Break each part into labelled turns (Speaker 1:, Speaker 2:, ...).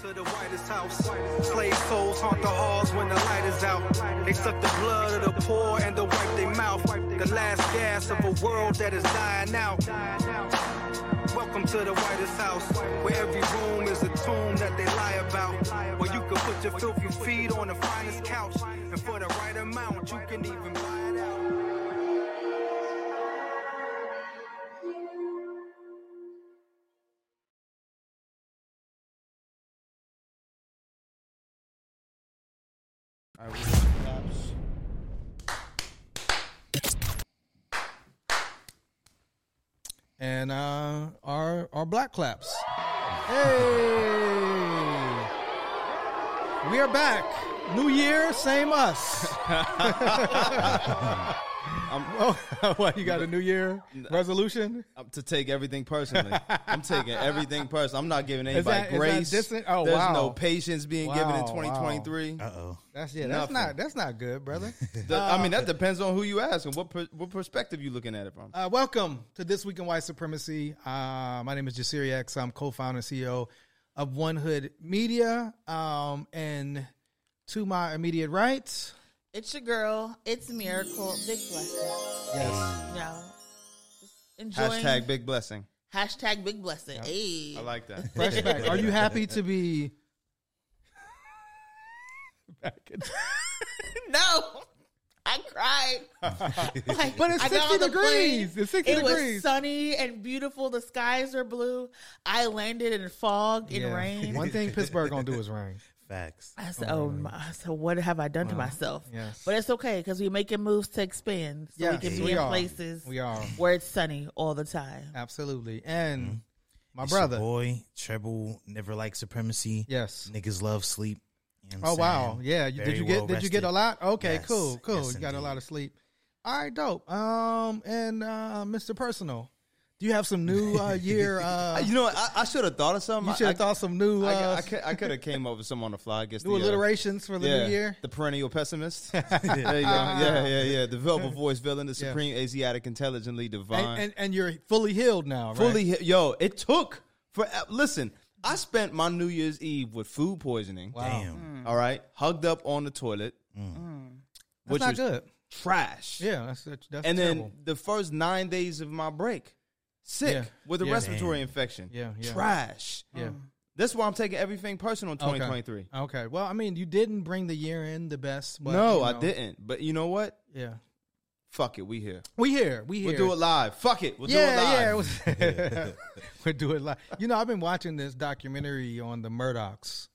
Speaker 1: to the whitest house. Slave souls haunt the halls when the light is out. They suck the blood of the poor and they wipe their mouth. The last gas of a world that is dying out. Welcome to the whitest house, where every room is a tomb that they lie about. Where you can put your filthy feet on the finest couch, and for the right amount, you can even buy it out.
Speaker 2: I will collapse. And uh, our our black claps. Hey, we are back. New year, same us. oh, what you got a new year resolution?
Speaker 3: I'm to take everything personally. I'm taking everything personal. I'm not giving anybody
Speaker 2: that- is that
Speaker 3: grace.
Speaker 2: distant? Oh,
Speaker 3: There's
Speaker 2: wow.
Speaker 3: no patience being given in
Speaker 2: Wow, wow.
Speaker 3: 2023.
Speaker 4: Uh oh.
Speaker 2: That's yeah. That's
Speaker 3: Nothing.
Speaker 2: not that's not good, brother.
Speaker 3: The- I mean, that depends on who you ask and what per, what perspective you looking at it from.
Speaker 2: Uh-uh. Uh, welcome to This Week in White Supremacy. Uh, my name is Jasiri X. I'm co founder and CEO of One Hood Media. Um, and to my immediate right,
Speaker 5: It's your girl. It's Miracle. Big blessing.
Speaker 2: yes,
Speaker 5: Now, just enjoying
Speaker 3: Hashtag big blessing.
Speaker 5: hashtag big blessing. Hey,
Speaker 3: I like that.
Speaker 2: fresh back. Are you happy to be back? in-
Speaker 5: no, I cried. Like,
Speaker 2: But it's
Speaker 5: I got
Speaker 2: 60
Speaker 5: on the
Speaker 2: degrees. It's 60
Speaker 5: it
Speaker 2: degrees.
Speaker 5: was sunny and beautiful. The skies are blue. I landed in fog and
Speaker 2: Yeah.
Speaker 5: rain.
Speaker 2: One thing Pittsburgh gonna do is rain.
Speaker 4: Facts.
Speaker 5: I said, "Oh, my, so what have I done to myself?"
Speaker 2: Yes.
Speaker 5: But it's okay because we're making moves to expand, so we
Speaker 2: Yes,
Speaker 5: can be
Speaker 2: we
Speaker 5: in
Speaker 2: are.
Speaker 5: places
Speaker 2: We are.
Speaker 5: where it's sunny all the time.
Speaker 2: Absolutely. And my
Speaker 4: It's your
Speaker 2: brother.
Speaker 4: boy, Treble, never like supremacy.
Speaker 2: Yes.
Speaker 4: Niggas love sleep. You know what
Speaker 2: Oh
Speaker 4: I'm
Speaker 2: wow,
Speaker 4: saying?
Speaker 2: yeah. You, did
Speaker 4: Very
Speaker 2: you get
Speaker 4: well
Speaker 2: did you get
Speaker 4: rested.
Speaker 2: a lot? Okay,
Speaker 4: Yes,
Speaker 2: cool, cool.
Speaker 4: yes,
Speaker 2: you got a
Speaker 4: indeed.
Speaker 2: lot of sleep. All right, dope. Um, and uh, Mr. Personal, do you have some new uh, year? Uh,
Speaker 3: You know, what? I, I should have thought of something.
Speaker 2: you should have
Speaker 3: I,
Speaker 2: thought some new
Speaker 3: I, I,
Speaker 2: uh,
Speaker 3: could, I could have came up with something on the fly. I guess
Speaker 2: new
Speaker 3: the, uh,
Speaker 2: alliterations for the
Speaker 3: yeah,
Speaker 2: new year.
Speaker 3: The perennial pessimist. there you go. Yeah, yeah, yeah. The velvet voice villain, the supreme Asiatic, intelligently divine.
Speaker 2: And, and and you're fully healed now, right?
Speaker 3: fully hit- yo it took for uh, listen i spent my new year's eve with food poisoning
Speaker 4: Damn.
Speaker 2: Mm.
Speaker 3: all right hugged up on the toilet
Speaker 2: That's not good.
Speaker 3: trash
Speaker 2: Yeah, that's that's, that's
Speaker 3: and
Speaker 2: terrible.
Speaker 3: then the first nine days of my break sick
Speaker 2: Yeah.
Speaker 3: with a
Speaker 2: Yeah.
Speaker 3: respiratory infection
Speaker 2: Yeah, yeah.
Speaker 3: trash
Speaker 2: yeah.
Speaker 3: that's why i'm taking everything personal in
Speaker 2: Okay.
Speaker 3: 2023
Speaker 2: Okay. Well, I mean, you didn't bring the year in the best. But,
Speaker 3: no
Speaker 2: you
Speaker 3: i
Speaker 2: know,
Speaker 3: didn't but you know what
Speaker 2: Yeah,
Speaker 3: fuck it we here
Speaker 2: we here. We here.
Speaker 3: we'll do it live fuck it we'll
Speaker 2: yeah,
Speaker 3: do it live
Speaker 2: yeah. it was- we'll do it live. You know, I've been watching this documentary on the Murdochs.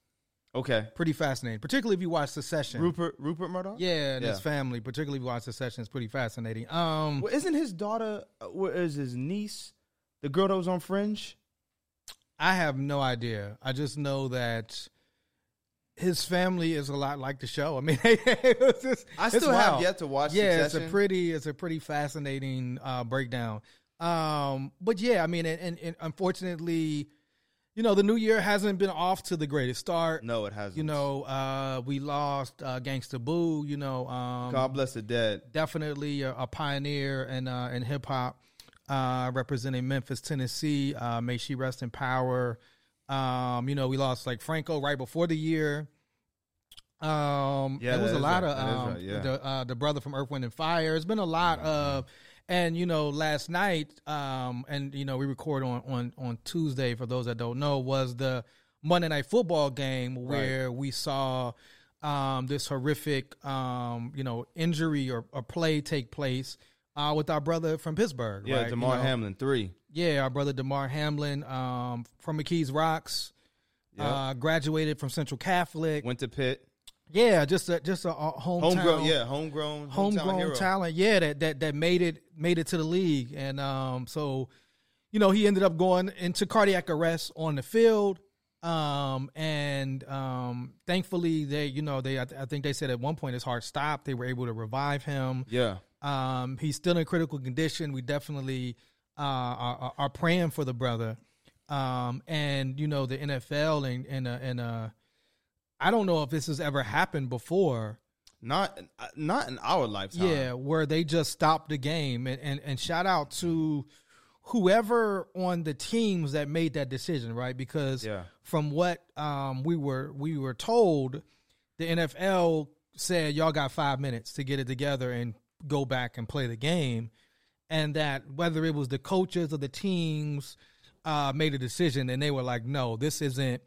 Speaker 3: okay
Speaker 2: Pretty fascinating, particularly if you watch the session.
Speaker 3: rupert rupert murdoch
Speaker 2: Yeah, and his
Speaker 3: Yeah.
Speaker 2: family, particularly if you watch the session, is pretty fascinating. Um,
Speaker 3: well, isn't his daughter uh, where is his niece the girl that was on fringe
Speaker 2: I have no idea. I just know that his family is a lot like the show. I mean, it was just,
Speaker 3: I
Speaker 2: it's
Speaker 3: still have
Speaker 2: wild.
Speaker 3: yet to watch
Speaker 2: Yeah, it's
Speaker 3: Succession.
Speaker 2: a pretty, it's a pretty fascinating uh, breakdown. Um, but yeah, I mean, and, and, and unfortunately, you know, the new year hasn't been off to the greatest start.
Speaker 3: No, it hasn't.
Speaker 2: You know, uh, we lost uh, Gangsta Boo. You know, um,
Speaker 3: God bless the dead.
Speaker 2: definitely a, a pioneer in uh, in hip hop, uh, representing Memphis, Tennessee. Uh, may she rest in power. Um, you know, we lost like Franco right before the year. Um,
Speaker 3: Yeah,
Speaker 2: it was a
Speaker 3: that is
Speaker 2: lot
Speaker 3: right.
Speaker 2: of
Speaker 3: That is
Speaker 2: um,
Speaker 3: right, yeah.
Speaker 2: the uh, the brother from Earth, Wind and Fire. It's been a lot of, and you know, last night, um, and you know, we record on on on Tuesday. For those that don't know, was the Monday Night Football game where we saw um, this horrific, um, you know, injury or, or play take place uh, with our brother from Pittsburgh.
Speaker 3: Yeah,
Speaker 2: right? You
Speaker 3: Damar
Speaker 2: know,
Speaker 3: Hamlin three.
Speaker 2: yeah, our brother Damar Hamlin um, from McKees Rocks. Uh, graduated from Central Catholic.
Speaker 3: Went to Pitt.
Speaker 2: yeah, just a, just a, a hometown,
Speaker 3: Homegrown, yeah, homegrown, hometown
Speaker 2: homegrown
Speaker 3: hero.
Speaker 2: talent. Yeah, that that that made it made it to the league, and um, so you know he ended up going into cardiac arrest on the field. Um, and um, thankfully they, you know, they I, I think they said at one point his heart stopped. They were able to revive him.
Speaker 3: Yeah,
Speaker 2: Um, he's still in critical condition. We definitely uh, are, are- are praying for the brother. Um, and you know the NFL and and uh, and uh, I don't know if this has ever happened before.
Speaker 3: not uh, not in our lifetime.
Speaker 2: Yeah, where they just stopped the game and and, and shout out to whoever on the teams that made that decision, right? Because
Speaker 3: Yeah.
Speaker 2: from what um, we were we were told, the NFL said y'all got five minutes to get it together and go back and play the game, and that whether it was the coaches or the teams uh, made a decision, and they were like, no, this isn't.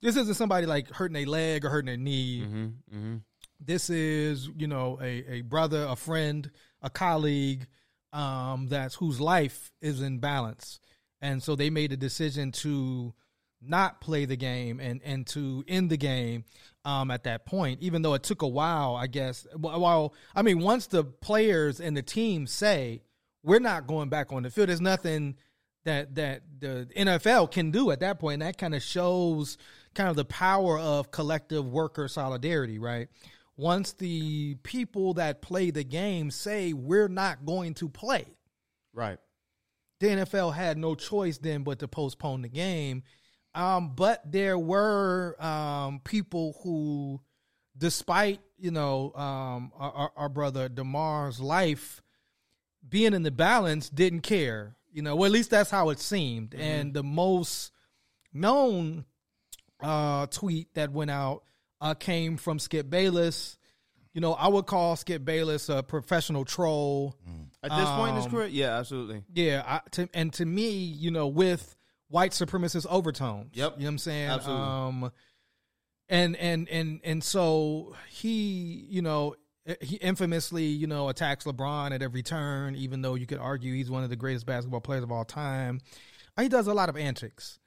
Speaker 2: This isn't somebody like hurting their leg or hurting their knee
Speaker 3: Mm-hmm,
Speaker 2: this is you know a, a brother a friend a colleague um that's whose life is in balance and so they made a decision to not play the game and and to end the game um at that point even though it took a while i guess Wh- while i mean once the players and the team say we're not going back on the field there's nothing that that the NFL can do at that point. And that kind of shows kind of the power of collective worker solidarity, right? Once the people that play the game say we're not going to play,
Speaker 3: Right.
Speaker 2: the NFL had no choice then but to postpone the game. Um, but there were um, people who, despite you know um, our, our- our brother Demar's life being in the balance, didn't care. You know, well at least that's how it seemed. And the most known uh, tweet that went out uh, came from Skip Bayless. You know, I would call Skip Bayless a professional troll.
Speaker 3: At this point
Speaker 2: Um,
Speaker 3: in his career, yeah, absolutely.
Speaker 2: Yeah, I, to, and to me, you know, with white supremacist overtones.
Speaker 3: Yep.
Speaker 2: You know what I'm saying?
Speaker 3: Absolutely.
Speaker 2: Um, and and and and so he, you know, eh, he infamously, you know, attacks LeBron at every turn, even though you could argue he's one of the greatest basketball players of all time. He does a lot of antics.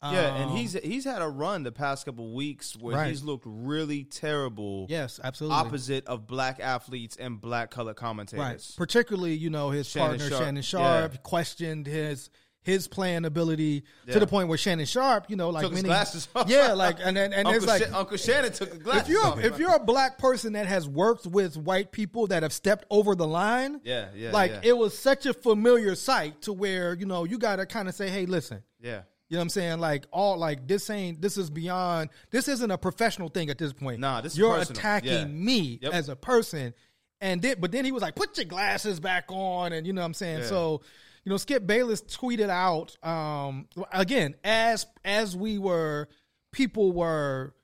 Speaker 3: Yeah,
Speaker 2: Um,
Speaker 3: and he's he's had a run the past couple weeks where
Speaker 2: Right.
Speaker 3: he's looked really terrible.
Speaker 2: yes, absolutely
Speaker 3: Opposite of black athletes and black color commentators.
Speaker 2: Right. Particularly, you know, his
Speaker 3: Shannon
Speaker 2: partner
Speaker 3: Sharp.
Speaker 2: Shannon Sharp questioned his his playing ability to the point where Shannon Sharp, you know, like
Speaker 3: Took his
Speaker 2: many
Speaker 3: glasses off.
Speaker 2: yeah, like and and, and
Speaker 3: Uncle,
Speaker 2: it's like
Speaker 3: Sha- Uncle Shannon took the glass.
Speaker 2: if you're if you're a black person that has worked with white people that have stepped over the line,
Speaker 3: Yeah, yeah,
Speaker 2: like
Speaker 3: yeah.
Speaker 2: it was such a familiar sight to where you know you got to kind of say, hey, listen.
Speaker 3: yeah,
Speaker 2: You know what I'm saying? Like all like this ain't this is beyond this isn't a professional thing at this point.
Speaker 3: Nah, this is
Speaker 2: you're
Speaker 3: personal.
Speaker 2: attacking
Speaker 3: Yeah.
Speaker 2: me
Speaker 3: Yep.
Speaker 2: as a person. And then but then he was like, put your glasses back on and you know what I'm saying?
Speaker 3: Yeah.
Speaker 2: So, you know, Skip Bayless tweeted out, um again, as as we were people were,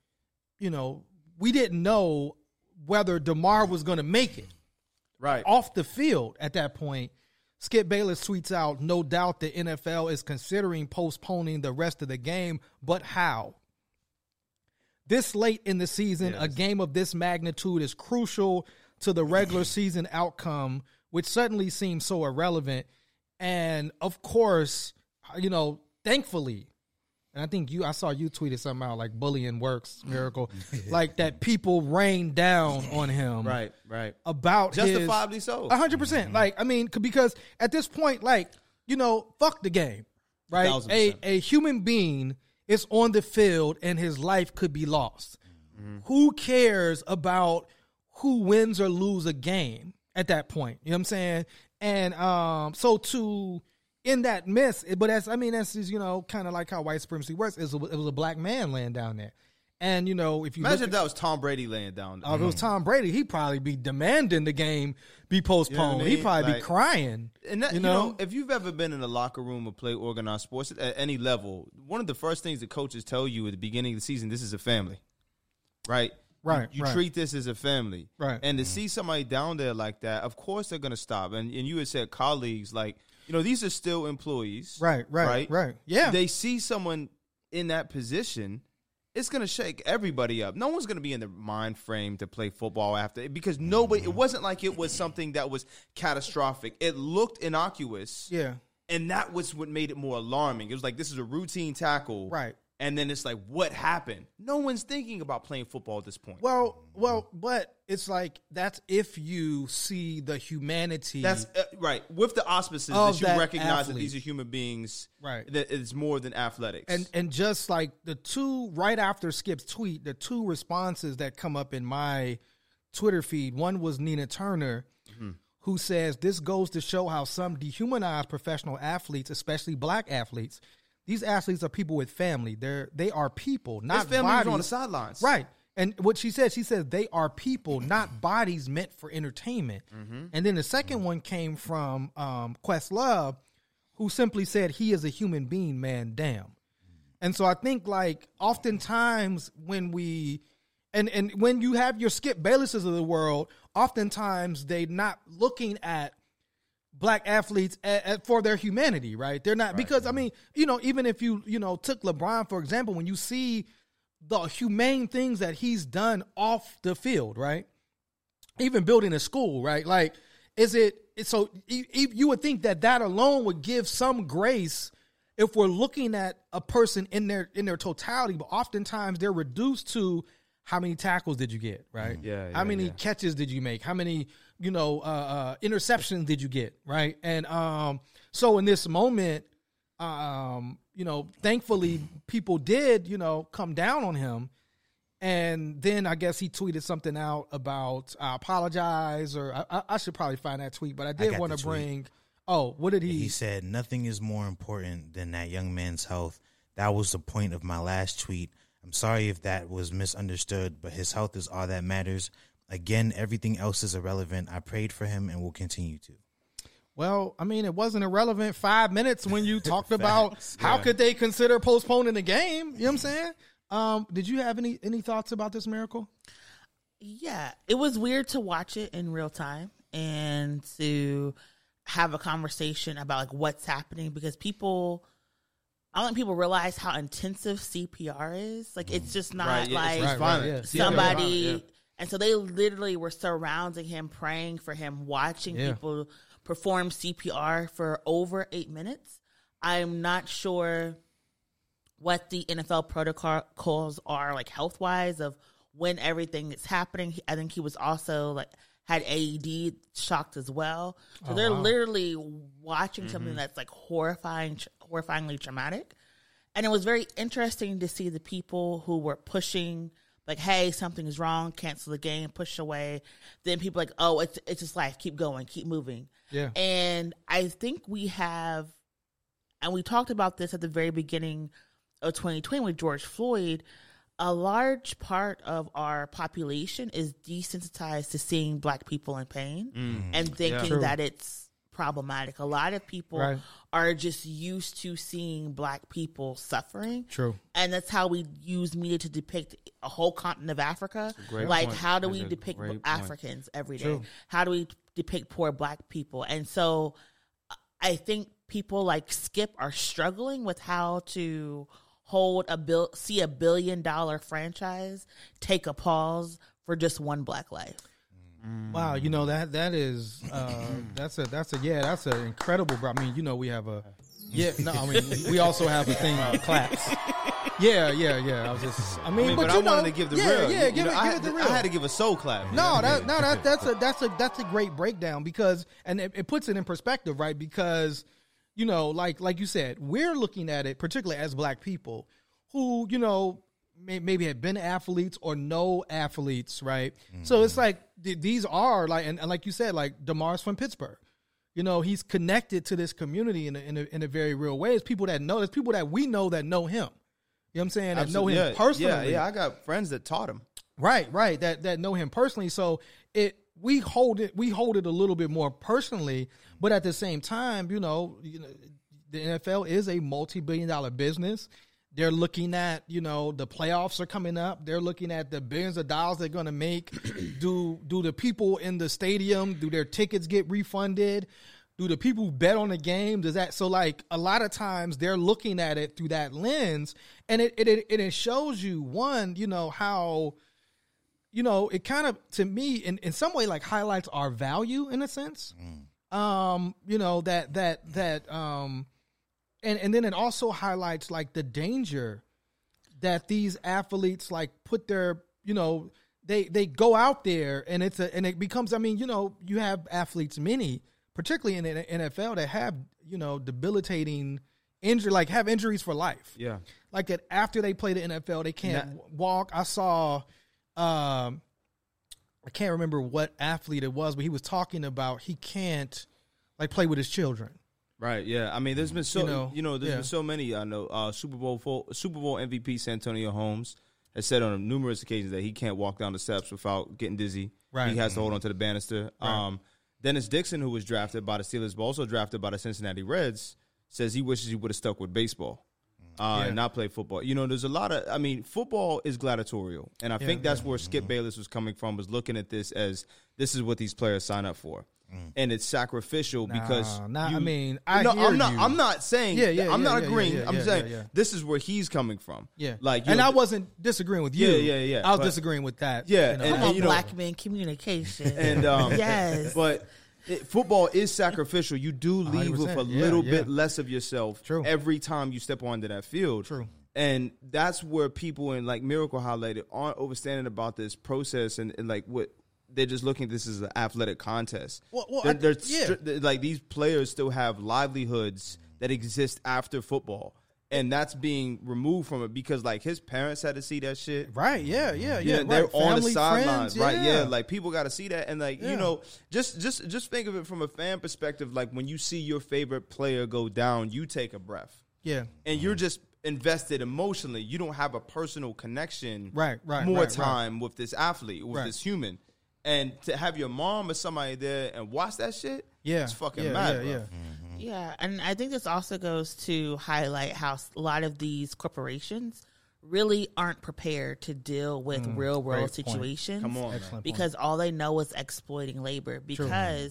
Speaker 2: you know, we didn't know whether DeMar was gonna make it
Speaker 3: right.
Speaker 2: off the field at that point. Skip Bayless tweets out, no doubt the NFL is considering postponing the rest of the game, but how? This late in the season, a game of this magnitude is crucial to the regular season outcome, which suddenly seems so irrelevant. And of course, you know, thankfully, and I think you I saw you tweeted something out like bullying works, miracle. like that people rained down on him
Speaker 3: right, right.
Speaker 2: about his-
Speaker 3: Justifiably so.
Speaker 2: a hundred percent.
Speaker 3: Mm-hmm.
Speaker 2: Like I mean, c- because at this point, like you know, fuck the game, right?
Speaker 3: thousand
Speaker 2: A
Speaker 3: percent.
Speaker 2: a human being is on the field and his life could be lost.
Speaker 3: Mm-hmm.
Speaker 2: Who cares about who wins or lose a game at that point? You know what I'm saying? And um, so to in that mess, but that's I mean that's just, you know kind of like how white supremacy works. Is it was a black man laying down there, and you know if you
Speaker 3: Imagine
Speaker 2: look
Speaker 3: if that was Tom Brady laying down.
Speaker 2: Oh, if it was Tom Brady, he'd probably be demanding the game be postponed.
Speaker 3: I
Speaker 2: He'd
Speaker 3: mean?
Speaker 2: probably
Speaker 3: Like-
Speaker 2: be crying.
Speaker 3: And that,
Speaker 2: you know,
Speaker 3: if you've ever been in a locker room or play organized sports at- at any level, one of the first things the coaches tell you at the beginning of the season, this is a family, right?
Speaker 2: Right,
Speaker 3: You, you
Speaker 2: right.
Speaker 3: treat this as a family,
Speaker 2: Right.
Speaker 3: And to see somebody down there like that, of course they're going to stop. And and you had said colleagues, like you know, these are still employees,
Speaker 2: Right, right, right. Yeah.
Speaker 3: They see someone in that position. It's gonna shake everybody up. No one's gonna be in the mind frame to play football after because nobody.
Speaker 2: Mm-hmm.
Speaker 3: It wasn't like it was something that was catastrophic. It looked innocuous,
Speaker 2: yeah,
Speaker 3: and that was what made it more alarming. It was like this is a routine tackle,
Speaker 2: Right.
Speaker 3: And then it's like, what happened? No one's thinking about playing football at this point.
Speaker 2: well, well, but it's like that's if you see the humanity.
Speaker 3: That's uh, right. With the auspices
Speaker 2: Of
Speaker 3: that you
Speaker 2: that
Speaker 3: recognize that
Speaker 2: athlete.
Speaker 3: these are human beings,
Speaker 2: Right.
Speaker 3: That it's more than athletics,
Speaker 2: and and just like the two right after Skip's tweet, the two responses that come up in my Twitter feed. One was Nina Turner. Who says this goes to show how some dehumanize professional athletes, especially black athletes. These athletes are people with family. They're they are people,
Speaker 3: his
Speaker 2: not
Speaker 3: family was on the
Speaker 2: bodies.
Speaker 3: sidelines,
Speaker 2: Right. And what she said, she said they are people, not bodies
Speaker 3: Mm-hmm.
Speaker 2: meant for entertainment. And then the 2nd one came from um, Quest Love, who simply said he is a human being, man, damn. And so I think like oftentimes when we and and when you have your Skip Baylesses of the world, oftentimes they not looking at black athletes a a- for their humanity, right? They're not because I mean, you know, even if you you know took LeBron for example, when you see the humane things that he's done off the field, right? Even building a school, right? Like, is it it's so? e- e- You would think that that alone would give some grace if we're looking at a person in their in their totality, but oftentimes they're reduced to how many tackles did you get, right?
Speaker 3: Mm-hmm. Yeah,
Speaker 2: How
Speaker 3: yeah,
Speaker 2: many
Speaker 3: yeah.
Speaker 2: catches did you make? How many you know uh, uh, interceptions did you get, right? And um, so in this moment, um, you know, thankfully people did, you know, come down on him. And then I guess he tweeted something out about I apologize or I, I- I should probably find that tweet, but I did
Speaker 4: got
Speaker 2: want
Speaker 4: the
Speaker 2: to
Speaker 4: tweet.
Speaker 2: bring. Oh, what did he?
Speaker 4: He said, Nothing is more important than that young man's health. That was the point of my last tweet. I'm sorry if that was misunderstood, but his health is all that matters. Again, everything else is irrelevant. I prayed for him and will continue to.
Speaker 2: well, I mean, it wasn't irrelevant five minutes when you talked about how could they consider postponing the game. You know what I'm saying? Um, did you have any any thoughts about this miracle?
Speaker 5: Yeah, it was weird to watch it in real time and to have a conversation about like what's happening because people I don't think people realize how intensive CPR is. Like it's just not
Speaker 3: Right, yeah,
Speaker 5: like
Speaker 3: it's Right, violent.
Speaker 2: yeah.
Speaker 3: Yeah, yeah.
Speaker 5: somebody
Speaker 3: Yeah.
Speaker 5: and so they literally were surrounding him, praying for him, watching
Speaker 2: Yeah.
Speaker 5: people perform CPR for over eight minutes. I'm not sure what the NFL protocols are like health wise of when everything is happening. He- I think he was also like had AED shocked as well. So they're literally watching something that's like horrifying, horrifyingly traumatic. And it was very interesting to see the people who were pushing like, "Hey, something's wrong. Cancel the game. Push away." Then people like, "Oh, it's it's just life. Keep going. Keep moving."
Speaker 2: Yeah.
Speaker 5: And I think we have and we talked about this at the very beginning of 2020 with George Floyd, a large part of our population is desensitized to seeing black people in pain
Speaker 3: Mm.
Speaker 5: and thinking
Speaker 2: True.
Speaker 5: that it's problematic. A lot of people
Speaker 2: Right.
Speaker 5: are just used to seeing black people suffering.
Speaker 2: True.
Speaker 5: And that's how we use media to depict a whole continent of Africa.
Speaker 3: great
Speaker 5: like,
Speaker 3: point.
Speaker 5: how do
Speaker 3: That's
Speaker 5: we
Speaker 3: a
Speaker 5: depict
Speaker 3: great point.
Speaker 5: Africans every day? How do we depict poor black people? And so I think people like Skip are struggling with how to hold a bill, see a billion dollar franchise take a pause for just one black life.
Speaker 2: Wow, you know that that is uh, that's a that's a yeah that's an incredible. bro- I mean, you know we have a yeah. No, I mean we also have a thing about claps. Yeah, yeah, yeah. I was just. I mean,
Speaker 3: I mean,
Speaker 2: but,
Speaker 3: but,
Speaker 2: you
Speaker 3: I
Speaker 2: know,
Speaker 3: wanted to give the
Speaker 2: yeah,
Speaker 3: real.
Speaker 2: Yeah,
Speaker 3: You
Speaker 2: give,
Speaker 3: know,
Speaker 2: it,
Speaker 3: I,
Speaker 2: give it the real.
Speaker 3: I had to give a soul clap. you know
Speaker 2: No,
Speaker 3: what I
Speaker 2: that
Speaker 3: mean?
Speaker 2: no that that's a that's a that's a great breakdown because and it, it puts it in perspective, right? Because you know, like like you said, we're looking at it particularly as black people who you know may, maybe have been athletes or know athletes, right? So
Speaker 3: Mm-hmm.
Speaker 2: it's like th- these are like and, and like you said, like Demar's from Pittsburgh. You know, he's connected to this community in a, in a, in a very real way. It's people that know. It's people that we know that know him. You know what I'm saying? That know
Speaker 3: Absolutely.
Speaker 2: him
Speaker 3: yeah,
Speaker 2: personally.
Speaker 3: Yeah, yeah, I got friends that taught him.
Speaker 2: Right, right. That that know him personally. So it we hold it we hold it a little bit more personally, but at the same time, you know, you know the NFL is a multi-billion dollar business. They're looking at, you know, the playoffs are coming up. They're looking at the billions of dollars they're going to make. do do the people in the stadium, do their tickets get refunded? Do the people who bet on the game? Does that so like a lot of times they're looking at it through that lens, and it it it, it shows you one, you know how you know, it kind of to me in, in some way like highlights our value in a sense. Um, you know, that that that um and and then it also highlights like the danger that these athletes like put their, you know, they they go out there and it's a and it becomes I mean, you know, you have athletes many, particularly in the NFL that have, you know, debilitating injury like have injuries for life
Speaker 3: Yeah.
Speaker 2: like that after they play the NFL, they can't w- walk. I saw, um, I can't remember what athlete it was, but he was talking about he can't like play with his children.
Speaker 3: Right. Yeah. I mean, there's been so you
Speaker 2: know,
Speaker 3: know, there's
Speaker 2: yeah.
Speaker 3: been so many. I know uh, Super Bowl full, Super Bowl MVP Santonio Holmes has said on numerous occasions that he can't walk down the steps without getting dizzy.
Speaker 2: Right. Mm-hmm.
Speaker 3: He has to hold on to the banister. Um, Dennis Dixon, who was drafted by the Steelers, but also drafted by the Cincinnati Reds, says he wishes he would have stuck with baseball. Uh,
Speaker 2: Yeah.
Speaker 3: and not play football. You know, there's a lot of. I mean, football is gladiatorial, and I think that's where Skip Bayless was coming from. Was looking at this as this is what these players sign up for, and it's sacrificial because.
Speaker 2: Mm. Nah, nah, I
Speaker 3: you-
Speaker 2: mean, I
Speaker 3: no,
Speaker 2: hear
Speaker 3: I'm not.
Speaker 2: you.
Speaker 3: I'm not saying.
Speaker 2: Yeah, yeah,
Speaker 3: I'm
Speaker 2: yeah,
Speaker 3: not
Speaker 2: yeah,
Speaker 3: agreeing.
Speaker 2: yeah,
Speaker 3: I'm
Speaker 2: yeah,
Speaker 3: saying
Speaker 2: yeah, yeah.
Speaker 3: this is where he's coming from.
Speaker 2: Yeah.
Speaker 3: like
Speaker 2: and
Speaker 3: you're-
Speaker 2: I wasn't disagreeing with you.
Speaker 3: Yeah, yeah, yeah,
Speaker 2: I was
Speaker 3: but-
Speaker 2: disagreeing with that.
Speaker 3: Yeah,
Speaker 2: you know.
Speaker 3: and-
Speaker 5: Come
Speaker 3: and
Speaker 5: on,
Speaker 3: you know-
Speaker 5: black man communication.
Speaker 3: And um,
Speaker 5: Yes.
Speaker 3: but it, football is sacrificial. You do leave with a
Speaker 2: 100%. Yeah,
Speaker 3: little
Speaker 2: yeah.
Speaker 3: bit less of yourself
Speaker 2: True.
Speaker 3: every time you step onto that field.
Speaker 2: True.
Speaker 3: And that's where people in like Miracle highlighted aren't understanding about this process and, and, like what they're just looking at this as an athletic contest.
Speaker 2: Well- well,
Speaker 3: they're,
Speaker 2: I-
Speaker 3: they're
Speaker 2: yeah.
Speaker 3: stri- they're- like these players still have livelihoods that exist after football. And that's being removed from it because like his parents had to see that shit.
Speaker 2: right, yeah, yeah, yeah.
Speaker 3: Yeah,
Speaker 2: right.
Speaker 3: they're on the
Speaker 2: Family,
Speaker 3: sidelines,
Speaker 2: friends,
Speaker 3: right? Yeah, like people got to see that, and like
Speaker 2: Yeah.
Speaker 3: you know, just just just think of it from a fan perspective. Like when you see your favorite player go down, you take a breath,
Speaker 2: yeah.
Speaker 3: and you're just invested emotionally. You don't have a personal connection,
Speaker 2: Right, right,
Speaker 3: More
Speaker 2: right, right.
Speaker 3: time with this athlete, with
Speaker 2: Right.
Speaker 3: this human, and to have your mom or somebody there and watch that shit,
Speaker 2: Yeah,
Speaker 3: it's fucking
Speaker 2: yeah,
Speaker 3: mad,
Speaker 2: yeah,
Speaker 3: bro.
Speaker 2: yeah.
Speaker 5: Yeah, and I think this also goes to highlight how s- a lot of these corporations really aren't prepared to deal with real world
Speaker 2: Mm, great point.
Speaker 5: situations.
Speaker 3: Come on, man.
Speaker 2: Excellent point.
Speaker 5: Because all they know is exploiting labor because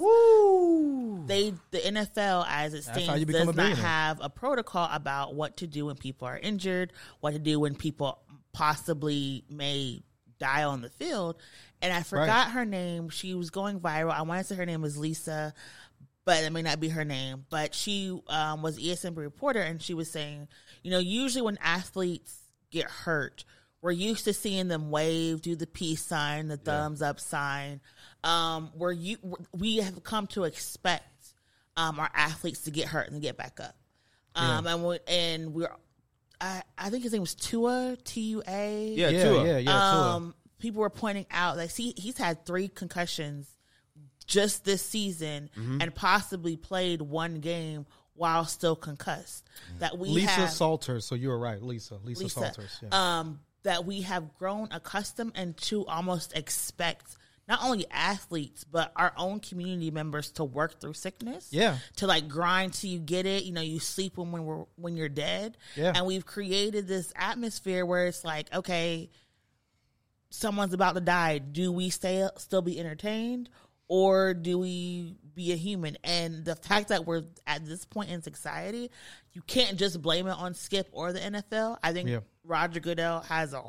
Speaker 5: they the NFL as it
Speaker 2: That's how you
Speaker 5: stands
Speaker 2: become a
Speaker 5: does not
Speaker 2: billionaire.
Speaker 5: have a protocol about what to do when people are injured, what to do when people possibly may die on the field. And I forgot her name. She was going viral. I want to say her name was Lisa, but it may not be her name. But she um, was ESN reporter, and she was saying, you know, usually when athletes get hurt, we're used to seeing them wave, do the peace sign, the thumbs up sign. Um, where you we have come to expect um, our athletes to get hurt and get back up. Um, and we and we're, I, I think his name was Tua T U A.
Speaker 3: Yeah,
Speaker 2: Yeah,
Speaker 3: Tua.
Speaker 2: yeah, yeah, Tua.
Speaker 5: Um, people were pointing out like, see, he's had three concussions just this season,
Speaker 2: Mm-hmm.
Speaker 5: and possibly played one game while still concussed. That we
Speaker 2: Lisa
Speaker 5: have,
Speaker 2: Salters. So you were right, Lisa. Lisa,
Speaker 5: Lisa,
Speaker 2: Salters. Yeah.
Speaker 5: um, that we have grown accustomed and to almost expect not only athletes but our own community members to work through sickness.
Speaker 2: Yeah.
Speaker 5: to like grind till you get it. You know, you sleep when, when we're when you're dead.
Speaker 2: Yeah.
Speaker 5: and we've created this atmosphere where it's like, okay, someone's about to die. Do we stay still be entertained? Or do we be a human? And the fact that we're at this point in society, you can't just blame it on Skip or the NFL. I think
Speaker 2: Yeah.
Speaker 5: Roger Goodell has a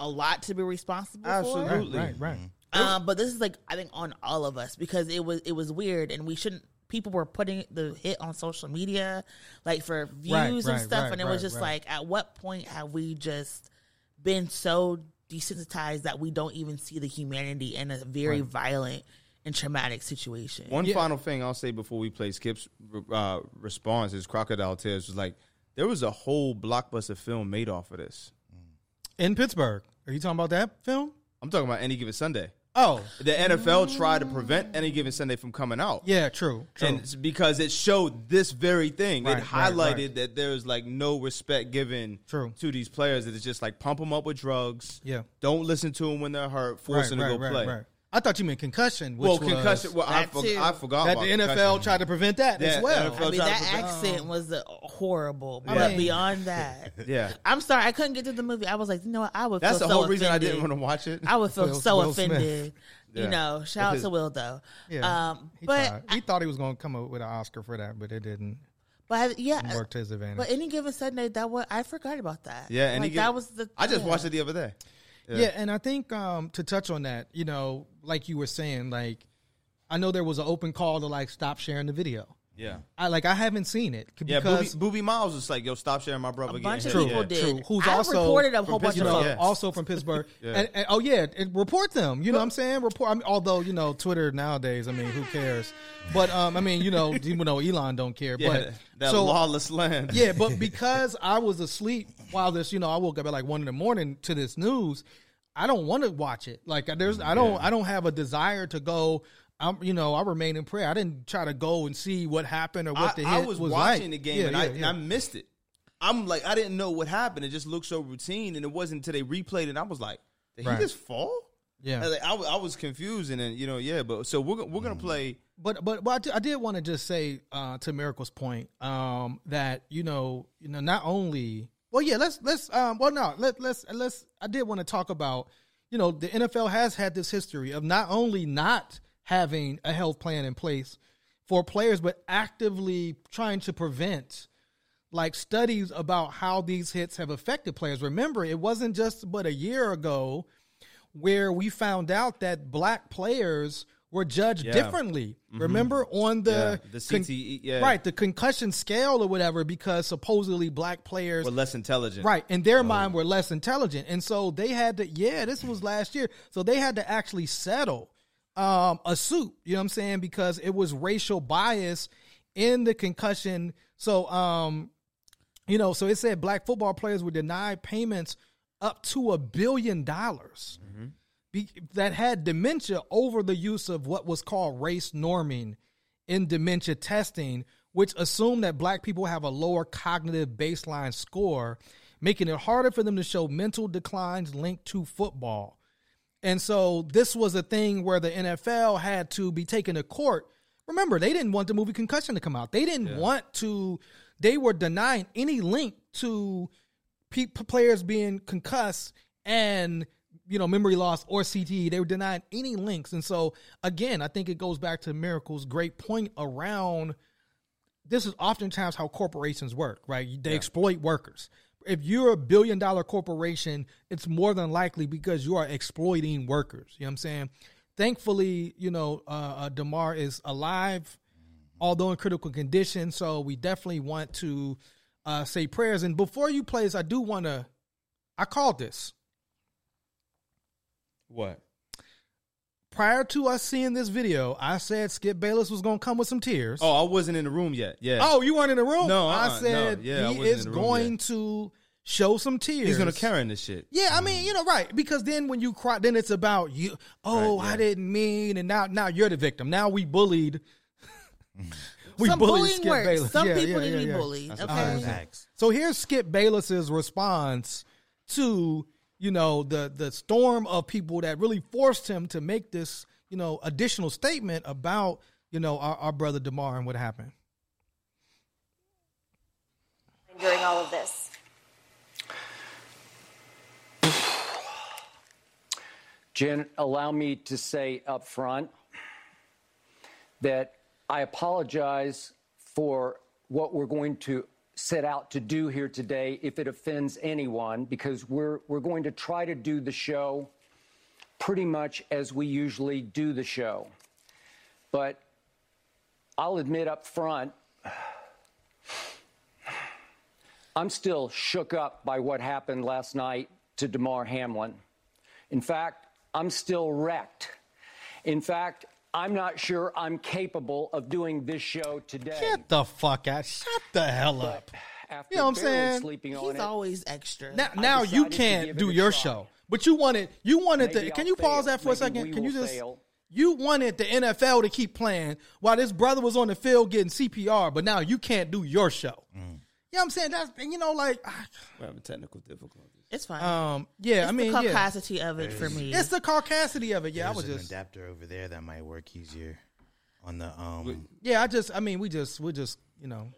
Speaker 5: a lot to be responsible for.
Speaker 3: Absolutely. Mm-hmm.
Speaker 2: right, right.
Speaker 5: Um, but this is like I think on all of us because it was it was weird and we shouldn't. People were putting the hit on social media, like for views
Speaker 2: right,
Speaker 5: and stuff,
Speaker 2: right,
Speaker 5: and it was
Speaker 2: right,
Speaker 5: just
Speaker 2: right.
Speaker 5: like, at what point have we just been so desensitized that we don't even see the humanity in a very violent and traumatic situation?
Speaker 3: One final thing I'll say before we play Skip's uh, response is Crocodile Tears was like, there was a whole blockbuster film made off of this.
Speaker 2: In Pittsburgh. Are you talking about that film?
Speaker 3: I'm talking about Any Given Sunday.
Speaker 2: Oh,
Speaker 3: The NFL tried to prevent Any Given Sunday from coming out.
Speaker 2: yeah, true, true.
Speaker 3: And it's because it showed this very thing.
Speaker 2: Right,
Speaker 3: it
Speaker 2: right,
Speaker 3: highlighted
Speaker 2: right.
Speaker 3: that there's like no respect given
Speaker 2: True.
Speaker 3: to these players. That it's just like pump them up with drugs.
Speaker 2: Yeah.
Speaker 3: Don't listen to them when they're hurt.
Speaker 2: right,
Speaker 3: Force them to
Speaker 2: right,
Speaker 3: go
Speaker 2: right,
Speaker 3: play.
Speaker 2: right. I thought you meant concussion. Which
Speaker 3: Well, concussion.
Speaker 2: Was,
Speaker 3: Well, I,
Speaker 5: That
Speaker 3: for,
Speaker 5: too.
Speaker 3: I forgot
Speaker 2: that
Speaker 3: about
Speaker 2: the NFL
Speaker 3: concussion.
Speaker 2: tried to prevent that
Speaker 3: Yeah,
Speaker 2: as well.
Speaker 3: NFL
Speaker 5: I mean,
Speaker 3: tried
Speaker 5: that
Speaker 3: to-
Speaker 5: accent was uh, horrible, but
Speaker 2: Yeah.
Speaker 5: beyond that,
Speaker 3: Yeah.
Speaker 5: I'm sorry, I couldn't get to the movie. I was like, you know what, I would.
Speaker 3: That's
Speaker 5: feel
Speaker 3: the whole
Speaker 5: so
Speaker 3: reason I didn't
Speaker 5: offended.
Speaker 3: want to watch it.
Speaker 5: I would feel
Speaker 2: Will-
Speaker 5: so
Speaker 2: Will Smith.
Speaker 5: offended.
Speaker 3: Yeah.
Speaker 5: You know, shout out to Will though.
Speaker 2: Yeah,
Speaker 5: um,
Speaker 2: he
Speaker 5: but
Speaker 2: tried. he thought he was going to come up with an Oscar for that, but it didn't
Speaker 5: but yeah,
Speaker 2: work to his advantage.
Speaker 5: Uh, but any given Sunday, that was I forgot about that.
Speaker 3: Yeah, and
Speaker 5: like,
Speaker 3: he get-
Speaker 5: that was the.
Speaker 3: I just
Speaker 5: yeah.
Speaker 3: watched it the other day.
Speaker 2: yeah. and I think um, to touch on that, you know, like you were saying, like I know there was an open call to like stop sharing the video.
Speaker 3: Yeah.
Speaker 2: I like I haven't seen it
Speaker 3: Yeah,
Speaker 2: because
Speaker 3: Booby, Booby Miles was like, "Yo, stop sharing my brother."
Speaker 5: A
Speaker 3: getting
Speaker 5: bunch of
Speaker 3: hit."
Speaker 5: people
Speaker 3: Yeah.
Speaker 5: did.
Speaker 2: True. Who's
Speaker 5: I
Speaker 2: also
Speaker 5: reported a whole bunch
Speaker 2: you
Speaker 5: of
Speaker 2: know,
Speaker 5: folks.
Speaker 3: Yeah.
Speaker 2: also from Pittsburgh. and, and- oh yeah, and report them. You know what I'm saying? Report. I mean, although you know Twitter nowadays, I mean, who cares? But um, I mean, you know, you know, Elon don't care.
Speaker 3: Yeah,
Speaker 2: but
Speaker 3: that
Speaker 2: so
Speaker 3: lawless land.
Speaker 2: yeah, but because I was asleep while this, you know, I woke up at like one in the morning to this news. I don't want to watch it. Like there's, I don't, I don't have a desire to go. I'm, you know, I remain in prayer. I didn't try to go and see what happened or
Speaker 3: I,
Speaker 2: what the
Speaker 3: I
Speaker 2: hit
Speaker 3: was,
Speaker 2: like.
Speaker 3: watching the game
Speaker 2: Yeah,
Speaker 3: and, I,
Speaker 2: yeah,
Speaker 3: and
Speaker 2: yeah.
Speaker 3: I missed it. I'm like, I didn't know what happened. It just looked so routine, and it wasn't until they replayed it. and I was like, did
Speaker 2: Right.
Speaker 3: he just fall?
Speaker 2: Yeah.
Speaker 3: Mm. I, like, I, wa- I was confused, and then you know, yeah. But so we're go- we're gonna play
Speaker 2: but but but I, did- I did want to just say uh, to Miracle's point um, that you know you know not only well yeah let's let's um, well no let let's let's I did want to talk about you know the NFL has had this history of not only not having a health plan in place for players but actively trying to prevent like studies about how these hits have affected players. Remember, it wasn't just but a year ago where we found out that black players were judged differently. Remember on the
Speaker 3: Mm-hmm. Yeah, the CTE, yeah.
Speaker 2: right the concussion scale or whatever because supposedly black players
Speaker 3: We're less intelligent.
Speaker 2: right in their mind were less intelligent, and so they had to yeah this was last year, so they had to actually settle um, a suit. You know what I'm saying because it was racial bias in the concussion. So um, you know, so it said black football players were denied payments up to a billion dollars be, that had dementia over the use of what was called race norming in dementia testing, which assumed that black people have a lower cognitive baseline score, making it harder for them to show mental declines linked to football. And so this was a thing where the NFL had to be taken to court. Remember, they didn't want the movie Concussion to come out. They didn't want to. They were denying any link to pe- players being concussed and you know memory loss or CTE. They were denying any links. And so again, I think it goes back to Miracle's great point around this is oftentimes how corporations work, right? They exploit workers. If you're a billion dollar corporation, it's more than likely because you are exploiting workers. You know what I'm saying? Thankfully, you know, uh, uh, DeMar is alive, although in critical condition. So we definitely want to uh, say prayers. And before you play this, I do want to, I called this.
Speaker 3: What?
Speaker 2: Prior to us seeing this video, I said Skip Bayless was going to come with some tears.
Speaker 3: Oh, I wasn't in the room yet. Yeah.
Speaker 2: Oh, you weren't in the room.
Speaker 3: No,
Speaker 2: I
Speaker 3: uh-uh,
Speaker 2: said
Speaker 3: no, yeah, I
Speaker 2: he
Speaker 3: wasn't
Speaker 2: is
Speaker 3: in the room
Speaker 2: going
Speaker 3: yet.
Speaker 2: to show some tears.
Speaker 3: he's gonna Karen this shit.
Speaker 2: Yeah, I mean, you know, right? Because then when you cry, then it's about you. Oh,
Speaker 3: Right,
Speaker 2: I
Speaker 3: yeah.
Speaker 2: didn't mean, and now now you're the victim. Now we bullied. we
Speaker 5: Some
Speaker 2: bullied
Speaker 5: bullying
Speaker 2: Skip
Speaker 5: works.
Speaker 2: Bayless.
Speaker 5: Some
Speaker 2: Yeah,
Speaker 5: people
Speaker 2: yeah,
Speaker 5: need to
Speaker 2: yeah,
Speaker 5: be
Speaker 2: yeah.
Speaker 5: bullied.
Speaker 3: That's a
Speaker 5: okay.
Speaker 4: Facts.
Speaker 2: So here's Skip Bayless's response to you know the the storm of people that really forced him to make this you know additional statement about you know our, our brother Demar and what happened.
Speaker 6: during all of this?
Speaker 7: Jen, allow me to say up front that I apologize for what we're going to set out to do here today if it offends anyone, because we're, we're going to try to do the show pretty much as we usually do the show. But I'll admit up front, I'm still shook up by what happened last night to DeMar Hamlin. In fact, I'm still wrecked. In fact, I'm not sure I'm capable of doing this show today.
Speaker 2: Get the fuck out! Shut the hell up!
Speaker 7: After
Speaker 2: You know what I'm
Speaker 7: barely
Speaker 2: saying?
Speaker 7: Sleeping on
Speaker 5: He's
Speaker 7: it,
Speaker 5: always extra.
Speaker 2: Now, now you
Speaker 7: decided to
Speaker 2: can't
Speaker 7: give
Speaker 2: do
Speaker 7: it a
Speaker 2: your
Speaker 7: try.
Speaker 2: show, but you wanted you wanted
Speaker 7: Maybe
Speaker 2: the. Can
Speaker 7: I'll
Speaker 2: you pause
Speaker 7: fail.
Speaker 2: that for a
Speaker 7: Maybe
Speaker 2: second?
Speaker 7: we
Speaker 2: Can you
Speaker 7: will
Speaker 2: just?
Speaker 7: fail.
Speaker 2: You wanted the NFL to keep playing while this brother was on the field getting CPR, but now you can't do your show.
Speaker 7: Mm.
Speaker 2: You know what I'm saying? That's you know like,
Speaker 3: We're having technical difficulties.
Speaker 5: it's fine.
Speaker 2: um, yeah.
Speaker 5: it's
Speaker 2: I mean,
Speaker 5: the
Speaker 2: yeah.
Speaker 5: caucasity of it for me.
Speaker 2: it's the caucasity of it. Yeah, I
Speaker 4: There's
Speaker 2: was
Speaker 4: an
Speaker 2: just
Speaker 4: adapter over there that might work easier on the um.
Speaker 2: yeah. I just I mean, we just we just you know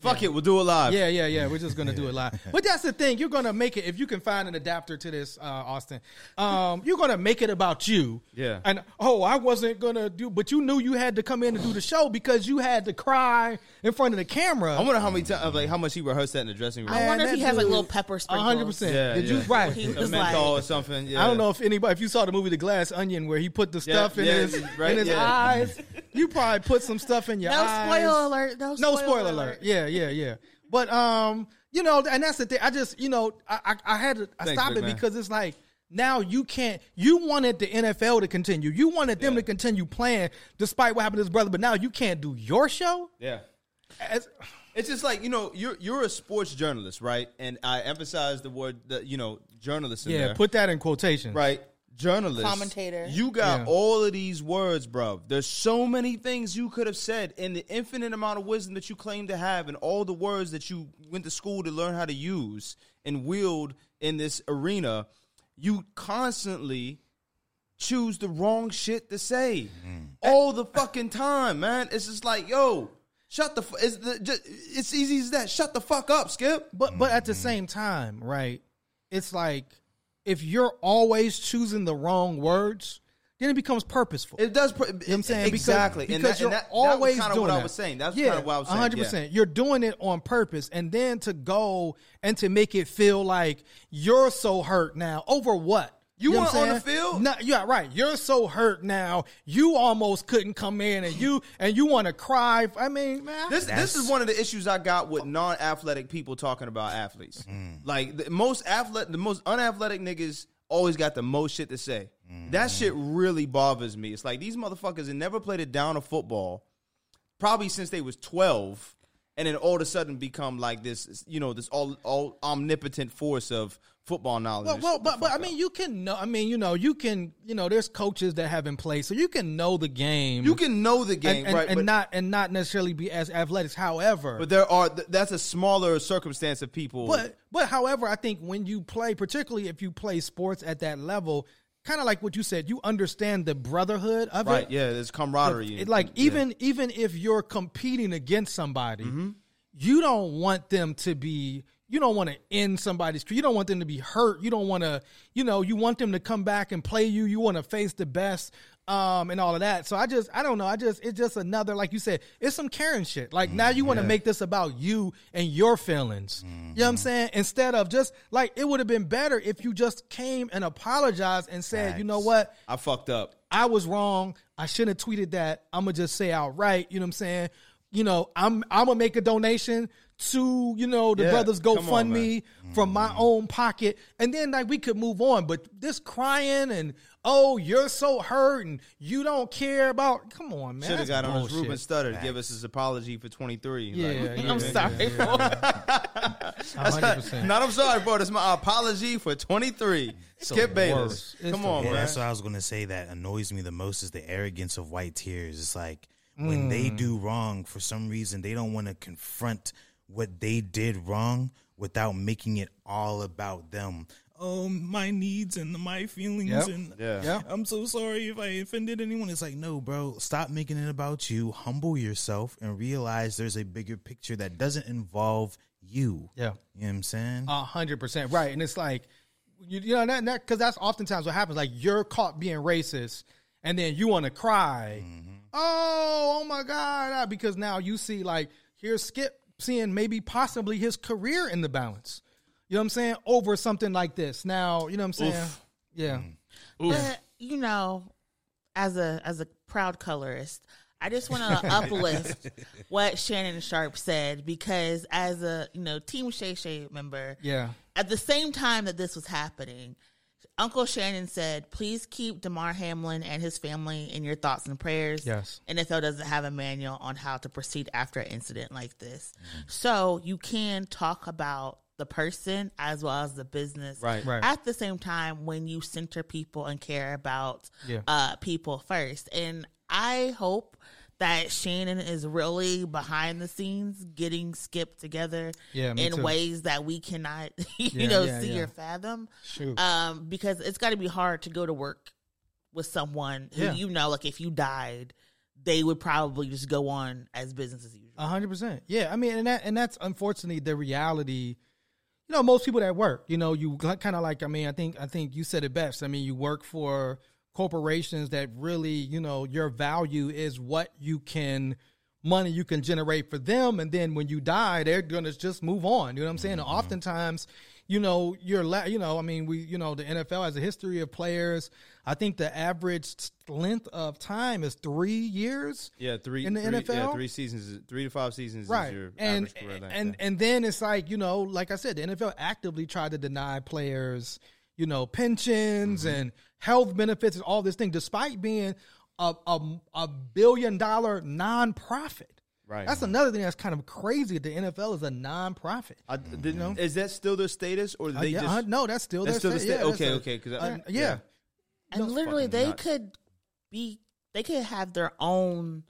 Speaker 3: Fuck it, we'll do it live.
Speaker 2: Yeah, yeah, yeah. We're just gonna do it live. But that's the thing. You're gonna make it if you can find an adapter to this, uh, Austin. Um, you're gonna make it about you.
Speaker 3: Yeah.
Speaker 2: And oh, I wasn't gonna do, but you knew you had to come in and do the show because you had to cry in front of the camera.
Speaker 3: I wonder how many times, like, how much he rehearsed that in the dressing room.
Speaker 5: I wonder if
Speaker 2: that
Speaker 5: he has like
Speaker 2: dude-
Speaker 5: little pepper sprinkles.
Speaker 2: hundred percent.
Speaker 3: Yeah,
Speaker 2: Did
Speaker 3: yeah.
Speaker 2: you right?
Speaker 5: He
Speaker 3: A
Speaker 5: was
Speaker 3: menthol
Speaker 5: like,
Speaker 3: or something.
Speaker 2: I
Speaker 3: yeah.
Speaker 2: don't know if anybody, if you saw the movie The Glass Onion, where he put the
Speaker 3: Yeah,
Speaker 2: stuff in
Speaker 3: yeah,
Speaker 2: his
Speaker 3: right,
Speaker 2: in his
Speaker 3: yeah.
Speaker 2: eyes, you probably put some stuff in your
Speaker 5: No
Speaker 2: eyes.
Speaker 5: spoiler alert, no
Speaker 2: no
Speaker 5: spoiler
Speaker 2: spoiler alert.
Speaker 5: alert.
Speaker 2: Yeah, yeah, yeah. But um, you know, and that's the thing. I just, you know, I I, I had to I
Speaker 3: Thanks,
Speaker 2: stop
Speaker 3: big
Speaker 2: it
Speaker 3: man.
Speaker 2: because it's like now you can't. You wanted the NFL to continue. You wanted them
Speaker 3: Yeah.
Speaker 2: to continue playing despite what happened to his brother. But now you can't do your show.
Speaker 3: Yeah.
Speaker 2: As,
Speaker 3: It's just like you know, you're you're a sports journalist, right? And I emphasize the word, the, you know, journalist. In
Speaker 2: yeah,
Speaker 3: there,
Speaker 2: put that in quotation.
Speaker 3: right, journalist,
Speaker 5: Commentator.
Speaker 3: You got
Speaker 2: Yeah.
Speaker 3: all of these words, bro. There's so many things you could have said, and the infinite amount of wisdom that you claim to have, and all the words that you went to school to learn how to use and wield in this arena. You constantly choose the wrong shit to say all the fucking time, man. It's just like, yo, shut the. Fu- it's, the just, it's easy as that. Shut the fuck up, Skip.
Speaker 2: But but
Speaker 3: Mm-hmm.
Speaker 2: at the same time, right? It's like if you're always choosing the wrong words, then it becomes purposeful.
Speaker 3: It does. Pr- it,
Speaker 2: I'm saying? Because-
Speaker 3: exactly,
Speaker 2: because
Speaker 3: and, that,
Speaker 2: you're
Speaker 3: and that,
Speaker 2: always
Speaker 3: that was kind of
Speaker 2: doing
Speaker 3: what
Speaker 2: that.
Speaker 3: I was saying. That's
Speaker 2: yeah,
Speaker 3: kind of what I was saying.
Speaker 2: One hundred
Speaker 3: yeah.
Speaker 2: percent. You're doing it on purpose, and then to go and to make it feel like you're so hurt now over what.
Speaker 3: You
Speaker 2: what I'm
Speaker 3: weren't on the
Speaker 2: saying?
Speaker 3: field?
Speaker 2: No, yeah, right. You're so hurt now. You almost couldn't come in, and you and you want to cry. I mean, man,
Speaker 3: This
Speaker 4: That's-
Speaker 3: this is one of the issues I got with non-athletic people talking about athletes. Like the most athletic, the most unathletic niggas always got the most shit to say. That shit really bothers me. It's like these motherfuckers that never played a down of football, probably since they was twelve, and then all of a sudden become like this, you know, this all all omnipotent force of football knowledge.
Speaker 2: Well, well but but I mean, you can know. I mean, you know, you can you know. There's coaches that have in place, so you can know the game.
Speaker 3: you can know the
Speaker 2: and,
Speaker 3: game,
Speaker 2: and,
Speaker 3: right?
Speaker 2: and
Speaker 3: but,
Speaker 2: not and not necessarily be as athletic. However,
Speaker 3: but there are th- that's a smaller circumstance of people.
Speaker 2: But but however, I think when you play, particularly if you play sports at that level, kind of like what you said, you understand the brotherhood of
Speaker 3: right?
Speaker 2: it.
Speaker 3: Yeah, there's camaraderie.
Speaker 2: It- like even even if you're competing against somebody, you don't want them to be. You don't want to end somebody's. You don't want them to be hurt. You don't want to. You know, you want them to come back and play you. You want to face the best. Um, and all of that. So I just, I don't know. I just, it's just another, like you said, it's some Karen shit. Like now you want to make this about you and your feelings. You know what I'm saying? Instead of just like, it would have been better if you just came and apologized and said, you know what?
Speaker 3: I fucked up.
Speaker 2: I was wrong. I shouldn't have tweeted that. I'm gonna just say outright. You know what I'm saying? You know, I'm I'm gonna make a donation to you know the
Speaker 3: Yeah,
Speaker 2: brothers
Speaker 3: come on, Mm.
Speaker 2: GoFundMe from my own pocket, and then like we could move on. But this crying and oh, you're so hurt and you don't care about. Come on, man.
Speaker 3: Should have
Speaker 2: that's
Speaker 3: got on his
Speaker 2: bullshit.
Speaker 3: Ruben Studdard to give us his apology for 23.
Speaker 2: Yeah,
Speaker 3: Like,
Speaker 2: yeah,
Speaker 5: I'm sorry.
Speaker 2: That's
Speaker 3: not I'm sorry, bro. That's my apology for 23. Skip Bayless.
Speaker 2: worst. It's
Speaker 3: Come
Speaker 2: the
Speaker 3: on,
Speaker 4: Yeah,
Speaker 3: man.
Speaker 4: that's what I was gonna say. That annoys me the most is the arrogance of white tears. It's like when they do wrong for some reason, they don't want to confront what they did wrong without making it all about them. Oh, my needs and my feelings,
Speaker 2: Yep.
Speaker 4: and
Speaker 3: Yeah.
Speaker 2: Yep.
Speaker 4: I'm so sorry if I offended anyone. It's like, no, bro, stop making it about you. Humble yourself and realize there's a bigger picture that doesn't involve you.
Speaker 2: Yeah.
Speaker 4: you know what I'm saying.
Speaker 2: A hundred percent right, and it's like you, you know that because that's oftentimes what happens. Like you're caught being racist, and then you want to cry. Oh, oh my god! ah, Because now you see like here's Skip seeing maybe possibly his career in the balance. You know what I'm saying? Over something like this. Now you know what I'm saying? Yeah.
Speaker 5: But you know, as a as a proud colorist, I just want to uplift what Shannon Sharp said because as a you know Team Shay Shay member,
Speaker 2: Yeah.
Speaker 5: at the same time that this was happening, Uncle Shannon said, "Please keep Damar Hamlin and his family in your thoughts and prayers."
Speaker 2: Yes.
Speaker 5: NFL doesn't have a manual on how to proceed after an incident like this,
Speaker 2: Mm-hmm.
Speaker 5: so you can talk about the person as well as the business
Speaker 3: Right.
Speaker 2: Right.
Speaker 5: at the same time when you center people and care about
Speaker 2: Yeah.
Speaker 5: uh, people first. And I hope that Shannon is really behind the scenes getting Skip together
Speaker 2: Yeah, me
Speaker 5: in
Speaker 2: too.
Speaker 5: ways that we cannot, you
Speaker 2: Yeah,
Speaker 5: know,
Speaker 2: yeah,
Speaker 5: see
Speaker 2: yeah.
Speaker 5: or fathom.
Speaker 2: Shoot.
Speaker 5: Um, because it's got to be hard to go to work with someone who
Speaker 2: Yeah.
Speaker 5: you know, like if you died, they would probably just go on as business as usual.
Speaker 2: A hundred percent. Yeah, I mean, and that and that's unfortunately the reality. You know, most people that work, you know, you kind of like. I mean, I think I think you said it best. I mean, you work for corporations that really, you know, your value is what you can money you can generate for them, and then when you die, they're gonna just move on. You know what I'm saying?
Speaker 3: Mm-hmm.
Speaker 2: And oftentimes, you know, you're la- you know, I mean, we, you know, the NFL has a history of players. I think the average length of time is three years.
Speaker 3: Yeah, three
Speaker 2: in the
Speaker 3: three-
Speaker 2: NFL.
Speaker 3: Yeah, three seasons, is- three to five seasons is your
Speaker 2: and
Speaker 3: average career length.
Speaker 2: and and then it's like you know like i said the nfl actively tried to deny players you know pensions
Speaker 3: Mm-hmm.
Speaker 2: and health benefits and all this thing despite being a, a, a billion dollar nonprofit
Speaker 3: Right.
Speaker 2: that's another thing that's kind of crazy the nfl is a nonprofit
Speaker 3: I, did, Is that still their status, or
Speaker 2: Uh,
Speaker 3: they
Speaker 2: yeah,
Speaker 3: just
Speaker 2: uh, no that's still
Speaker 3: that's
Speaker 2: their
Speaker 3: still the
Speaker 2: sta-
Speaker 3: sta-
Speaker 2: yeah, that's
Speaker 3: okay,
Speaker 2: their-
Speaker 3: okay, 'cause I-
Speaker 2: uh,
Speaker 3: yeah.
Speaker 2: yeah
Speaker 5: and literally
Speaker 3: fucking
Speaker 5: they
Speaker 3: nuts.
Speaker 5: could be they could have their own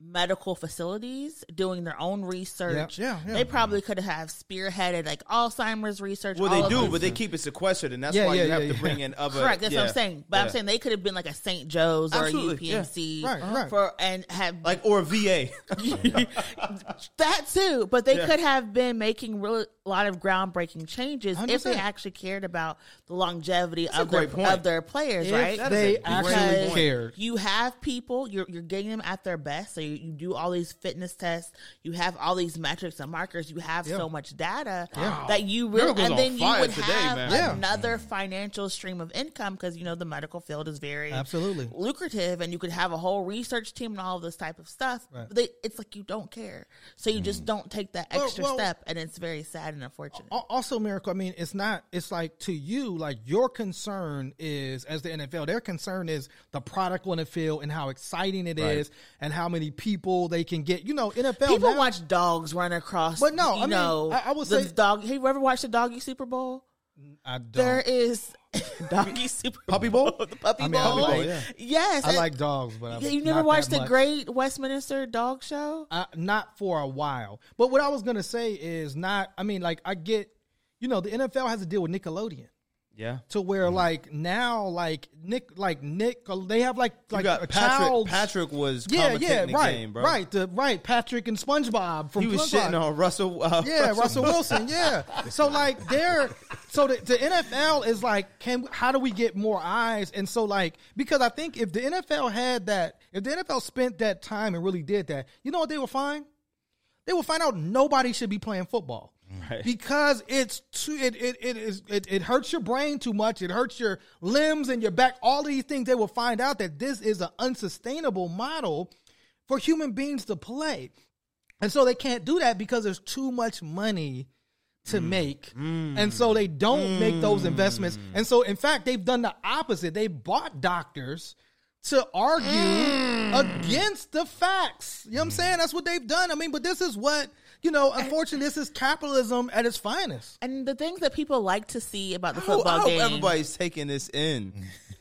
Speaker 5: medical facilities doing their own research.
Speaker 2: Yeah, yeah.
Speaker 5: They probably could have spearheaded like Alzheimer's research.
Speaker 3: Well, they
Speaker 5: all of
Speaker 3: do,
Speaker 5: these-
Speaker 3: but they keep it sequestered, and that's
Speaker 2: Yeah,
Speaker 3: why you
Speaker 2: yeah,
Speaker 3: have
Speaker 2: yeah,
Speaker 3: to
Speaker 2: yeah.
Speaker 3: bring in other.
Speaker 5: Correct. That's what
Speaker 3: yeah,
Speaker 5: I'm saying. But I'm
Speaker 3: yeah.
Speaker 5: saying they could have been like a St. Joe's or a
Speaker 3: Absolutely, yeah.
Speaker 5: UPMC
Speaker 2: Right, right.
Speaker 5: for and had
Speaker 3: like or a VA.
Speaker 5: that too. But they
Speaker 3: Yeah.
Speaker 5: could have been making real a lot of groundbreaking changes if they
Speaker 2: 100%.
Speaker 5: actually cared about the longevity
Speaker 3: a
Speaker 5: of their
Speaker 3: great point.
Speaker 5: of their players, right?
Speaker 2: If they
Speaker 3: That is a great
Speaker 2: actually
Speaker 5: because
Speaker 3: point.
Speaker 2: cared.
Speaker 5: You have people, you're, you're getting them at their best. So you, you do all these fitness tests, you have all these metrics and markers, you have so much data that you really,
Speaker 3: Miracle's
Speaker 5: and
Speaker 3: on
Speaker 5: then you
Speaker 3: fire
Speaker 5: would
Speaker 3: today,
Speaker 5: have
Speaker 3: man.
Speaker 2: Yeah.
Speaker 5: another financial stream of income because you know the medical field is very
Speaker 2: Absolutely.
Speaker 5: lucrative, and you could have a whole research team and all of this type of stuff. But they, it's like you don't care, so you just don't take that
Speaker 2: Well,
Speaker 5: extra
Speaker 2: well- Oh,
Speaker 5: step, and it's very sad and unfortunate.
Speaker 2: Al- also miracle i mean it's not it's like to you like your concern is as the nfl their concern is the product on the field and how exciting it is, and how many people they can get you know nfl
Speaker 5: People
Speaker 2: now-
Speaker 5: watch dogs run across,
Speaker 2: But no,
Speaker 5: you
Speaker 2: I mean,
Speaker 5: know,
Speaker 2: I- I will
Speaker 5: the
Speaker 2: say-
Speaker 5: dog. Have you ever watched the doggy Super Bowl?
Speaker 2: I don't.
Speaker 5: There is doggy Super
Speaker 3: Puppy Bowl?
Speaker 5: the puppy
Speaker 2: I mean,
Speaker 5: bowl.
Speaker 2: Puppy Bowl,
Speaker 5: Like,
Speaker 2: yeah.
Speaker 5: Yes,
Speaker 2: i
Speaker 5: and-
Speaker 2: like dogs but I'm
Speaker 5: Yeah, You
Speaker 2: not
Speaker 5: never
Speaker 2: that
Speaker 5: watched the
Speaker 2: much.
Speaker 5: Great Westminster Dog Show?
Speaker 2: uh, not for a while. But what I was gonna say is not. I mean, like I get, you know, the NFL has to deal with Nickelodeon
Speaker 3: yeah.
Speaker 2: to where like now, like Nick, like Nick, they have like
Speaker 3: You
Speaker 2: like a
Speaker 3: got Patrick.
Speaker 2: child's-
Speaker 3: Patrick was
Speaker 2: yeah,
Speaker 3: commentating
Speaker 2: yeah,
Speaker 3: the
Speaker 2: right,
Speaker 3: game, bro.
Speaker 2: right, the, right. Patrick and SpongeBob from
Speaker 3: He was
Speaker 2: SpongeBob.
Speaker 3: shitting on Russell. Uh,
Speaker 2: Yeah, Russell Wilson. Yeah. So like they're so the, the NFL is like, can how do we get more eyes? And so like because I think if the NFL had that, if the NFL spent that time and really did that, you know what they will find? They will find out nobody should be playing football. Because it's too it it it is it, it hurts your brain too much. It hurts your limbs and your back. All these things they will find out that this is an unsustainable model for human beings to play. And so they can't do that because there's too much money to make. And so they don't make those investments. And so in fact, they've done the opposite. They bought doctors to argue against the facts. You know what I'm saying? That's what they've done. I mean, but this is what, you know, unfortunately this is capitalism at its finest.
Speaker 5: And the things that people like to see about the
Speaker 3: I hope,
Speaker 5: football
Speaker 3: I hope
Speaker 5: game.
Speaker 3: everybody's taking this in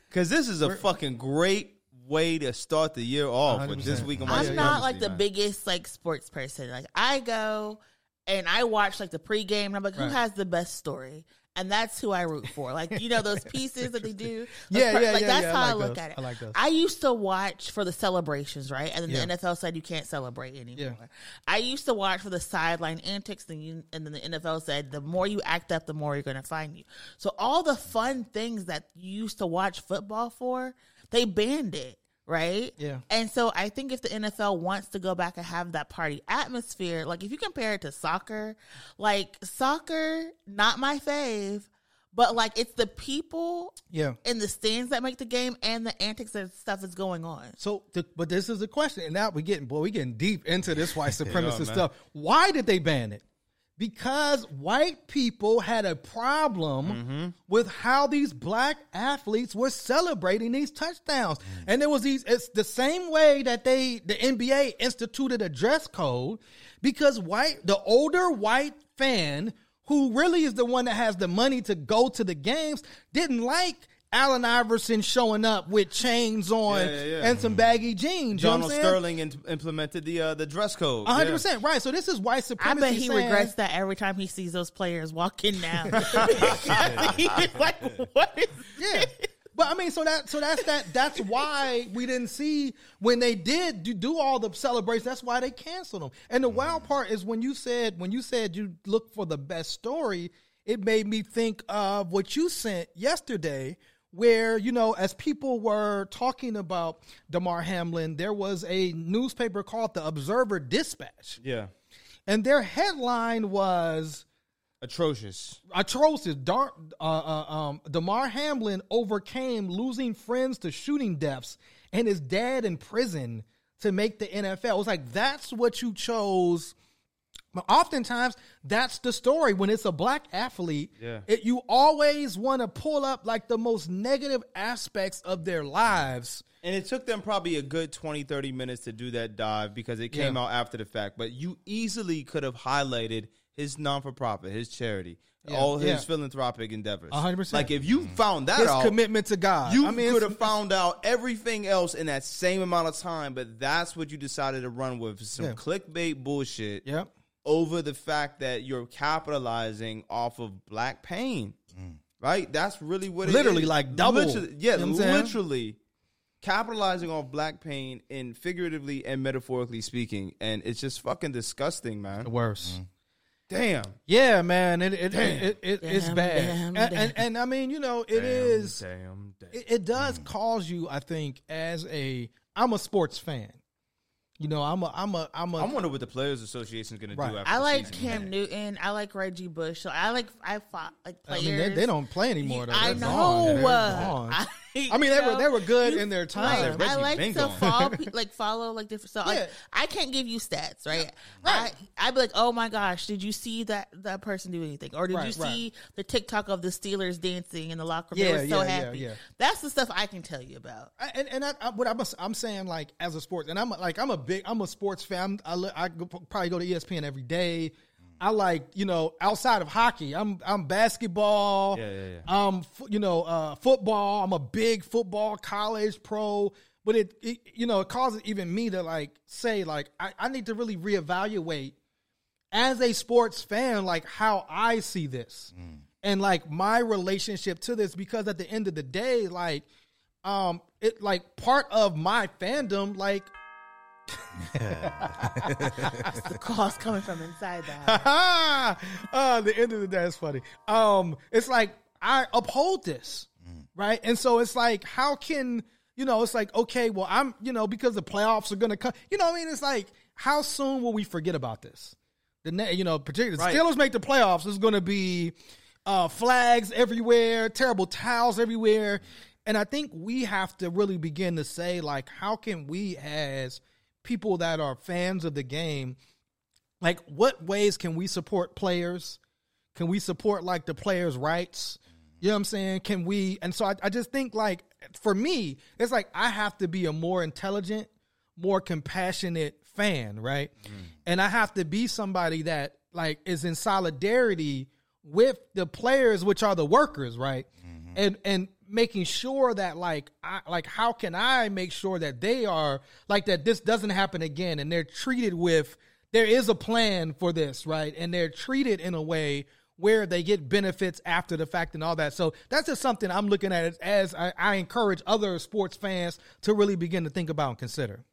Speaker 3: because this is a fucking great way to start the year off with this week. in
Speaker 5: I'm
Speaker 3: Washington,
Speaker 5: not like the
Speaker 3: man.
Speaker 5: biggest like sports person. Like I go and I watch like the pregame and I'm like, who has the best story? And that's who I root for. Like, you know, those pieces that they do. those
Speaker 2: Yeah,
Speaker 5: per-
Speaker 2: yeah,
Speaker 5: like
Speaker 2: yeah,
Speaker 5: that's
Speaker 2: yeah, I
Speaker 5: how I,
Speaker 2: like
Speaker 5: look
Speaker 2: those.
Speaker 5: at it.
Speaker 2: I like those.
Speaker 5: I used to watch for the celebrations, right? And then
Speaker 2: Yeah.
Speaker 5: the NFL said you can't celebrate anymore.
Speaker 2: Yeah.
Speaker 5: I used to watch for the sideline antics, and, you, and then the NFL said the more you act up, the more you're going to find you. So all the fun things that you used to watch football for, they banned it, right?
Speaker 2: Yeah.
Speaker 5: And so I think if the NFL wants to go back and have that party atmosphere, like if you compare it to soccer, like soccer, not my fave, but like it's the people
Speaker 2: Yeah.
Speaker 5: in the stands that make the game and the antics and stuff that's going on.
Speaker 2: So, the, but this is the question, and now we're getting boy, we're getting deep into this white supremacist stuff. Why did they ban it? Because white people had a problem
Speaker 3: Mm-hmm.
Speaker 2: with how these black athletes were celebrating these
Speaker 3: Mm.
Speaker 2: touchdowns, and it was these. It's the same way that they the NBA instituted a dress code because white the older white fan who really is the one that has the money to go to the games didn't like. Allen Iverson showing up with chains on
Speaker 3: Yeah, yeah, yeah.
Speaker 2: and some baggy jeans. you know
Speaker 3: Donald
Speaker 2: what I'm saying?
Speaker 3: Sterling in- implemented the uh, the dress code.
Speaker 2: A hundred
Speaker 3: Yeah.
Speaker 2: percent right. So this is white
Speaker 5: I
Speaker 2: supremacy.
Speaker 5: bet he
Speaker 2: saying-
Speaker 5: regrets that every time he sees those players walk in now. Because he's just like, what is
Speaker 2: Yeah. But I mean, so that so that's that that's why we didn't see when they did do, do all the celebrations. That's why they canceled them. And the wild
Speaker 3: Mm.
Speaker 2: part is when you said when you said you look for the best story, it made me think of what you sent yesterday, where you know as people were talking about Damar Hamlin, there was a newspaper called the Observer Dispatch,
Speaker 3: Yeah,
Speaker 2: and their headline was
Speaker 3: atrocious.
Speaker 2: atrocious. Dar- uh, uh, um, Damar Hamlin overcame losing friends to shooting deaths and his dad in prison to make the NFL. It's like that's what you chose. But oftentimes, that's the story when it's a black athlete.
Speaker 3: Yeah.
Speaker 2: It, you always want to pull up like the most negative aspects of their lives.
Speaker 3: And it took them probably a good 20, 30 minutes to do that dive because it came
Speaker 2: Yeah.
Speaker 3: out after the fact. But you easily could have highlighted his non for profit, his charity,
Speaker 2: Yeah,
Speaker 3: all his
Speaker 2: yeah.
Speaker 3: philanthropic endeavors.
Speaker 2: A hundred percent. Mm-hmm.
Speaker 3: Like if you found that
Speaker 2: His
Speaker 3: out,
Speaker 2: commitment to God.
Speaker 3: you
Speaker 2: I mean,
Speaker 3: could
Speaker 2: it's-
Speaker 3: have found out everything else in that same amount of time, but that's what you decided to run with some
Speaker 2: Yeah.
Speaker 3: clickbait bullshit
Speaker 2: Yep.
Speaker 3: over the fact that you're capitalizing off of black pain. Right? That's really what it
Speaker 2: Mm. Literally,
Speaker 3: is.
Speaker 2: like, double.
Speaker 3: Literally- yeah,
Speaker 2: You know what I'm saying?
Speaker 3: literally capitalizing on black pain in figuratively and metaphorically speaking. And it's just fucking disgusting,
Speaker 2: The
Speaker 3: man.
Speaker 2: worst.
Speaker 3: Damn.
Speaker 2: Yeah, man, it it, it, it, it it's
Speaker 5: Damn,
Speaker 2: bad,
Speaker 5: damn,
Speaker 2: and, and
Speaker 5: damn.
Speaker 2: and I mean, you know, it is.
Speaker 3: Damn. damn.
Speaker 2: It, it
Speaker 5: Mm.
Speaker 2: does cause you, I think, as a I'm a sports fan. You know, I'm a I'm a I'm a
Speaker 3: I wonder what the Players Association's gonna
Speaker 2: Right.
Speaker 3: do after
Speaker 5: I
Speaker 3: the
Speaker 5: like
Speaker 3: season.
Speaker 5: Cam Newton. I like Reggie Bush. So I like I fought like
Speaker 2: I
Speaker 5: players.
Speaker 2: mean, they, they don't play anymore. Though.
Speaker 5: I
Speaker 2: They're
Speaker 5: know.
Speaker 2: gone.
Speaker 5: Uh,
Speaker 2: They're gone.
Speaker 5: I,
Speaker 2: I mean, they were
Speaker 5: know.
Speaker 2: they were good
Speaker 5: You-
Speaker 2: in their
Speaker 5: Right.
Speaker 2: time.
Speaker 3: Reggie
Speaker 5: I like
Speaker 3: been
Speaker 5: to
Speaker 3: gone.
Speaker 5: follow, pe- like follow, like different. So,
Speaker 2: Yeah.
Speaker 5: like, I can't give you stats, right? I I'd be like, oh my gosh, did you see that that person do anything, or did
Speaker 2: Right,
Speaker 5: you
Speaker 2: right.
Speaker 5: see the TikTok of the Steelers dancing in the locker room?
Speaker 2: Yeah,
Speaker 5: they were so
Speaker 2: yeah, yeah,
Speaker 5: happy.
Speaker 2: yeah.
Speaker 5: That's the stuff I can tell you about.
Speaker 2: I- and and I, I, what I'm I'm saying like as a sports and I'm like I'm a big I'm a sports fan. I li- I go- probably go to E ESPN every day. I like you know outside of hockey. I'm I'm basketball.
Speaker 3: Yeah, yeah, yeah.
Speaker 2: Um, f- you know, uh, football. I'm a big football college pro, but it, it you know it causes even me to like say like I, I need to really reevaluate as a sports fan like how I see this
Speaker 3: Mm.
Speaker 2: and like my relationship to this because at the end of the day like um it like part of my fandom like
Speaker 5: The calls coming from inside the house.
Speaker 2: ah, ah, the end of the day is funny. Um, it's like I uphold this, right? And so it's like, how can you know? It's like, okay, well, I'm you know because the playoffs are gonna come. You know, what I mean, it's like, how soon will we forget about this? The ne- you know, particularly
Speaker 3: Right.
Speaker 2: the Steelers make the playoffs. There's gonna be uh, flags everywhere, terrible towels everywhere, and I think we have to really begin to say like, how can we as people that are fans of the game like what ways can we support players can we support like the players rights you know what i'm saying can we and so I, I just think like for me it's like i have to be a more intelligent more compassionate fan right and i have to be somebody that like is in solidarity with the players which are the workers right Mm-hmm. and and making sure that like I, like how can i make sure that they are like that this doesn't happen again and they're treated with there is a plan for this, right? And they're treated in a way where they get benefits after the fact and all that. So that's just something I'm looking at as- as I, I encourage other sports fans to really begin to think about and consider.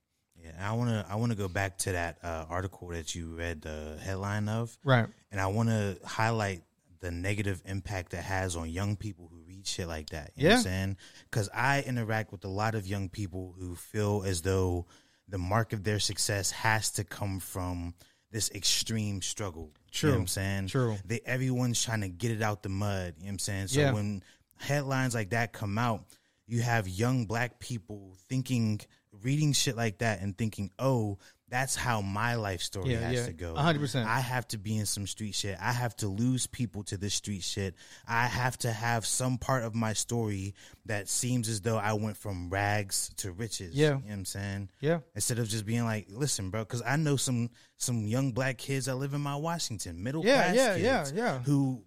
Speaker 4: Yeah, I want to. I want to go back to that uh, article that you read the headline of,
Speaker 2: Right.
Speaker 4: And I want to highlight the negative impact that has on young people who read shit like that. You know
Speaker 2: Yeah.
Speaker 4: what I'm saying? Because I interact with a lot of young people who feel as though the mark of their success has to come from this extreme struggle. You know
Speaker 2: True.
Speaker 4: what I'm saying?
Speaker 2: True.
Speaker 4: They, everyone's trying to get it out the mud. You know what I'm saying? So
Speaker 2: Yeah.
Speaker 4: when headlines like that come out, you have young black people thinking, reading shit like that and thinking, oh, that's how my life story
Speaker 2: Yeah,
Speaker 4: has
Speaker 2: yeah.
Speaker 4: to go.
Speaker 2: 100%.
Speaker 4: I have to be in some street shit. I have to lose people to this street shit. I have to have some part of my story that seems as though I went from rags to riches.
Speaker 2: Yeah.
Speaker 4: You know what I'm saying?
Speaker 2: Yeah.
Speaker 4: Instead of just being like, listen, bro, because I know some some young black kids that live in my Washington, middle
Speaker 2: Yeah,
Speaker 4: class
Speaker 2: yeah, yeah,
Speaker 4: kids
Speaker 2: yeah.
Speaker 4: who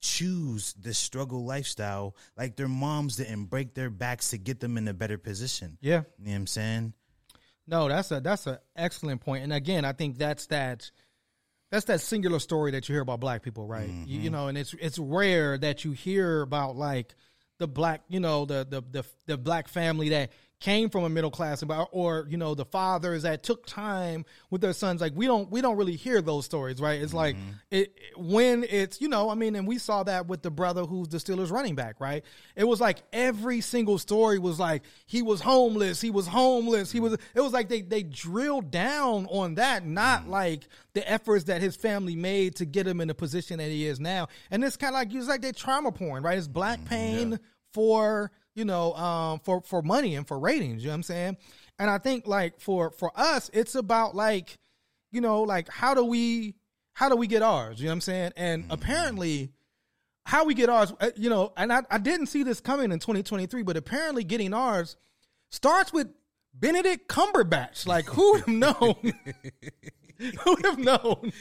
Speaker 4: choose this struggle lifestyle like their moms didn't break their backs to get them in a better position.
Speaker 2: Yeah.
Speaker 4: You know what I'm saying?
Speaker 2: No, that's a that's an excellent point. And again, I think that's that that's that singular story that you hear about black people, right? You, you know, and it's it's rare that you hear about like the black, you know, the the the, the black family that came from a middle class about or you know the fathers that took time with their sons like we don't we don't really hear those stories right it's like it it- when it's you know i mean and we saw that with the brother who's the Steelers running back right it was like every single story was like he was homeless he was homeless he was it was like they they drilled down on that not like the efforts that his family made to get him in the position that he is now and it's kind of like it's like they trauma porn right it's black pain for you know um for for money and for ratings you know what i'm saying and i think like for for us it's about like you know like how do we how do we get ours you know what i'm saying and apparently how we get ours uh, you know and I, I didn't see this coming in 2023 but apparently getting ours starts with benedict cumberbatch like who would have known who would have known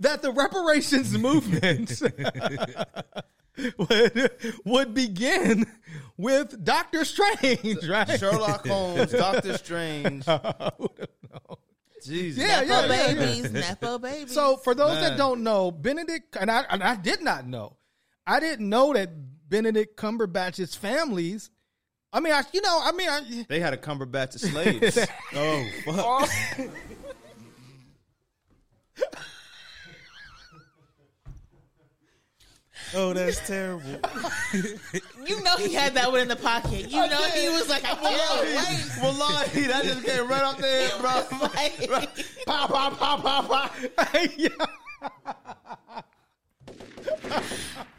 Speaker 2: that the reparations movement would, would begin with Doctor Strange, right?
Speaker 3: Sherlock Holmes, Doctor Strange. Jesus.
Speaker 2: Yeah, yeah,
Speaker 5: Nepo
Speaker 2: yeah, yeah.
Speaker 5: babies, Nepo babies.
Speaker 2: So for those that
Speaker 3: Man.
Speaker 2: don't know, Benedict and I and I did not know. I didn't know that Benedict Cumberbatch's families. I mean, I you know, I mean, I,
Speaker 3: They had a Cumberbatch of slaves. oh, fuck.
Speaker 4: Oh, that's terrible.
Speaker 5: you know he had that one in the pocket. You know he was like, I can't
Speaker 3: Well, Lottie, that just came right off the head, bro.
Speaker 5: wait. Like,
Speaker 3: Pow, pow, pow, pow, pow.
Speaker 2: yeah.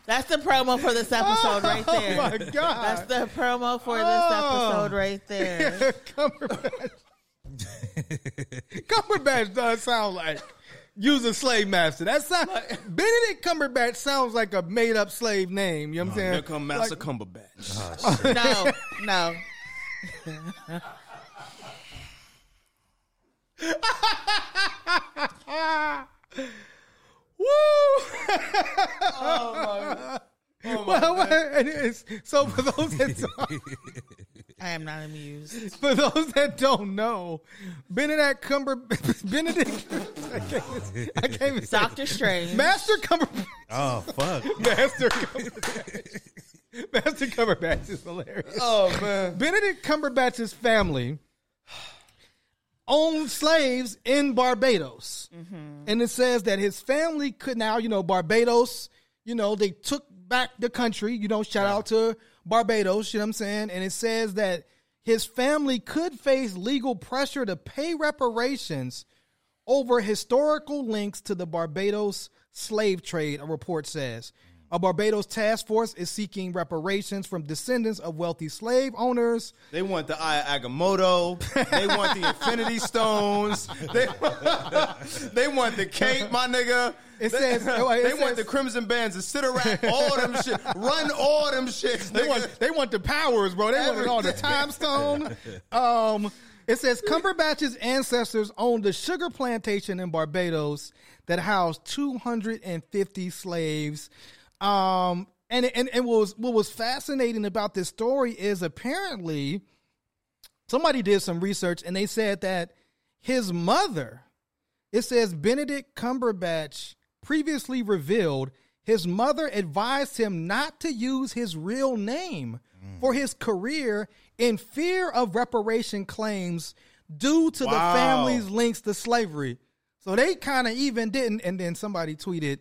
Speaker 5: that's the promo for this episode right there.
Speaker 2: Oh my
Speaker 5: That's
Speaker 2: god,
Speaker 5: the promo for this
Speaker 2: Oh.
Speaker 5: episode right there.
Speaker 2: Cumberbatch. Cumberbatch does sound like using slave master. That sound Benedict Cumberbatch sounds like a made up slave name. You know what I'm saying?
Speaker 3: Here come Master Cumberbatch.
Speaker 2: Uh-huh.
Speaker 5: No, no.
Speaker 2: Woo! well, well, and it's, so for those that don't,
Speaker 5: I am not amused.
Speaker 2: for those that don't know, Benedict Cumber Benedict I can't, even- I can't even say it.
Speaker 5: Doctor Strange.
Speaker 2: Master Cumber
Speaker 4: Oh, fuck.
Speaker 2: Master Cumberbatch. Master Cumberbatch is hilarious.
Speaker 3: Oh, man.
Speaker 2: Benedict Cumberbatch's family owned slaves in Barbados.
Speaker 3: Mm-hmm.
Speaker 2: And it says that his family could now, you know, Barbados, you know, they took back the country, you know, shout out to Barbados, you know what I'm saying? And it says that his family could face legal pressure to pay reparations over historical links to the Barbados slave trade, a report says. A Barbados task force is seeking reparations from descendants of wealthy slave owners.
Speaker 3: They want the Eye of Agamotto. They want the Infinity Stones. They, they want the cape, my nigga.
Speaker 2: It
Speaker 3: they,
Speaker 2: says- oh, it
Speaker 3: they want
Speaker 2: says-
Speaker 3: the Crimson Bands, the Sidorak, all them shit. Run all them shit.
Speaker 2: They want, they want the powers, bro. They want it all the time stone. Um, it says Cumberbatch's ancestors owned a sugar plantation in Barbados that housed 250 slaves. Um, and and, and what was what was fascinating about this story is apparently somebody did some research and they said that his mother, it says Benedict Cumberbatch previously revealed his mother advised him not to use his real name for his career in fear of reparation claims due to
Speaker 3: Wow.
Speaker 2: the family's links to slavery. So they kind of even didn't. And then somebody tweeted,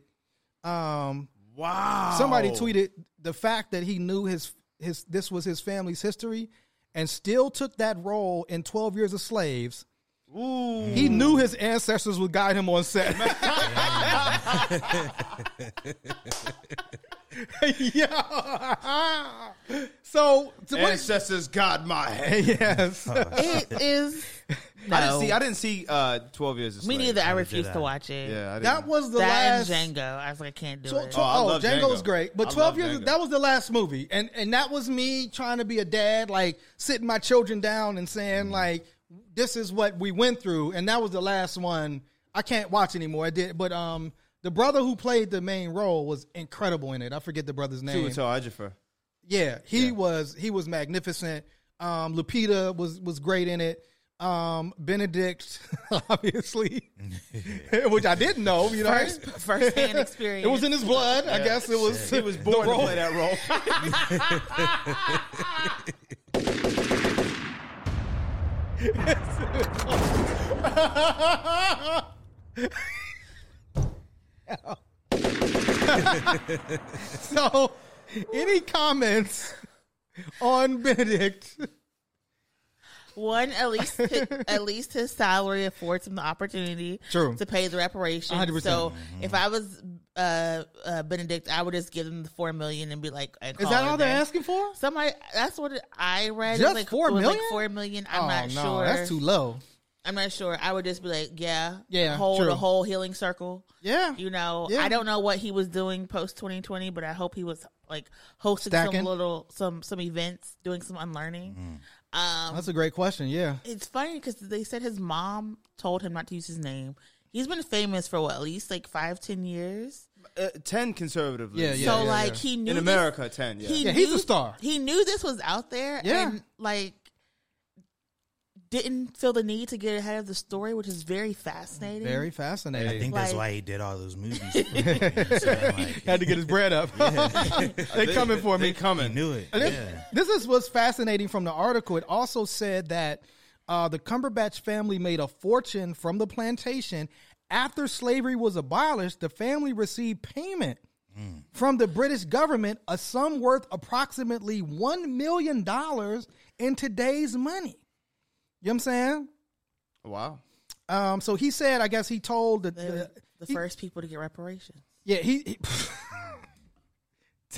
Speaker 2: um,
Speaker 3: wow.
Speaker 2: somebody tweeted the fact that he knew his his this was his family's history and still took that role in 12 years of slaves he knew his ancestors would guide him on set yeah. so so what,
Speaker 3: Ancestors got my head.
Speaker 2: yes
Speaker 5: It is. No.
Speaker 3: I didn't see. I didn't see uh, Twelve Years. of
Speaker 5: Me
Speaker 3: Slave.
Speaker 5: neither. I refuse to watch it.
Speaker 3: Yeah, I didn't.
Speaker 2: that was the
Speaker 5: That
Speaker 2: last
Speaker 5: and Django. I was like, I can't do
Speaker 2: Tw-
Speaker 5: it.
Speaker 2: tw-
Speaker 3: Oh, I
Speaker 2: oh,
Speaker 3: love
Speaker 2: Django's
Speaker 3: Django.
Speaker 2: great. But
Speaker 3: I
Speaker 2: twelve
Speaker 3: love
Speaker 2: years
Speaker 3: Django.
Speaker 2: that was the last movie. And and that was me trying to be a dad, like sitting my children down and
Speaker 3: Mm-hmm.
Speaker 2: saying, like, this is what we went through. And that was the last one I can't watch anymore. I did but um the brother who played the main role was incredible in it. I forget the brother's name.
Speaker 3: Tuatara Adjifer.
Speaker 2: Yeah, he was he was magnificent. Um, Lupita was was great in it. Um, Benedict, obviously, which I didn't know. You know,
Speaker 5: First, first hand experience.
Speaker 2: it was in his blood. I guess it was.
Speaker 3: He was born to play that role.
Speaker 2: So, any comments on Benedict?
Speaker 5: One, at least, at least his salary affords him the opportunity
Speaker 2: True.
Speaker 5: to pay the reparation.
Speaker 2: 100%.
Speaker 5: So if I was uh, uh, Benedict, I would just give him the four million and be like, and
Speaker 2: Is
Speaker 5: call
Speaker 2: that
Speaker 5: it
Speaker 2: all
Speaker 5: a
Speaker 2: they're
Speaker 5: day.
Speaker 2: asking for?
Speaker 5: Somebody, that's what I read. It
Speaker 2: Just
Speaker 5: was like,
Speaker 2: four
Speaker 5: it was
Speaker 2: million?
Speaker 5: Like four million. I'm not
Speaker 2: Oh, no,
Speaker 5: sure.
Speaker 2: That's too low.
Speaker 5: I'm not sure. I would just be like, yeah,
Speaker 2: Yeah,
Speaker 5: hold
Speaker 2: true.
Speaker 5: the whole healing circle.
Speaker 2: Yeah.
Speaker 5: You know,
Speaker 2: Yeah.
Speaker 5: I don't know what he was doing post 2020, but I hope he was like hosting
Speaker 2: Stacking.
Speaker 5: some little some some events, doing some unlearning. Um,
Speaker 2: That's a great question. Yeah.
Speaker 5: it's funny because they said his mom told him not to use his name. He's been famous for what, at least like five, ten years.
Speaker 3: Uh, ten conservatively.
Speaker 2: Yeah, yeah.
Speaker 5: so like
Speaker 2: yeah.
Speaker 5: he knew
Speaker 3: In
Speaker 5: this-
Speaker 3: America, ten. Yeah.
Speaker 5: He
Speaker 2: Yeah, he's a
Speaker 5: knew-
Speaker 2: star.
Speaker 5: He knew this was out there.
Speaker 2: Yeah.
Speaker 5: and like didn't feel the need to get ahead of the story, which is very fascinating.
Speaker 2: Very fascinating.
Speaker 4: I think that's
Speaker 5: Like-
Speaker 4: why he did all those movies. So, like,
Speaker 2: Had to get his bread up. they coming for
Speaker 3: They
Speaker 2: me.
Speaker 4: he
Speaker 3: coming.
Speaker 4: knew it.
Speaker 2: And this,
Speaker 4: Yeah.
Speaker 2: this is what's fascinating from the article. It also said that uh, the Cumberbatch family made a fortune from the plantation. After slavery was abolished, the family received payment from the British government, a sum worth approximately $1 million in today's money. You know what I'm saying?
Speaker 3: Wow.
Speaker 2: Um, so he said, I guess he told the,
Speaker 5: They were
Speaker 2: the
Speaker 5: the first people to get reparations.
Speaker 2: yeah, he. he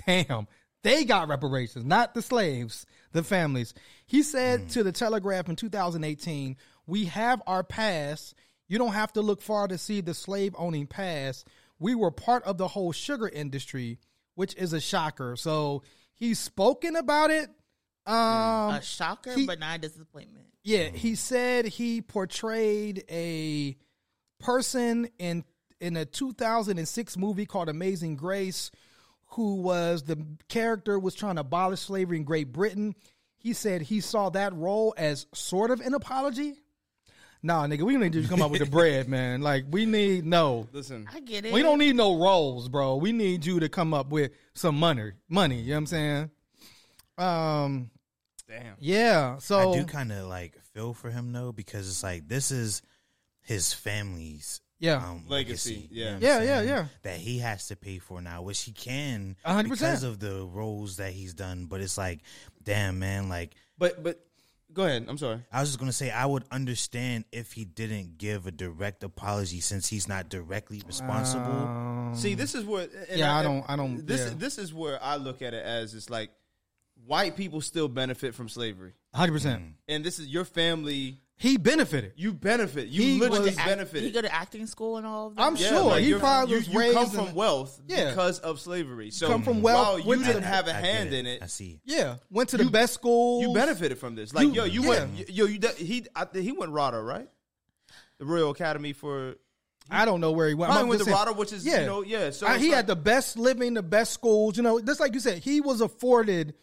Speaker 2: damn, they got reparations, not the slaves, the families. He said to the Telegraph in 2018, "We have our past. You don't have to look far to see the slave owning past. We were part of the whole sugar industry, which is a shocker." So he's spoken about it. Um,
Speaker 5: a shocker,
Speaker 2: he-
Speaker 5: but not a disappointment.
Speaker 2: yeah, he said he portrayed a person in in a 2006 movie called Amazing Grace who was the character was trying to abolish slavery in Great Britain. He said he saw that role as sort of an apology. Nah, nigga, we need you to come up with the bread, man. Like we need no.
Speaker 3: Listen.
Speaker 5: I get it.
Speaker 2: We don't need no roles, bro. We need you to come up with some money. Money, you know what I'm saying? Um
Speaker 3: Damn.
Speaker 2: yeah, so
Speaker 4: I do kind of like feel for him though, because it's like this is his family's
Speaker 2: Yeah.
Speaker 4: um,
Speaker 3: Legacy, yeah.
Speaker 4: what I'm
Speaker 2: Yeah, yeah,
Speaker 4: saying?
Speaker 2: yeah.
Speaker 4: That he has to pay for now, which he can
Speaker 2: A hundred
Speaker 4: because
Speaker 2: percent.
Speaker 4: of the roles that he's done. But it's like, damn man, like
Speaker 3: But but go ahead. I'm sorry.
Speaker 4: I was just gonna say I would understand if he didn't give a direct apology since he's not directly responsible.
Speaker 3: See, this is where and
Speaker 2: Um, Yeah, I don't- I don't-
Speaker 3: This
Speaker 2: yeah.
Speaker 3: this is where I look at it as it's like white people still benefit from slavery,
Speaker 2: 100%.
Speaker 3: and this is your family.
Speaker 2: He benefited.
Speaker 3: You benefit. You
Speaker 2: He
Speaker 3: literally
Speaker 2: was-
Speaker 3: benefit.
Speaker 5: He go to acting school and all of that.
Speaker 2: I'm
Speaker 3: Yeah,
Speaker 2: sure
Speaker 3: like
Speaker 2: he
Speaker 3: you're-
Speaker 2: probably
Speaker 3: you,
Speaker 2: was
Speaker 3: you
Speaker 2: raised
Speaker 3: come
Speaker 2: in-
Speaker 3: from wealth
Speaker 2: Yeah.
Speaker 3: because of slavery. So
Speaker 2: Come from wealth,
Speaker 3: While you
Speaker 2: went to
Speaker 3: didn't
Speaker 2: the-
Speaker 3: have a
Speaker 4: I get
Speaker 3: hand in it.
Speaker 4: I see.
Speaker 2: Yeah, went to the best school.
Speaker 3: You benefited from this. Like
Speaker 2: You-
Speaker 3: yo, you
Speaker 2: yeah.
Speaker 3: went yo. You, de- he I, think he went RADA right? The Royal Academy for
Speaker 2: I don't know where he went.
Speaker 3: Probably
Speaker 2: I'm
Speaker 3: went
Speaker 2: just
Speaker 3: to
Speaker 2: saying-
Speaker 3: Rada, which is, you know, yeah, so
Speaker 2: Uh,
Speaker 3: it's
Speaker 2: he
Speaker 3: like-
Speaker 2: had the best living, the best schools. You know, just like you said, he was afforded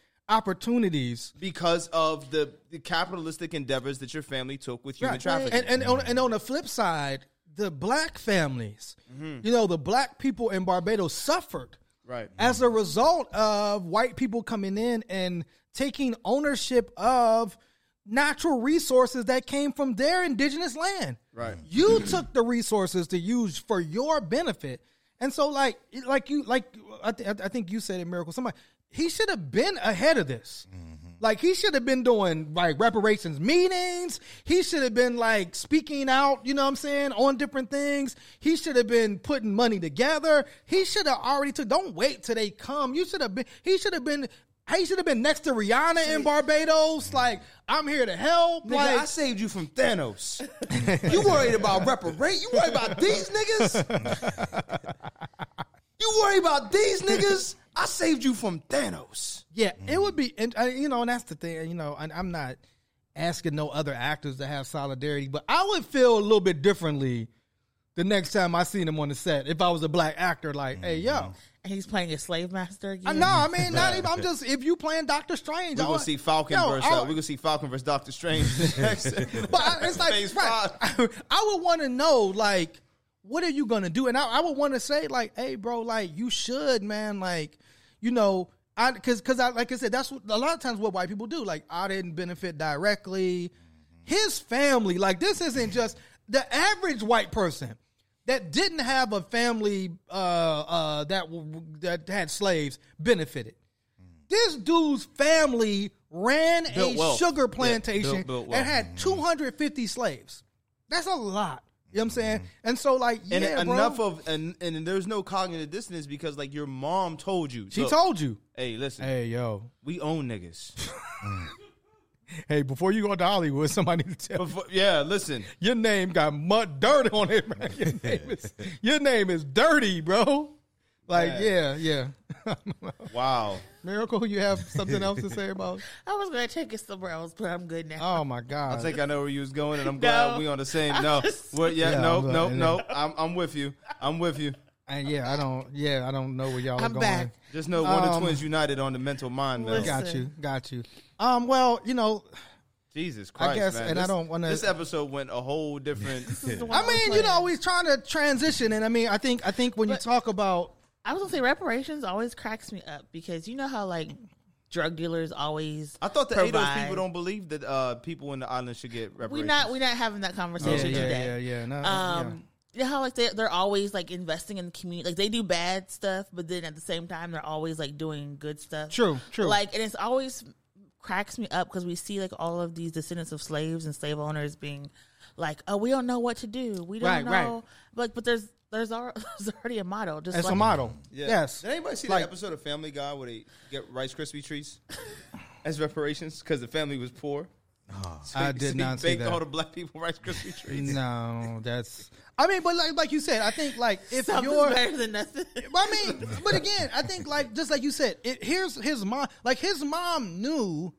Speaker 2: opportunities.
Speaker 3: because of the, the capitalistic endeavors that your family took with human
Speaker 2: Right.
Speaker 3: trafficking.
Speaker 2: And and on, and on the flip side, the black families, you know, the black people in Barbados suffered
Speaker 3: Mm-hmm. right.
Speaker 2: as a result of white people coming in and taking ownership of natural resources that came from their indigenous land.
Speaker 3: Right.
Speaker 2: You took the resources to use for your benefit. And so like like you like I, th- I think you said it miracle somebody he should have been ahead of this. Like he should have been doing like reparations meetings. He should have been like speaking out, you know what I'm saying, on different things. He should have been putting money together. He should have already took don't wait till they come. You should have been he should have been he should have been next to Rihanna in Barbados. Like, I'm here to help.
Speaker 3: Nigga,
Speaker 2: like,
Speaker 3: I saved you from Thanos. you worried about reparate? You worried about these niggas? you worried about these niggas? I saved you from Thanos.
Speaker 2: Yeah, it would be, and uh, you know, and that's the thing. You know, and I'm not asking no other actors to have solidarity, but I would feel a little bit differently the next time I seen him on the set if I was a black actor. Like, hey, yo,
Speaker 5: and he's playing a slave master again.
Speaker 2: I, no, I mean, not even. I'm just if you playing Doctor Strange,
Speaker 3: We're
Speaker 2: I
Speaker 3: Mm-hmm. gonna
Speaker 2: want-
Speaker 3: see Falcon
Speaker 2: Yo,
Speaker 3: versus
Speaker 2: I-
Speaker 3: uh, we're gonna see Falcon versus Doctor Strange. next.
Speaker 2: but I, it's like
Speaker 3: Phase
Speaker 2: right, I, would want to know like what are you gonna do and i, I would want to say like hey bro like you should man like you know i because because i like i said that's what a lot of times what white people do like i didn't benefit directly his family like this isn't just the average white person that didn't have a family uh, uh, that w- that had slaves benefited. This dude's family ran
Speaker 3: Built
Speaker 2: a
Speaker 3: wealth.
Speaker 2: sugar
Speaker 3: Yeah,
Speaker 2: plantation
Speaker 3: built- built
Speaker 2: and
Speaker 3: wealth. Mm-hmm.
Speaker 2: had 250 slaves. That's a lot. You know what I'm saying? And so, like, yeah,
Speaker 3: Mm-hmm. and
Speaker 2: bro,
Speaker 3: enough of and and there's no cognitive dissonance because like your mom told you.
Speaker 2: She
Speaker 3: look,
Speaker 2: told you.
Speaker 3: Hey, listen,
Speaker 2: Hey, yo.
Speaker 3: we own niggas.
Speaker 2: Hey, before you go to Hollywood, somebody need to tell
Speaker 3: Before- yeah, listen.
Speaker 2: your name got mud dirt on it, man. Your name is, your name is dirty, bro. Like, yeah, yeah.
Speaker 3: Wow.
Speaker 2: Miracle, you have something else to say about?
Speaker 5: I was gonna take it somewhere else, but I'm good now.
Speaker 2: Oh my God!
Speaker 3: I think I know where you was going, and I'm glad we on the same. No, We're- yeah,
Speaker 2: Yeah,
Speaker 3: no,
Speaker 2: I'm
Speaker 3: no,
Speaker 2: glad-
Speaker 3: no. I'm, I'm with you. I'm with you.
Speaker 2: and yeah, I don't. Yeah, I don't know where y'all are
Speaker 5: I'm
Speaker 2: going.
Speaker 5: back.
Speaker 3: Just know Wonder
Speaker 2: Um,
Speaker 3: Twins united on the mental mind, man.
Speaker 5: Listen.
Speaker 2: Got you, got you. Um, well, you know,
Speaker 3: Jesus Christ,
Speaker 2: guess,
Speaker 3: man.
Speaker 2: and I
Speaker 3: This-
Speaker 2: don't wanna-
Speaker 3: This episode went a whole different.
Speaker 2: I mean, you know, we're trying to transition, and I mean, I think, I think when you talk about
Speaker 5: I was gonna say reparations always cracks me up because you know how like drug dealers always.
Speaker 3: I thought the Eidos
Speaker 5: provide-
Speaker 3: people don't believe that uh, people in the island should get reparations.
Speaker 5: We're not. We're not having that
Speaker 2: yeah,
Speaker 5: conversation
Speaker 2: yeah,
Speaker 5: today.
Speaker 2: yeah, yeah, no, yeah.
Speaker 5: Um, you know how like they they're always like investing in the community. Like they do bad stuff, but then at the same time they're always like doing good stuff.
Speaker 2: True, true.
Speaker 5: Like and it's always cracks me up because we see like all of these descendants of slaves and slave owners being like, oh, we don't know what to do. We don't
Speaker 2: Right,
Speaker 5: know.
Speaker 2: right.
Speaker 5: Like, but there's there's, al- there's already a model. Just
Speaker 2: as
Speaker 5: like,
Speaker 2: a model.
Speaker 3: Yeah.
Speaker 2: Yes,
Speaker 3: Did anybody see
Speaker 2: Like-
Speaker 3: that episode of Family Guy where they get Rice Krispie treats as reparations because the family was poor? So
Speaker 2: I
Speaker 3: he-
Speaker 2: did
Speaker 3: so he
Speaker 2: not see
Speaker 3: baked
Speaker 2: that.
Speaker 3: all the black people Rice Krispie treats.
Speaker 2: No, that's. I mean, but like, like you said, I think like if
Speaker 5: Something's
Speaker 2: you're,
Speaker 5: better than nothing.
Speaker 2: But I mean, but again, I think like just like you said, it, here's his mom. Like his mom knew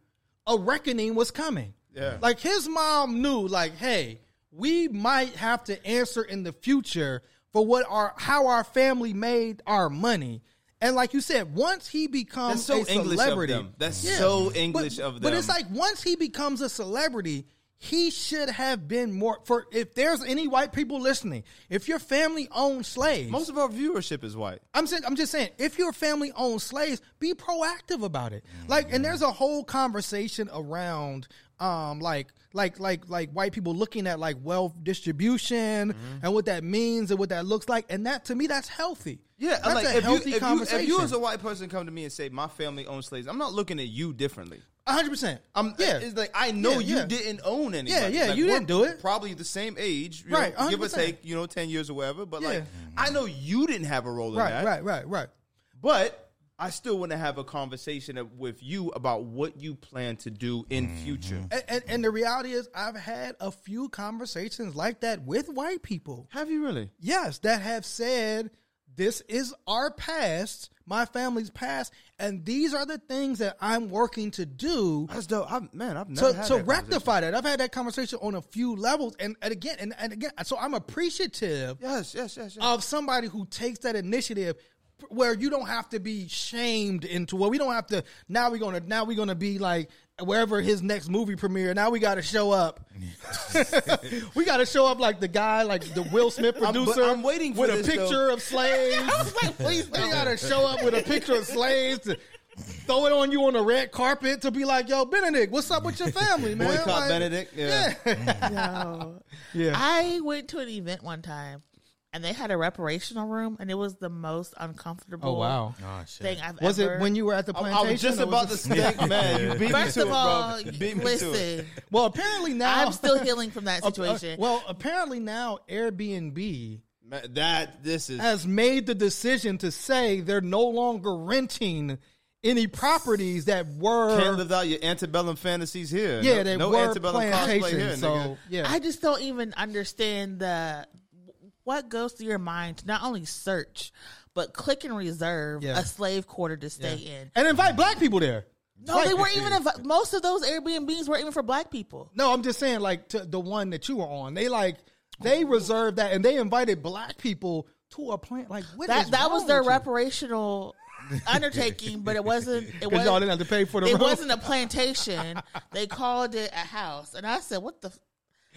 Speaker 2: a reckoning was coming.
Speaker 3: Yeah.
Speaker 2: Like his mom knew, like, hey, we might have to answer in the future for what our how our family made our money. And like you said, once he
Speaker 3: That's
Speaker 2: becomes
Speaker 3: so
Speaker 2: a
Speaker 3: English
Speaker 2: celebrity,
Speaker 3: of them. That's so English
Speaker 2: but,
Speaker 3: of them.
Speaker 2: But it's like once he becomes a celebrity, he should have been more. For if there's any white people listening, if your family owned slaves,
Speaker 3: most of our viewership is white.
Speaker 2: I'm saying, I'm just saying, if your family owned slaves, be proactive about it. Like, and there's a whole conversation around, um, like, like, like, like white people looking at like wealth distribution and what that means and what that looks like, and that to me, that's healthy.
Speaker 3: Yeah,
Speaker 2: that's
Speaker 3: like
Speaker 2: a
Speaker 3: if you,
Speaker 2: healthy
Speaker 3: if, you,
Speaker 2: conversation.
Speaker 3: if you as a white person come to me and say my family owns slaves, I'm not looking at you differently.
Speaker 2: hundred percent,
Speaker 3: I'm
Speaker 2: yeah,
Speaker 3: It's like I know
Speaker 2: Yeah,
Speaker 3: you
Speaker 2: yeah.
Speaker 3: didn't own anything.
Speaker 2: yeah, you didn't do it.
Speaker 3: Probably the same age, you
Speaker 2: Right,
Speaker 3: know, give or
Speaker 2: 100%.
Speaker 3: take, you know, ten years or whatever. But like,
Speaker 2: Yeah.
Speaker 3: I know you didn't have a role in
Speaker 2: right,
Speaker 3: that.
Speaker 2: right, right, right.
Speaker 3: But I still want to have a conversation of- with you about what you plan to do in
Speaker 2: Mm-hmm.
Speaker 3: future.
Speaker 2: And, and and the reality is, I've had a few conversations like that with white people.
Speaker 3: Have you really?
Speaker 2: yes, that have said, This is our past, my family's past, and these are the things that I'm working to do
Speaker 3: That's dope. I've, man, I've
Speaker 2: to,
Speaker 3: never had
Speaker 2: to
Speaker 3: that conversation.
Speaker 2: rectify that. I've had that conversation on a few levels, and, and again, and, and again, so I'm appreciative
Speaker 3: Yes, yes, yes, yes.
Speaker 2: of somebody who takes that initiative where you don't have to be shamed into well we don't have to now we're gonna now we're gonna be like wherever his next movie premiere now we gotta show up we gotta show up like the guy like the will smith
Speaker 3: I'm- but
Speaker 2: producer
Speaker 3: I'm waiting for
Speaker 2: with
Speaker 3: this,
Speaker 2: a picture
Speaker 3: though.
Speaker 2: of slaves
Speaker 5: I was like, please
Speaker 2: we
Speaker 5: don't.
Speaker 2: gotta show up with a picture of slaves to throw it on you on the red carpet to be like yo benedict what's up with your family man
Speaker 3: Boycott
Speaker 2: Like,
Speaker 3: Benedict. Yeah.
Speaker 5: No. Oh. I went to an event one time and they had a reparational room and it was the most uncomfortable
Speaker 4: Oh shit.
Speaker 5: thing I've
Speaker 2: was
Speaker 5: ever
Speaker 2: it when you were at the
Speaker 3: I,
Speaker 2: plantation?
Speaker 3: I was just
Speaker 2: or
Speaker 3: about
Speaker 2: it-
Speaker 3: to say, man, you beat me
Speaker 5: First
Speaker 3: to it,
Speaker 5: of all,
Speaker 3: bro. Beat me to it.
Speaker 5: listen,
Speaker 2: Well, apparently now
Speaker 5: I'm still healing from that
Speaker 2: Uh, uh,
Speaker 5: situation.
Speaker 2: well, apparently now Airbnb
Speaker 3: Man, that this is
Speaker 2: has made the decision to say they're no longer renting any properties that were
Speaker 3: can't live out your antebellum fantasies here.
Speaker 2: yeah
Speaker 3: no,
Speaker 2: that
Speaker 3: no
Speaker 2: were
Speaker 3: antebellum cosplay
Speaker 2: plantations.
Speaker 3: here.
Speaker 2: so
Speaker 3: nigga.
Speaker 2: yeah,
Speaker 5: I just don't even understand the what goes through your mind to not only search but click and reserve
Speaker 2: Yeah.
Speaker 5: a slave quarter to stay in.
Speaker 2: and invite black people there.
Speaker 5: No, they weren't even invi- most of those Airbnbs were even for black people.
Speaker 2: No, I'm just saying like to the one that you were on. They like they reserved that and they invited black people to a plant. Like what
Speaker 5: That
Speaker 2: is
Speaker 5: that
Speaker 2: wrong
Speaker 5: was their
Speaker 2: with you?
Speaker 5: reparational undertaking, but it wasn't it
Speaker 2: Because
Speaker 5: wasn't
Speaker 2: y'all didn't have to pay for the
Speaker 5: it
Speaker 2: room.
Speaker 5: wasn't a plantation. they called it a house, and I said, "What the." F-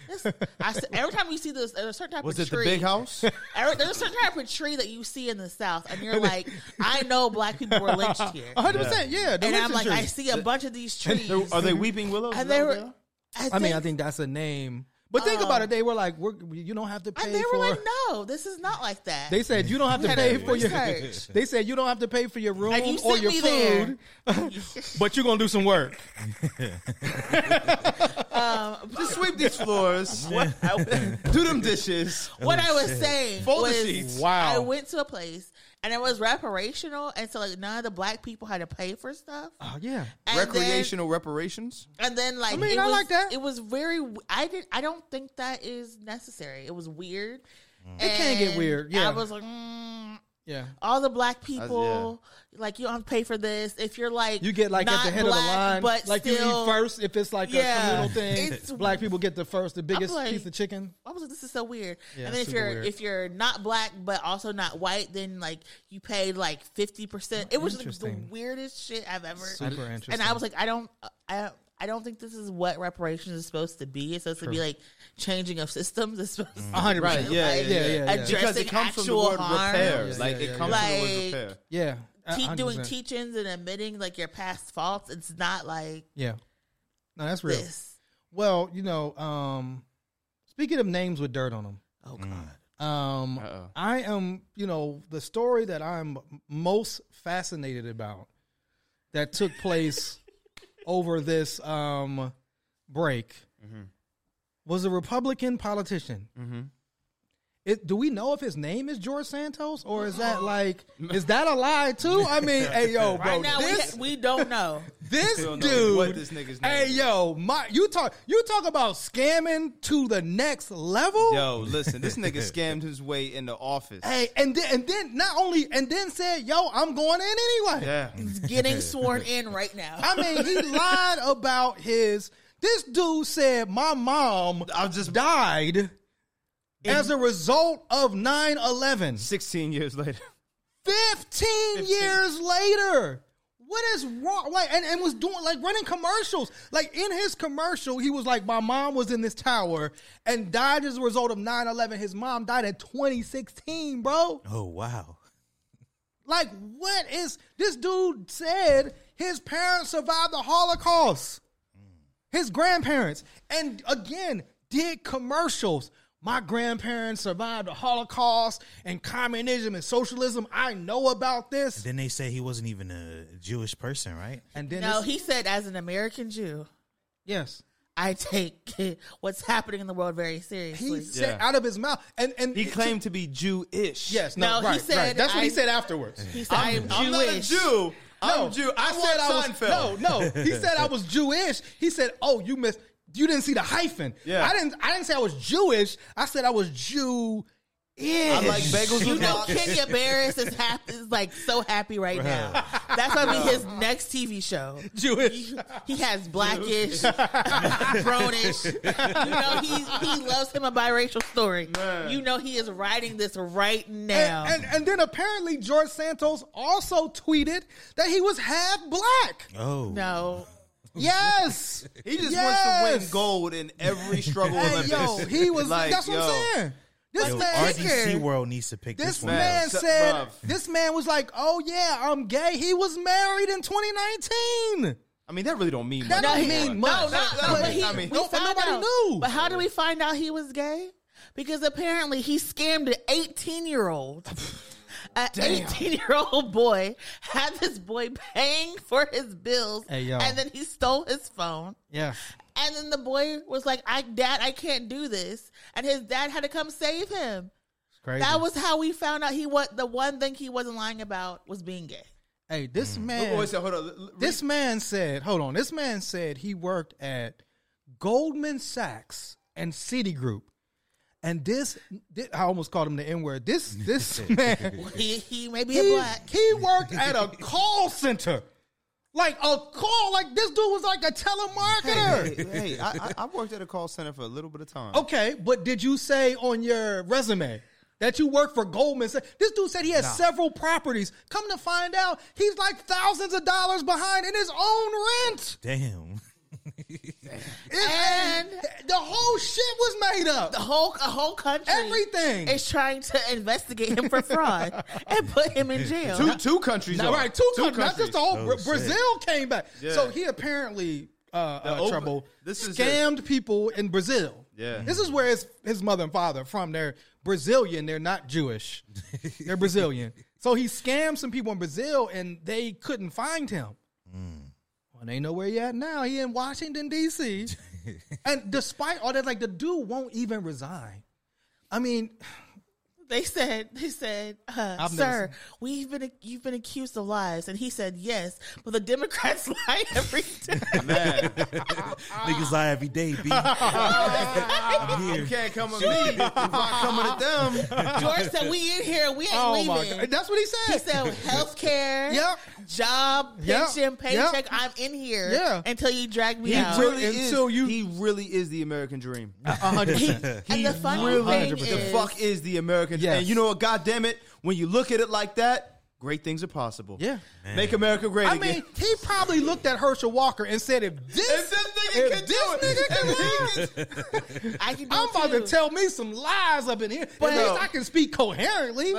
Speaker 5: this, I said, every time you see this, there's a certain type
Speaker 3: Was
Speaker 5: of
Speaker 3: it the
Speaker 5: tree.
Speaker 3: big house?
Speaker 5: every- there's a certain type of tree that you see in the South, and you're like, I know black people were lynched here,
Speaker 2: 100. percent Yeah, the
Speaker 5: and I'm
Speaker 2: lynching
Speaker 5: like,
Speaker 2: tree.
Speaker 5: I see a bunch of these trees.
Speaker 3: Are they weeping willows? Is
Speaker 5: and
Speaker 3: that
Speaker 5: they
Speaker 3: what
Speaker 5: were,
Speaker 3: are?
Speaker 5: I,
Speaker 2: I mean, I think that's a name. But think about it. They were like, we're, you don't have to pay
Speaker 5: and Oh. they
Speaker 2: for.
Speaker 5: were like, "No, this is not like that."
Speaker 2: They said you don't have to
Speaker 5: had
Speaker 2: pay
Speaker 5: to
Speaker 2: for your.
Speaker 5: research.
Speaker 2: They said you don't have to pay for your room
Speaker 5: And you
Speaker 2: or
Speaker 5: sent
Speaker 2: your
Speaker 5: me
Speaker 2: food, but you're gonna do some work. Um,
Speaker 3: Just sweep these floors. Do them dishes.
Speaker 5: what I was saying
Speaker 3: Fold the
Speaker 5: was,
Speaker 3: sheets.
Speaker 2: Wow.
Speaker 5: I went to a place and it was reparational, and so like none of the black people had to pay for stuff.
Speaker 2: Oh yeah,
Speaker 5: And
Speaker 3: Recreational reparations.
Speaker 5: then, and then like
Speaker 2: I mean,
Speaker 5: it
Speaker 2: I
Speaker 5: was,
Speaker 2: like that.
Speaker 5: It was very. w- I did. I don't think that is necessary. It was weird.
Speaker 2: It can get weird, yeah.
Speaker 5: I was like, mm,
Speaker 2: Yeah.
Speaker 5: All the black people, like you don't have to pay for this. If you're like
Speaker 2: You get like at
Speaker 5: not
Speaker 2: the head of the
Speaker 5: black,
Speaker 2: line,
Speaker 5: but
Speaker 2: like you
Speaker 5: still-
Speaker 2: eat first if it's like
Speaker 5: Yeah.
Speaker 2: a communal thing.
Speaker 5: It's-
Speaker 2: black people get the first, the biggest
Speaker 5: like-
Speaker 2: piece of chicken.
Speaker 5: I was like, this is so weird.
Speaker 2: Yeah,
Speaker 5: and then if
Speaker 2: super
Speaker 5: you're
Speaker 2: weird.
Speaker 5: if you're not black but also not white, then like you pay like fifty percent. It was like, the
Speaker 2: Interesting.
Speaker 5: weirdest shit I've ever.
Speaker 2: Super
Speaker 5: And
Speaker 2: interesting.
Speaker 5: I was like, I don't, I, I don't think this is what reparations is supposed to be. It's supposed to be like changing of systems. It's supposed to
Speaker 2: A hundred
Speaker 5: be,
Speaker 2: percent.
Speaker 5: like,
Speaker 3: Mm.
Speaker 2: yeah,
Speaker 3: Yeah, yeah,
Speaker 2: yeah.
Speaker 5: Addressing
Speaker 3: because it comes from the
Speaker 5: actual
Speaker 3: word
Speaker 5: harm.
Speaker 3: repair.
Speaker 2: Yeah,
Speaker 3: like
Speaker 2: yeah,
Speaker 3: it
Speaker 2: yeah,
Speaker 3: comes from the
Speaker 5: yeah.
Speaker 3: word
Speaker 5: Like-
Speaker 3: repair.
Speaker 2: Yeah. a
Speaker 5: Te-
Speaker 2: hundred
Speaker 5: doing
Speaker 2: percent.
Speaker 5: teach-ins and admitting like your past faults. It's not like
Speaker 2: Yeah. No, that's real.
Speaker 5: this.
Speaker 2: Well, you know, um, speaking of names with dirt on them,
Speaker 5: Oh god.
Speaker 2: Um,
Speaker 3: Uh-oh.
Speaker 2: I am, you know, the story that I'm m- most fascinated about that took place over this um, break
Speaker 5: Mm-hmm.
Speaker 2: was a Republican politician. It, do we know if his name is George Santos or is that like is that a lie too? I mean, hey yo, bro,
Speaker 5: Right now
Speaker 2: this
Speaker 5: we, we don't know.
Speaker 2: this
Speaker 3: don't know
Speaker 2: dude,
Speaker 3: what this nigga's name
Speaker 2: hey
Speaker 3: is.
Speaker 2: yo, my you talk you talk about scamming to the next level.
Speaker 3: Yo, listen, this nigga scammed his way into office.
Speaker 2: Hey, and then and then not only and then said, "Yo, I'm going in anyway."
Speaker 3: Yeah.
Speaker 5: He's getting sworn in right now.
Speaker 2: I mean, he lied about his. This dude said, "My mom
Speaker 3: I'm just
Speaker 2: died as a result of 9/11."
Speaker 3: 16 years later.
Speaker 2: 15, years later. What is wrong? Like, and, and was doing like running commercials. Like in his commercial, he was like, My mom was in this tower and died as a result of 9 11. His mom died in 2016, bro.
Speaker 4: Oh wow.
Speaker 2: Like, what is this dude said his parents survived the Holocaust? His grandparents. And again, did commercials. My grandparents survived the Holocaust and communism and socialism. I know about this.
Speaker 4: Then they say he wasn't even a Jewish person, right?
Speaker 2: And then,
Speaker 5: No,
Speaker 2: this-
Speaker 5: he said as an American Jew.
Speaker 2: yes,
Speaker 5: I take what's happening in the world very
Speaker 2: he
Speaker 5: seriously.
Speaker 2: said out of his mouth. And and
Speaker 3: He claimed to be Jewish.
Speaker 2: yes, no,
Speaker 5: No, he
Speaker 2: right, right.
Speaker 5: said
Speaker 2: That's what he
Speaker 5: I-
Speaker 2: said afterwards.
Speaker 5: He said, I am
Speaker 3: I'm not a
Speaker 5: Jewish.
Speaker 3: Jew.
Speaker 2: No,
Speaker 3: I'm Jew. I,
Speaker 2: said I was
Speaker 3: want Seinfeld.
Speaker 2: no, no. He said I was Jewish. He said, "Oh, you missed. You didn't see the hyphen.
Speaker 3: Yeah.
Speaker 2: I didn't. I didn't say I was Jewish. I said I was Jew.
Speaker 3: I like bagels
Speaker 5: You
Speaker 3: with
Speaker 5: know,
Speaker 3: lox.
Speaker 5: Kenya Barris is happy, is like so happy right now. That's gonna be his next TV show.
Speaker 2: Jewish.
Speaker 5: He has blackish, brownish. You know, he he loves him a biracial story. You know, he is writing this right now.
Speaker 2: And, and and then apparently George Santos also tweeted that he was half black.
Speaker 4: Oh
Speaker 5: no,
Speaker 2: Yes,
Speaker 3: He just wants to
Speaker 2: Yes.
Speaker 3: win gold in every struggle
Speaker 2: Hey,
Speaker 3: Olympics.
Speaker 2: yo, he was.
Speaker 3: Like,
Speaker 2: that's what
Speaker 3: yo.
Speaker 2: I'm saying. This
Speaker 4: Yo,
Speaker 2: man,
Speaker 4: RDC World needs to pick this,
Speaker 2: this
Speaker 4: one.
Speaker 3: man-
Speaker 4: up.
Speaker 2: man
Speaker 3: Shut-
Speaker 2: said,
Speaker 3: bruv.
Speaker 2: this man was like, "Oh yeah, I'm gay." He was married in 2019.
Speaker 3: I mean, that really don't mean
Speaker 2: That
Speaker 3: much.
Speaker 2: don't
Speaker 3: anymore.
Speaker 2: mean much.
Speaker 5: No, not,
Speaker 3: That don't
Speaker 5: but
Speaker 3: mean-
Speaker 5: he,
Speaker 3: I mean,
Speaker 5: we
Speaker 2: no-
Speaker 5: found
Speaker 2: nobody
Speaker 5: out.
Speaker 2: knew.
Speaker 5: But how do we find out he was gay? Because apparently he scammed an 18 year old. An 18 year old boy had this boy paying for his bills,
Speaker 2: Hey, yo.
Speaker 5: and then he stole his phone.
Speaker 2: Yeah.
Speaker 5: And then the boy was like, "I, Dad, I can't do this," and his dad had to come save him.
Speaker 2: Crazy.
Speaker 5: That was how we found out he was the one thing he wasn't lying about was being gay.
Speaker 2: hey, this man.
Speaker 3: Wait, wait, so hold on. L- l-
Speaker 2: This man said, hold on. This man said he worked at Goldman Sachs and Citigroup. And this, thi- I almost called him the N word. This, this man,
Speaker 5: He he may be a
Speaker 2: he,
Speaker 5: black.
Speaker 2: he worked at a call center. Like a call, like this dude was like a telemarketer.
Speaker 3: Hey, hey, I, I- I worked at a call center for a little bit of time.
Speaker 2: Okay, but did you say on your resume that you work for Goldman Sachs? This dude said he has several properties. Come to find out, he's like thousands of dollars behind in his own rent.
Speaker 4: Damn.
Speaker 2: It's-
Speaker 5: And-
Speaker 2: the whole shit was made up.
Speaker 5: the whole a whole country
Speaker 2: Everything.
Speaker 5: is trying to investigate him for fraud and put him in jail.
Speaker 3: Two, two countries.
Speaker 2: Now,
Speaker 3: are.
Speaker 2: right, two, countries. Not just the whole
Speaker 4: Oh,
Speaker 2: Bra-
Speaker 4: shit.
Speaker 2: Brazil came back.
Speaker 3: Yeah.
Speaker 2: So he apparently uh, uh
Speaker 3: over-
Speaker 2: trouble
Speaker 3: this is
Speaker 2: scammed people in Brazil.
Speaker 3: Yeah.
Speaker 2: This is where his his mother and father are from. They're Brazilian, they're not Jewish. they're Brazilian. So he scammed some people in Brazil and they couldn't find him.
Speaker 4: Hmm.
Speaker 2: Well, they know where he at now. He in Washington, D.C. and despite all that, like the dude won't even resign. I mean,
Speaker 5: They said, they said, uh,
Speaker 2: I've never
Speaker 5: sir, we've been you've been accused of lies, and he said yes, but the Democrats lie every day.
Speaker 3: Man,
Speaker 4: Niggas lie every day, B. I'm
Speaker 3: you
Speaker 4: here.
Speaker 3: can't come at me. You're not coming at them.
Speaker 5: George said, "We in here, we ain't
Speaker 2: Oh my
Speaker 5: leaving."
Speaker 2: God.
Speaker 3: That's what he
Speaker 5: He
Speaker 3: said.
Speaker 5: said, "Healthcare,
Speaker 2: Yep.
Speaker 5: job,
Speaker 2: Yep.
Speaker 5: pension,
Speaker 2: Yep.
Speaker 5: paycheck. I'm in here
Speaker 2: Yeah.
Speaker 5: until you drag me
Speaker 3: He
Speaker 5: out."
Speaker 3: really is.
Speaker 2: Until you-
Speaker 3: he really is the American dream.
Speaker 5: and the funny
Speaker 3: really
Speaker 5: thing
Speaker 3: the
Speaker 5: is,
Speaker 3: fuck is the American
Speaker 2: Yes.
Speaker 3: And you know what? God damn it. When you look at it like that, great things are possible.
Speaker 2: Yeah.
Speaker 3: Make America great
Speaker 2: I
Speaker 3: again.
Speaker 2: mean, he probably looked at Herschel Walker and said, "If this,
Speaker 3: If this nigga
Speaker 2: if
Speaker 3: can
Speaker 2: this
Speaker 3: do it,
Speaker 2: nigga can
Speaker 3: if
Speaker 2: lie,
Speaker 5: I can do
Speaker 2: I'm
Speaker 5: it
Speaker 2: about to
Speaker 5: too.
Speaker 2: tell me some lies up in here. But at
Speaker 3: No.
Speaker 2: least I can speak coherently.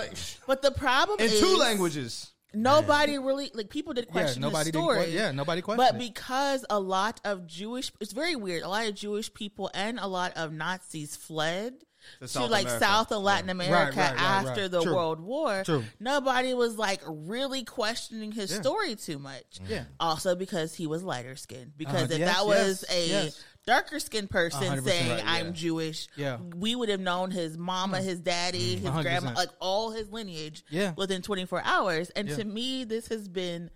Speaker 5: But the problem
Speaker 3: in
Speaker 5: is
Speaker 3: two languages.
Speaker 5: Nobody really like people did question
Speaker 2: nobody
Speaker 5: nobody
Speaker 2: did
Speaker 5: his story.
Speaker 2: que- yeah, nobody
Speaker 5: But
Speaker 2: questioned it.
Speaker 5: because a lot of Jewish, it's very weird. A lot of Jewish people and a lot of Nazis fled to,
Speaker 3: South
Speaker 5: like
Speaker 3: America.
Speaker 5: South and Latin America
Speaker 2: right, right,
Speaker 5: after
Speaker 2: right.
Speaker 5: the
Speaker 2: True.
Speaker 5: World War.
Speaker 2: True.
Speaker 5: Nobody was like really questioning his story too much.
Speaker 2: Yeah. Uh-huh.
Speaker 5: Also because he was lighter skinned. Because if
Speaker 2: yes,
Speaker 5: that was
Speaker 2: yes,
Speaker 5: a
Speaker 2: yes.
Speaker 5: darker skinned person
Speaker 2: 100%
Speaker 5: saying
Speaker 2: right,
Speaker 5: I'm
Speaker 2: yeah.
Speaker 5: Jewish,
Speaker 2: Yeah. Hmm.
Speaker 5: we would have known his mama, his daddy, his
Speaker 2: 100%.
Speaker 5: grandma, like all his lineage
Speaker 2: Yeah.
Speaker 5: within 24 hours. And
Speaker 2: Yeah.
Speaker 5: to me, this has been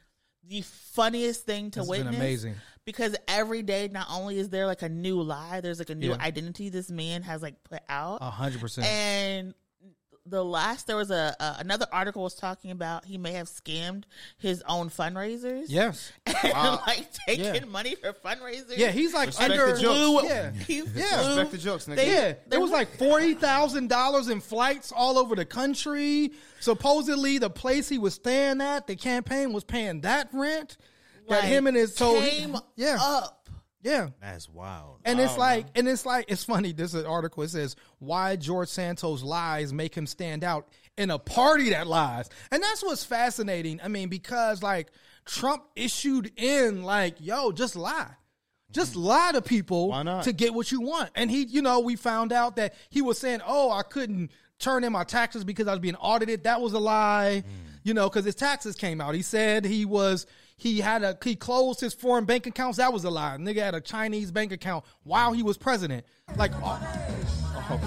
Speaker 5: the funniest thing to
Speaker 2: It's been
Speaker 5: witness.
Speaker 2: amazing.
Speaker 5: Because every day, not only is there like a new lie, there's like a new
Speaker 2: Yeah.
Speaker 5: identity this man has like put out.
Speaker 2: A hundred percent.
Speaker 5: And the last, there was a, a another article was talking about he may have scammed his own fundraisers.
Speaker 2: Yes.
Speaker 5: and like taking
Speaker 2: Yeah.
Speaker 5: money for fundraisers.
Speaker 2: Yeah, he's like
Speaker 3: Respect
Speaker 2: under.
Speaker 3: the jokes.
Speaker 5: flew.
Speaker 2: Yeah.
Speaker 5: He
Speaker 2: Yeah.
Speaker 5: flew.
Speaker 3: Respect the jokes, nigga.
Speaker 5: They-
Speaker 2: Yeah,
Speaker 5: they
Speaker 2: there was
Speaker 5: were-
Speaker 2: like forty thousand dollars in flights all over the country. Supposedly, the place he was staying at, the campaign was paying that rent. that
Speaker 5: Like,
Speaker 2: him and his so he-
Speaker 5: came
Speaker 2: yeah,
Speaker 5: up.
Speaker 2: yeah.
Speaker 4: That's wild.
Speaker 2: And it's like, and it's like, it's funny. This is an article. It says why George Santos lies make him stand out in a party that lies, and that's what's fascinating. I mean, because like Trump issued in like, yo, just lie. Just lie to people
Speaker 3: Why not?
Speaker 2: to get what you want. And he, you know, we found out that he was saying, "Oh, I couldn't turn in my taxes because I was being audited." That was a lie,
Speaker 3: Mm.
Speaker 2: you know, because his taxes came out. He said he was he had a he closed his foreign bank accounts. That was a lie. Nigga had a Chinese bank account while he was president. Like, oh,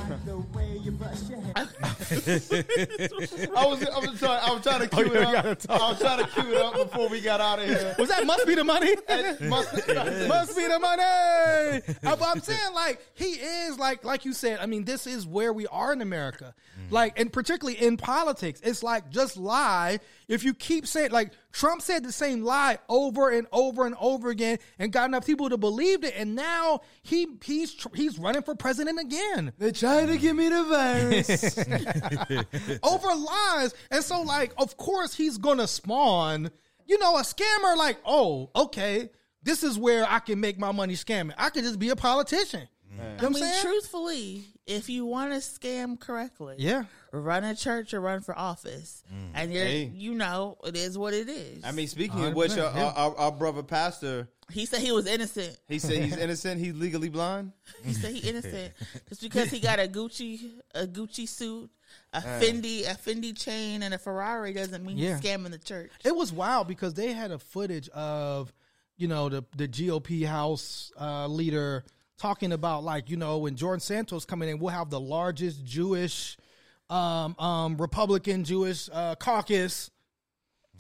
Speaker 3: I was, I was trying, I was trying to
Speaker 2: Oh,
Speaker 3: cue it up. I was trying to cue it up before we got out of here.
Speaker 2: was that must be the money?
Speaker 3: Must-
Speaker 2: must be the money. I- I'm saying like he is like like you said. I mean, this is where we are in America. Like, and particularly in politics, it's like just lie. If you keep saying like Trump said the same lie over and over and over again, and got enough people to believe it, and now he he's tr- he's running for president again
Speaker 3: They tried to give me the virus.
Speaker 2: over lies. And so, like, of course, he's gonna spawn, you know, a scammer. Like, oh, okay, this is where I can make my money scamming. I can just be a politician. You know
Speaker 5: I
Speaker 2: what I'm
Speaker 5: mean,
Speaker 2: saying?
Speaker 5: truthfully, if you want to scam correctly,
Speaker 2: Yeah.
Speaker 5: run a church or run for office, and you're,
Speaker 3: Hey.
Speaker 5: you know, it is what it is.
Speaker 3: I mean, speaking of which, our, our, our- our brother pastor,
Speaker 5: he said he was innocent.
Speaker 3: he said he's innocent. He's legally blind.
Speaker 5: He said he innocent just because he got a Gucci, a Gucci suit, a Fendi, a Fendi chain, and a Ferrari doesn't mean
Speaker 2: Yeah.
Speaker 5: he's scamming the church.
Speaker 2: It was wild because they had a footage of, you know, the the GOP House uh, leader talking about like, you know, when Jordan Santos coming in, we'll have the largest Jewish, um, um, Republican Jewish uh, caucus.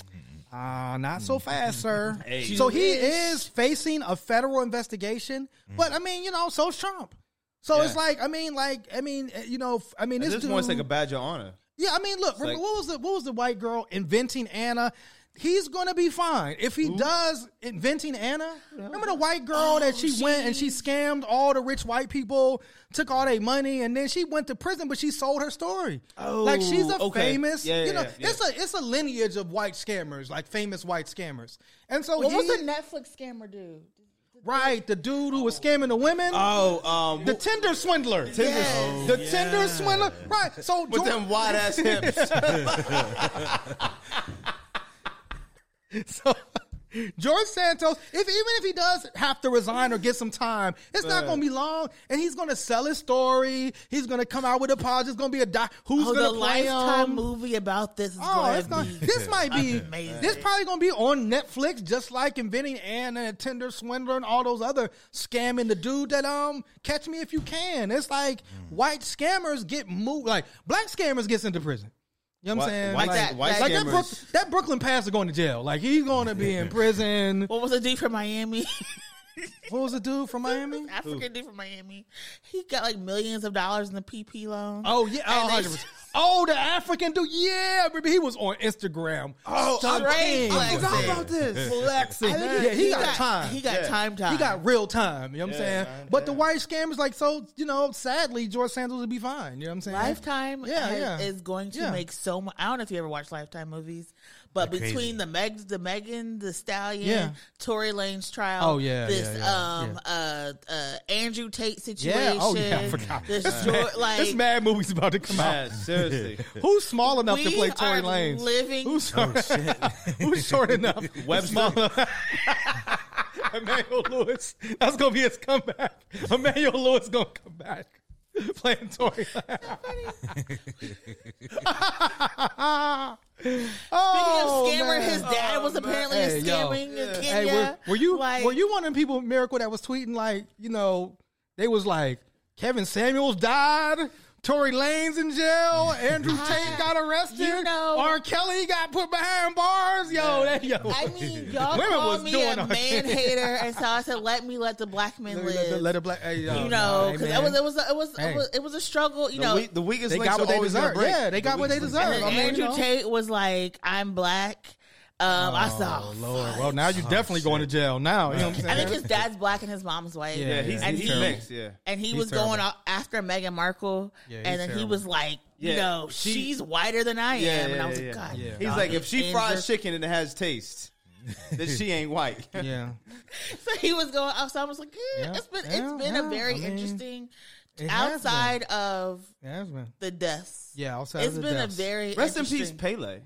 Speaker 3: Mm-hmm.
Speaker 2: Ah, not so fast, sir. So he is facing a federal investigation, but I mean, you know, so's Trump. So it's
Speaker 3: Mm-hmm. Yeah.
Speaker 2: like, I mean, like, I mean, eh, you know, f- I mean,
Speaker 3: At
Speaker 2: this,
Speaker 3: this
Speaker 2: dude,
Speaker 3: point, it's like a badge of honor.
Speaker 2: yeah, I mean, look, remember,
Speaker 3: like-
Speaker 2: what was the what was the white girl inventing Anna? He's gonna be fine if he does inventing Anna. Remember the white girl that she,
Speaker 3: Oh,
Speaker 2: went and she scammed all the rich white people, took all their money, and then she went to prison, but she sold her story. Oh, like she's a
Speaker 3: okay.
Speaker 2: famous,
Speaker 3: Yeah,
Speaker 2: you
Speaker 3: yeah,
Speaker 2: know,
Speaker 3: yeah.
Speaker 2: it's a it's a lineage of white scammers, like famous white scammers. And so
Speaker 5: What was
Speaker 2: he-
Speaker 5: the Netflix scammer dude?
Speaker 2: right the dude who was scamming the women,
Speaker 3: Oh, um,
Speaker 2: the Tinder swindler, the Tinder swindler, right? So
Speaker 3: Oh, with
Speaker 2: Jordan-
Speaker 3: them wide ass hips.
Speaker 2: so George Santos, if even if he does have to resign or get some time, it's not going to be long, and he's going to sell his story. He's going to come out with apologies. It's going to be a doc. Who's
Speaker 5: Oh,
Speaker 2: going
Speaker 5: the
Speaker 2: to play
Speaker 5: lifetime
Speaker 2: him?
Speaker 5: movie about this is
Speaker 2: Oh,
Speaker 5: going
Speaker 2: it's
Speaker 5: to
Speaker 2: gonna,
Speaker 5: be
Speaker 2: this might be
Speaker 5: amazing.
Speaker 2: this probably gonna be on Netflix, just like inventing Anna and Tinder Swindler and all those other scamming the dude that um catch me if you can. It's like white scammers get moved, like black scammers gets into prison. You know what I'm
Speaker 3: Why-
Speaker 2: saying?
Speaker 3: why
Speaker 2: like,
Speaker 5: that- why
Speaker 2: like that, Brook,
Speaker 3: scammers-
Speaker 2: that Brooklyn Pass is going to jail. Like he's going to be in prison.
Speaker 5: What was the dude from Miami?
Speaker 2: What was the dude from Miami?
Speaker 5: African dude from Miami. He got like millions of dollars in the PP loan.
Speaker 2: Oh yeah, oh,
Speaker 5: And they-
Speaker 2: 100%. Oh, the African dude. Yeah, baby, he was on Instagram. Oh,
Speaker 5: Straight flexing.
Speaker 2: forgot about this. Flexing. Yeah, he, got, time.
Speaker 5: He got time. Time.
Speaker 2: He got real time. You know what I'm saying? But the white scammers, like, so, you know, sadly, George Sanders would be fine. You know what I'm saying?
Speaker 5: Lifetime
Speaker 2: Yeah,
Speaker 5: has-
Speaker 2: yeah.
Speaker 5: is going to
Speaker 2: Yeah.
Speaker 5: make so much. I don't know if you ever watched Lifetime movies, but
Speaker 4: They're
Speaker 5: between
Speaker 4: crazy.
Speaker 5: the Meg, the Megan, the Stallion,
Speaker 2: Yeah.
Speaker 5: Tory Lane's trial,
Speaker 2: Oh, yeah,
Speaker 5: this
Speaker 2: yeah, yeah,
Speaker 5: um Uh, uh Andrew Tate situation,
Speaker 2: Yeah. Oh, yeah, I forgot.
Speaker 5: this
Speaker 2: This,
Speaker 5: Geor-
Speaker 2: mad,
Speaker 5: like
Speaker 2: this mad movie's about to come out.
Speaker 3: Yeah, seriously.
Speaker 2: Who's small enough to
Speaker 5: We
Speaker 2: play Tory
Speaker 5: are
Speaker 2: Lanez?
Speaker 5: living-
Speaker 2: Who's
Speaker 4: Oh,
Speaker 2: short, who's short enough? Webster. Emmanuel Lewis. That's going to be his comeback. Emmanuel Lewis going to come back playing Tory Lanez.
Speaker 5: Speaking of
Speaker 2: oh,
Speaker 5: scammer,
Speaker 2: man.
Speaker 5: his dad was
Speaker 2: Oh, man.
Speaker 5: apparently
Speaker 2: Hey, yo.
Speaker 5: scamming
Speaker 2: Hey,
Speaker 5: in Kenya.
Speaker 2: were, were you
Speaker 5: Like,
Speaker 2: were you one of them people Miracle that was tweeting like you know they was like Kevin Samuels died, Tory Lane's in jail, Andrew Tate got arrested,
Speaker 5: you know-
Speaker 2: R. Kelly got put behind bars. Yo, that yo.
Speaker 5: I mean, y'all
Speaker 2: Women
Speaker 5: called
Speaker 2: was
Speaker 5: me
Speaker 2: doing
Speaker 5: a
Speaker 2: all-
Speaker 5: man hater, and so I said, "Let me let the black men
Speaker 2: Let
Speaker 5: live."
Speaker 2: it- let it- let it black- hey, yo,
Speaker 5: you know,
Speaker 2: nah,
Speaker 5: because
Speaker 2: man.
Speaker 5: it was it was it was,
Speaker 2: Hey.
Speaker 5: it was it was a struggle. You
Speaker 3: The,
Speaker 5: know,
Speaker 3: we- the weakest
Speaker 2: they
Speaker 3: links
Speaker 2: got what
Speaker 3: are
Speaker 2: they
Speaker 3: always gonna
Speaker 2: deserve.
Speaker 3: break.
Speaker 2: Yeah, they
Speaker 3: The
Speaker 2: got what they
Speaker 3: weakest links-
Speaker 2: deserve.
Speaker 5: and
Speaker 2: I mean,
Speaker 5: Andrew
Speaker 2: you know.
Speaker 5: Tate was like, "I'm black." Um, I saw.
Speaker 2: Oh, Lord, well now
Speaker 3: Oh,
Speaker 2: you're definitely going to jail now. You know what I'm
Speaker 5: I
Speaker 2: saying?
Speaker 5: think his dad's black and his mom's white.
Speaker 2: Yeah,
Speaker 3: Yeah, he's,
Speaker 5: and
Speaker 3: he's,
Speaker 5: he-
Speaker 3: mixed, yeah.
Speaker 5: and he
Speaker 2: He's
Speaker 5: was
Speaker 2: terrible.
Speaker 5: going out after Meghan Markle,
Speaker 2: Yeah, he's
Speaker 5: and then he
Speaker 2: terrible.
Speaker 5: was like, "You
Speaker 3: Yeah,
Speaker 5: know,
Speaker 3: she-
Speaker 5: she's whiter than I am,"
Speaker 3: Yeah,
Speaker 5: and I
Speaker 3: yeah,
Speaker 5: was
Speaker 3: yeah.
Speaker 5: like, "God."
Speaker 2: Yeah.
Speaker 3: He's
Speaker 5: dog,
Speaker 3: like, if she
Speaker 5: Andrew-
Speaker 3: fries chicken and it has taste, then she ain't white.
Speaker 2: yeah.
Speaker 5: So he was going out. So I was like, eh,
Speaker 2: Yeah,
Speaker 5: it's been
Speaker 2: yeah,
Speaker 5: it's been
Speaker 2: yeah.
Speaker 5: a
Speaker 2: I
Speaker 5: very
Speaker 2: mean,
Speaker 5: interesting
Speaker 2: it has been.
Speaker 5: outside of
Speaker 2: Yeah, it's been.
Speaker 5: the deaths.
Speaker 2: Yeah, outside
Speaker 5: it's
Speaker 2: of the
Speaker 5: been
Speaker 2: deaths. Mm.
Speaker 5: a very
Speaker 3: Rest in peace,
Speaker 5: interesting-
Speaker 3: Pele.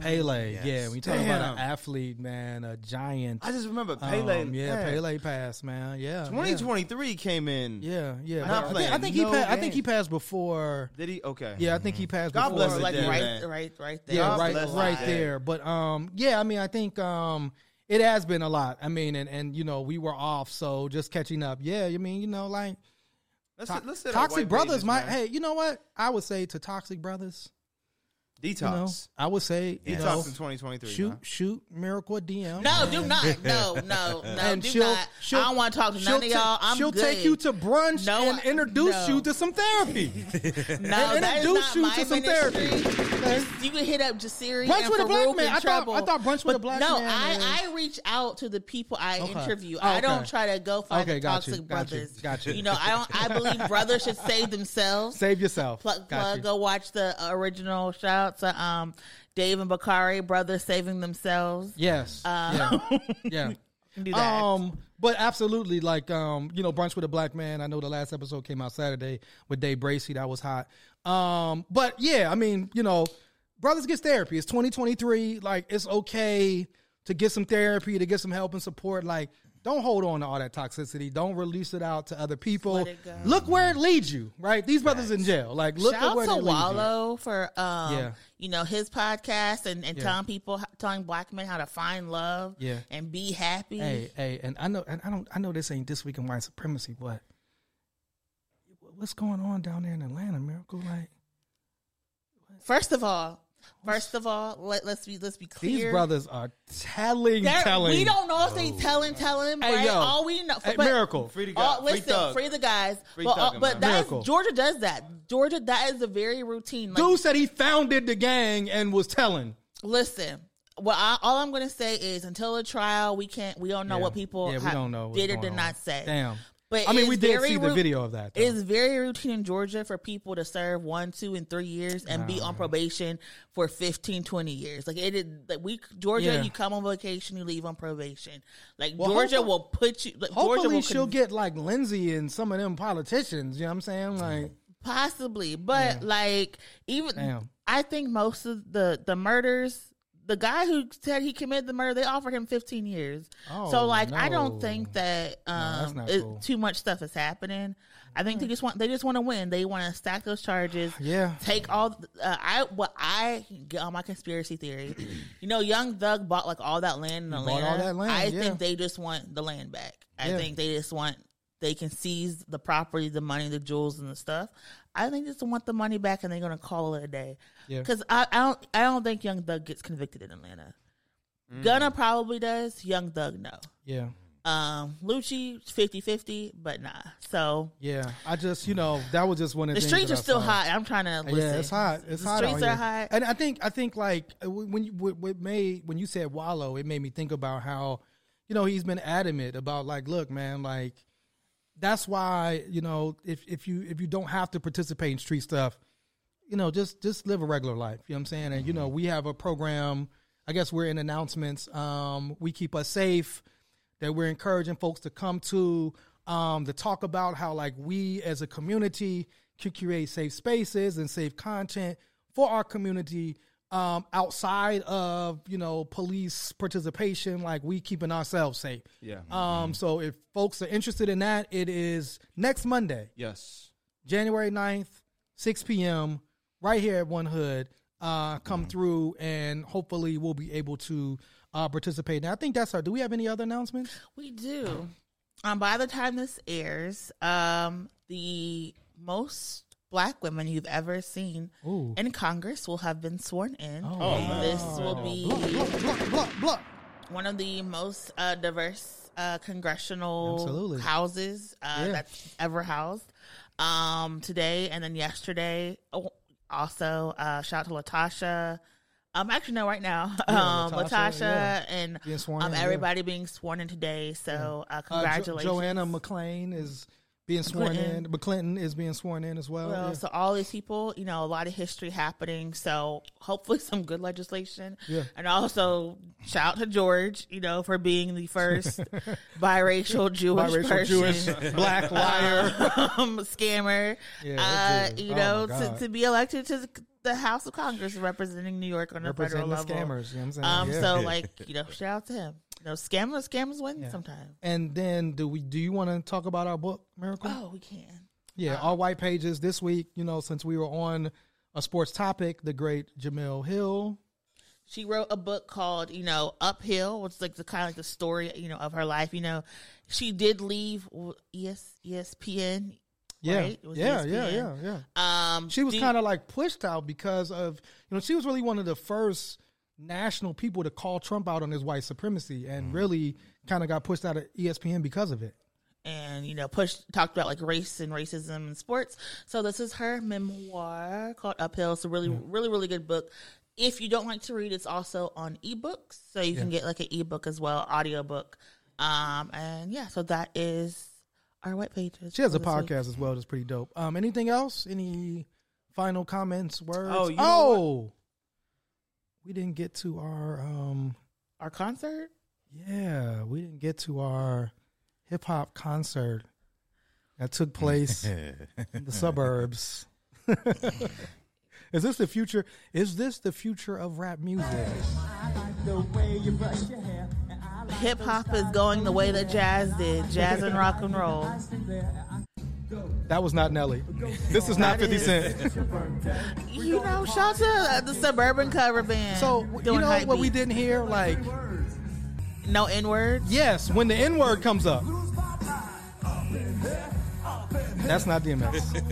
Speaker 2: Pele. Yeah, when you talk about
Speaker 3: Damn.
Speaker 2: an athlete, man, a giant.
Speaker 3: I just remember Pele.
Speaker 2: Um, yeah,
Speaker 3: man.
Speaker 2: Pele passed, man. Yeah, yeah.
Speaker 3: 2023 came in.
Speaker 2: Yeah, yeah.
Speaker 3: Not
Speaker 2: But I, think, I
Speaker 3: playing.
Speaker 2: think he.
Speaker 3: No
Speaker 2: pa- I think
Speaker 3: game.
Speaker 2: he passed before.
Speaker 3: Did he? Okay.
Speaker 2: Yeah, I think he Mm. passed.
Speaker 3: God
Speaker 2: before.
Speaker 3: bless the
Speaker 5: like
Speaker 3: dead
Speaker 5: right,
Speaker 3: man.
Speaker 5: right, right there.
Speaker 2: Yeah,
Speaker 3: God
Speaker 2: right,
Speaker 3: bless
Speaker 2: right
Speaker 3: the dead.
Speaker 2: there. But um, yeah. I mean, I think um, it has been a lot. I mean, and and you know, we were off, so just catching up. Yeah, I mean, you know, like
Speaker 3: Let's,
Speaker 2: to-
Speaker 3: let's sit on
Speaker 2: toxic
Speaker 3: white
Speaker 2: brothers.
Speaker 3: pages,
Speaker 2: My
Speaker 3: man.
Speaker 2: hey, you know what? I would say to toxic brothers.
Speaker 3: detox.
Speaker 2: You know, I would say you
Speaker 3: Detox
Speaker 2: know,
Speaker 3: in 2023.
Speaker 2: shoot,
Speaker 3: man.
Speaker 2: shoot, miracle a DM.
Speaker 5: No, do not. No, no, no.
Speaker 2: And
Speaker 5: Do
Speaker 2: she'll-
Speaker 5: not. I
Speaker 2: she'll-
Speaker 5: don't want to talk to none of
Speaker 2: ta-
Speaker 5: y'all. I'm
Speaker 2: she'll
Speaker 5: good.
Speaker 2: take you to brunch
Speaker 5: No,
Speaker 2: and
Speaker 5: I-
Speaker 2: introduce
Speaker 5: no.
Speaker 2: you to some therapy.
Speaker 5: no.
Speaker 2: and
Speaker 5: That is
Speaker 2: introduce
Speaker 5: not
Speaker 2: you
Speaker 5: my
Speaker 2: to some
Speaker 5: ministry.
Speaker 2: therapy. Okay?
Speaker 5: Just- You can hit up Jasiri
Speaker 2: Brunch
Speaker 5: and
Speaker 2: with a black
Speaker 5: Farouk
Speaker 2: man.
Speaker 5: in
Speaker 2: I thought-
Speaker 5: trouble.
Speaker 2: I thought brunch with
Speaker 5: But
Speaker 2: a black
Speaker 5: no,
Speaker 2: man is-
Speaker 5: I, I reach out to the people I
Speaker 2: Okay.
Speaker 5: interview.
Speaker 2: Oh,
Speaker 5: I don't
Speaker 2: okay.
Speaker 5: try to go find
Speaker 2: Okay,
Speaker 5: the
Speaker 2: got you,
Speaker 5: toxic
Speaker 2: got you,
Speaker 5: brothers.
Speaker 2: got you.
Speaker 5: You know, I don't. I believe brothers should save themselves.
Speaker 2: Save yourself.
Speaker 5: plug,
Speaker 2: Got
Speaker 5: plug
Speaker 2: you.
Speaker 5: go watch the original shout out to um dave and bakari brothers saving themselves
Speaker 2: Yes.
Speaker 5: Uh,
Speaker 2: yeah.
Speaker 5: do
Speaker 2: yeah.
Speaker 5: that
Speaker 2: Um, but absolutely, like um, you know, brunch with a black man. I know the last episode came out Saturday with Dave Bracy. That was hot. Um, but yeah, I mean, you know, brothers gets therapy. It's 2023. Like it's okay to get some therapy, to get some help and support. Like don't hold on to all that toxicity. Don't release it out to other people.
Speaker 5: it go.
Speaker 2: Look where it leads you. Right? These brothers in jail. Like look
Speaker 5: shout
Speaker 2: at where
Speaker 5: out
Speaker 2: they
Speaker 5: to
Speaker 2: lead you.
Speaker 5: wallow for um
Speaker 2: Yeah.
Speaker 5: you know his podcast and, and
Speaker 2: Yeah.
Speaker 5: telling people telling black men how to find love
Speaker 2: Yeah.
Speaker 5: and be happy
Speaker 2: Hey, hey, and I know, and I don't, I know this ain't this week in white supremacy, but what's going on down there in Atlanta, Miracle? Like
Speaker 5: first of all first of all let, let's be let's be clear
Speaker 2: these brothers are telling,
Speaker 5: They're-
Speaker 2: telling.
Speaker 5: we don't know if they
Speaker 3: Oh,
Speaker 5: telling telling
Speaker 2: Hey,
Speaker 5: right
Speaker 2: yo.
Speaker 5: all we know
Speaker 2: Hey,
Speaker 5: but-
Speaker 2: Miracle.
Speaker 3: Free to go.
Speaker 5: Oh,
Speaker 3: free
Speaker 5: listen, free,
Speaker 3: thug.
Speaker 5: the guys,
Speaker 3: Free
Speaker 5: but, uh,
Speaker 3: thugging,
Speaker 5: but
Speaker 3: man.
Speaker 5: that's
Speaker 2: Miracle.
Speaker 5: Georgia does that. Georgia, that is a very routine. Like,
Speaker 2: Dude said he founded the gang and was telling.
Speaker 5: Listen, well, I, all I'm gonna say is until the trial, we can't. We don't know
Speaker 2: Yeah.
Speaker 5: what people
Speaker 2: Yeah, we
Speaker 5: ha-
Speaker 2: don't know what's
Speaker 5: did or
Speaker 2: going
Speaker 5: did
Speaker 2: on.
Speaker 5: not say.
Speaker 2: Damn.
Speaker 5: But
Speaker 2: I mean, we
Speaker 5: it's
Speaker 2: did
Speaker 5: very
Speaker 2: see the
Speaker 5: ru-
Speaker 2: video of that. though.
Speaker 5: It's very routine in Georgia for people to serve one, two, and three years and be on probation for 15, 20 years. Like it is like we Georgia,
Speaker 2: Yeah.
Speaker 5: you come on vacation, you leave on probation. Like
Speaker 2: Well,
Speaker 5: Georgia
Speaker 2: hopefully-
Speaker 5: will put you. Like, Georgia
Speaker 2: Hopefully,
Speaker 5: will
Speaker 2: she'll
Speaker 5: con-
Speaker 2: get like Lindsay and some of them politicians. You know what I'm saying? Like,
Speaker 5: possibly, but like even
Speaker 2: Damn.
Speaker 5: I think most of the the murders. the guy who said he committed the murder, they offered him 15 years. so,
Speaker 2: Oh,
Speaker 5: like, I
Speaker 2: no.
Speaker 5: don't think that
Speaker 2: that's
Speaker 5: um,
Speaker 2: not
Speaker 5: it-
Speaker 2: cool.
Speaker 5: too much stuff is happening. I think they just want they just want to win. They want to stack those charges.
Speaker 2: Yeah.
Speaker 5: take all. th- Uh, I what I get on my conspiracy theory. you know, Young Thug bought like all that land in
Speaker 2: He bought
Speaker 5: Atlanta.
Speaker 2: all that land,
Speaker 5: I
Speaker 2: yeah.
Speaker 5: think they just want the land back. I
Speaker 2: Yeah.
Speaker 5: think they just want they can seize the property, the money, the jewels, and the stuff. I think they just want the money back, and they're gonna call it a day.
Speaker 2: Yeah.
Speaker 5: Because I, I don't I don't think Young Thug gets convicted in Atlanta.
Speaker 2: Mm.
Speaker 5: Gunna probably does. Young Thug no.
Speaker 2: Yeah.
Speaker 5: Um, Lucci 50-50, but nah. So
Speaker 2: Yeah. I just, you know, that was just one of the,
Speaker 5: the
Speaker 2: things
Speaker 5: streets
Speaker 2: that
Speaker 5: are
Speaker 2: I
Speaker 5: still
Speaker 2: saw.
Speaker 5: hot. I'm trying to listen.
Speaker 2: Yeah, it's hot. It's
Speaker 5: the
Speaker 2: hot. out
Speaker 5: streets are
Speaker 2: here.
Speaker 5: hot.
Speaker 2: And I think I think like uh, when you what, what made when you said wallow, it made me think about how you know he's been adamant about like, look, man, like that's why you know if if you if you don't have to participate in street stuff, you know, just just live a regular life. You know what I'm saying? And you know, we have a program. I guess we're in announcements. Um, we keep us safe. That we're encouraging folks to come to um, to talk about how like we as a community can create safe spaces and safe content for our community um, outside of you know police participation. Like we keeping ourselves safe.
Speaker 3: Yeah.
Speaker 2: Um. So if folks are interested in that, it is next Monday.
Speaker 3: Yes.
Speaker 2: January 9th, 6 p.m., right here at One Hood. Uh, come through and hopefully we'll be able to uh, participate. Now, I think that's our. Do we have any other announcements?
Speaker 5: We do. Um, by the time this airs, um, the most black women you've ever seen
Speaker 2: Ooh. Oh,
Speaker 5: in Congress will have been sworn in.
Speaker 2: wow.
Speaker 5: This will be
Speaker 2: Block, block, block, block.
Speaker 5: one of the most uh, diverse uh, congressional
Speaker 2: Absolutely.
Speaker 5: houses uh,
Speaker 2: Yeah.
Speaker 5: that's ever housed um, today and then yesterday. Oh, also, uh, shout out to Latasha. Um, actually, no, right now,
Speaker 2: Yeah,
Speaker 5: um,
Speaker 2: Latasha,
Speaker 5: Latasha,
Speaker 2: yeah.
Speaker 5: and
Speaker 2: Being sworn
Speaker 5: um,
Speaker 2: in, yeah.
Speaker 5: everybody being sworn in today. So, uh,
Speaker 2: Uh, Jo-
Speaker 5: congratulations,
Speaker 2: Joanna McClain is being sworn
Speaker 5: McClinton.
Speaker 2: in. McClinton is being sworn in as well.
Speaker 5: Well,
Speaker 2: Oh, Yeah.
Speaker 5: so all these people, you know, a lot of history happening. So hopefully some good legislation.
Speaker 2: Yeah.
Speaker 5: And also shout to George, you know, for being the first biracial Jewish
Speaker 2: Biracial
Speaker 5: person.
Speaker 2: Jewish black liar.
Speaker 5: um, scammer,
Speaker 2: Yeah,
Speaker 5: uh,
Speaker 2: that's it.
Speaker 5: you
Speaker 2: Oh,
Speaker 5: know,
Speaker 2: my
Speaker 5: to,
Speaker 2: God.
Speaker 5: to be elected to the House of Congress representing New York on a federal
Speaker 2: Representing the
Speaker 5: level.
Speaker 2: scammers. You know what I'm saying?
Speaker 5: Um,
Speaker 2: Yeah.
Speaker 5: so like you know, shout out to him. You know, scammers, scammers win sometimes.
Speaker 2: and then do we? Do you want to talk about our book, Miracle?
Speaker 5: Oh, uh, we can.
Speaker 2: Yeah, all white pages this week. You know, since we were on a sports topic, the great Jamil Hill.
Speaker 5: she wrote a book called you know uphill which is like the kind of like the story you know of her life you know she did leave w- E ES, espn
Speaker 2: Yeah,
Speaker 5: right? It was E
Speaker 2: yeah, yeah, yeah,
Speaker 5: ESPN.
Speaker 2: yeah.
Speaker 5: um
Speaker 2: She was
Speaker 5: do-
Speaker 2: kind of like pushed out because of you know she was really one of the first national people to call Trump out on his white supremacy, and really kind of got pushed out of E ESPN because of it.
Speaker 5: and you know pushed talked about like race and racism in sports so this is her memoir called uphill it's a really
Speaker 2: Mm-hmm.
Speaker 5: really really good book if you don't like to read it's also on ebooks so you can get like an ebook as well audiobook um and yeah so that is our white pages
Speaker 2: She has a
Speaker 5: for this week.
Speaker 2: podcast as well that's pretty dope. Um, anything else? Any final comments? Words?
Speaker 3: Oh, you know
Speaker 2: oh, we didn't get to our um.
Speaker 5: our concert
Speaker 2: Yeah, we didn't get to our hip hop concert that took place in the suburbs. is this the future? Is this the future of rap music?
Speaker 5: Hip hop is going the way that jazz did. Jazz and rock and roll.
Speaker 2: That was not Nelly. This is not 50 Cent.
Speaker 5: You know, shout out to uh, the suburban cover band.
Speaker 2: So, you know
Speaker 5: hype
Speaker 2: what we
Speaker 5: beats.
Speaker 2: didn't hear? Like,
Speaker 5: No N words.
Speaker 2: yes, when the N word comes up. That's not DMX.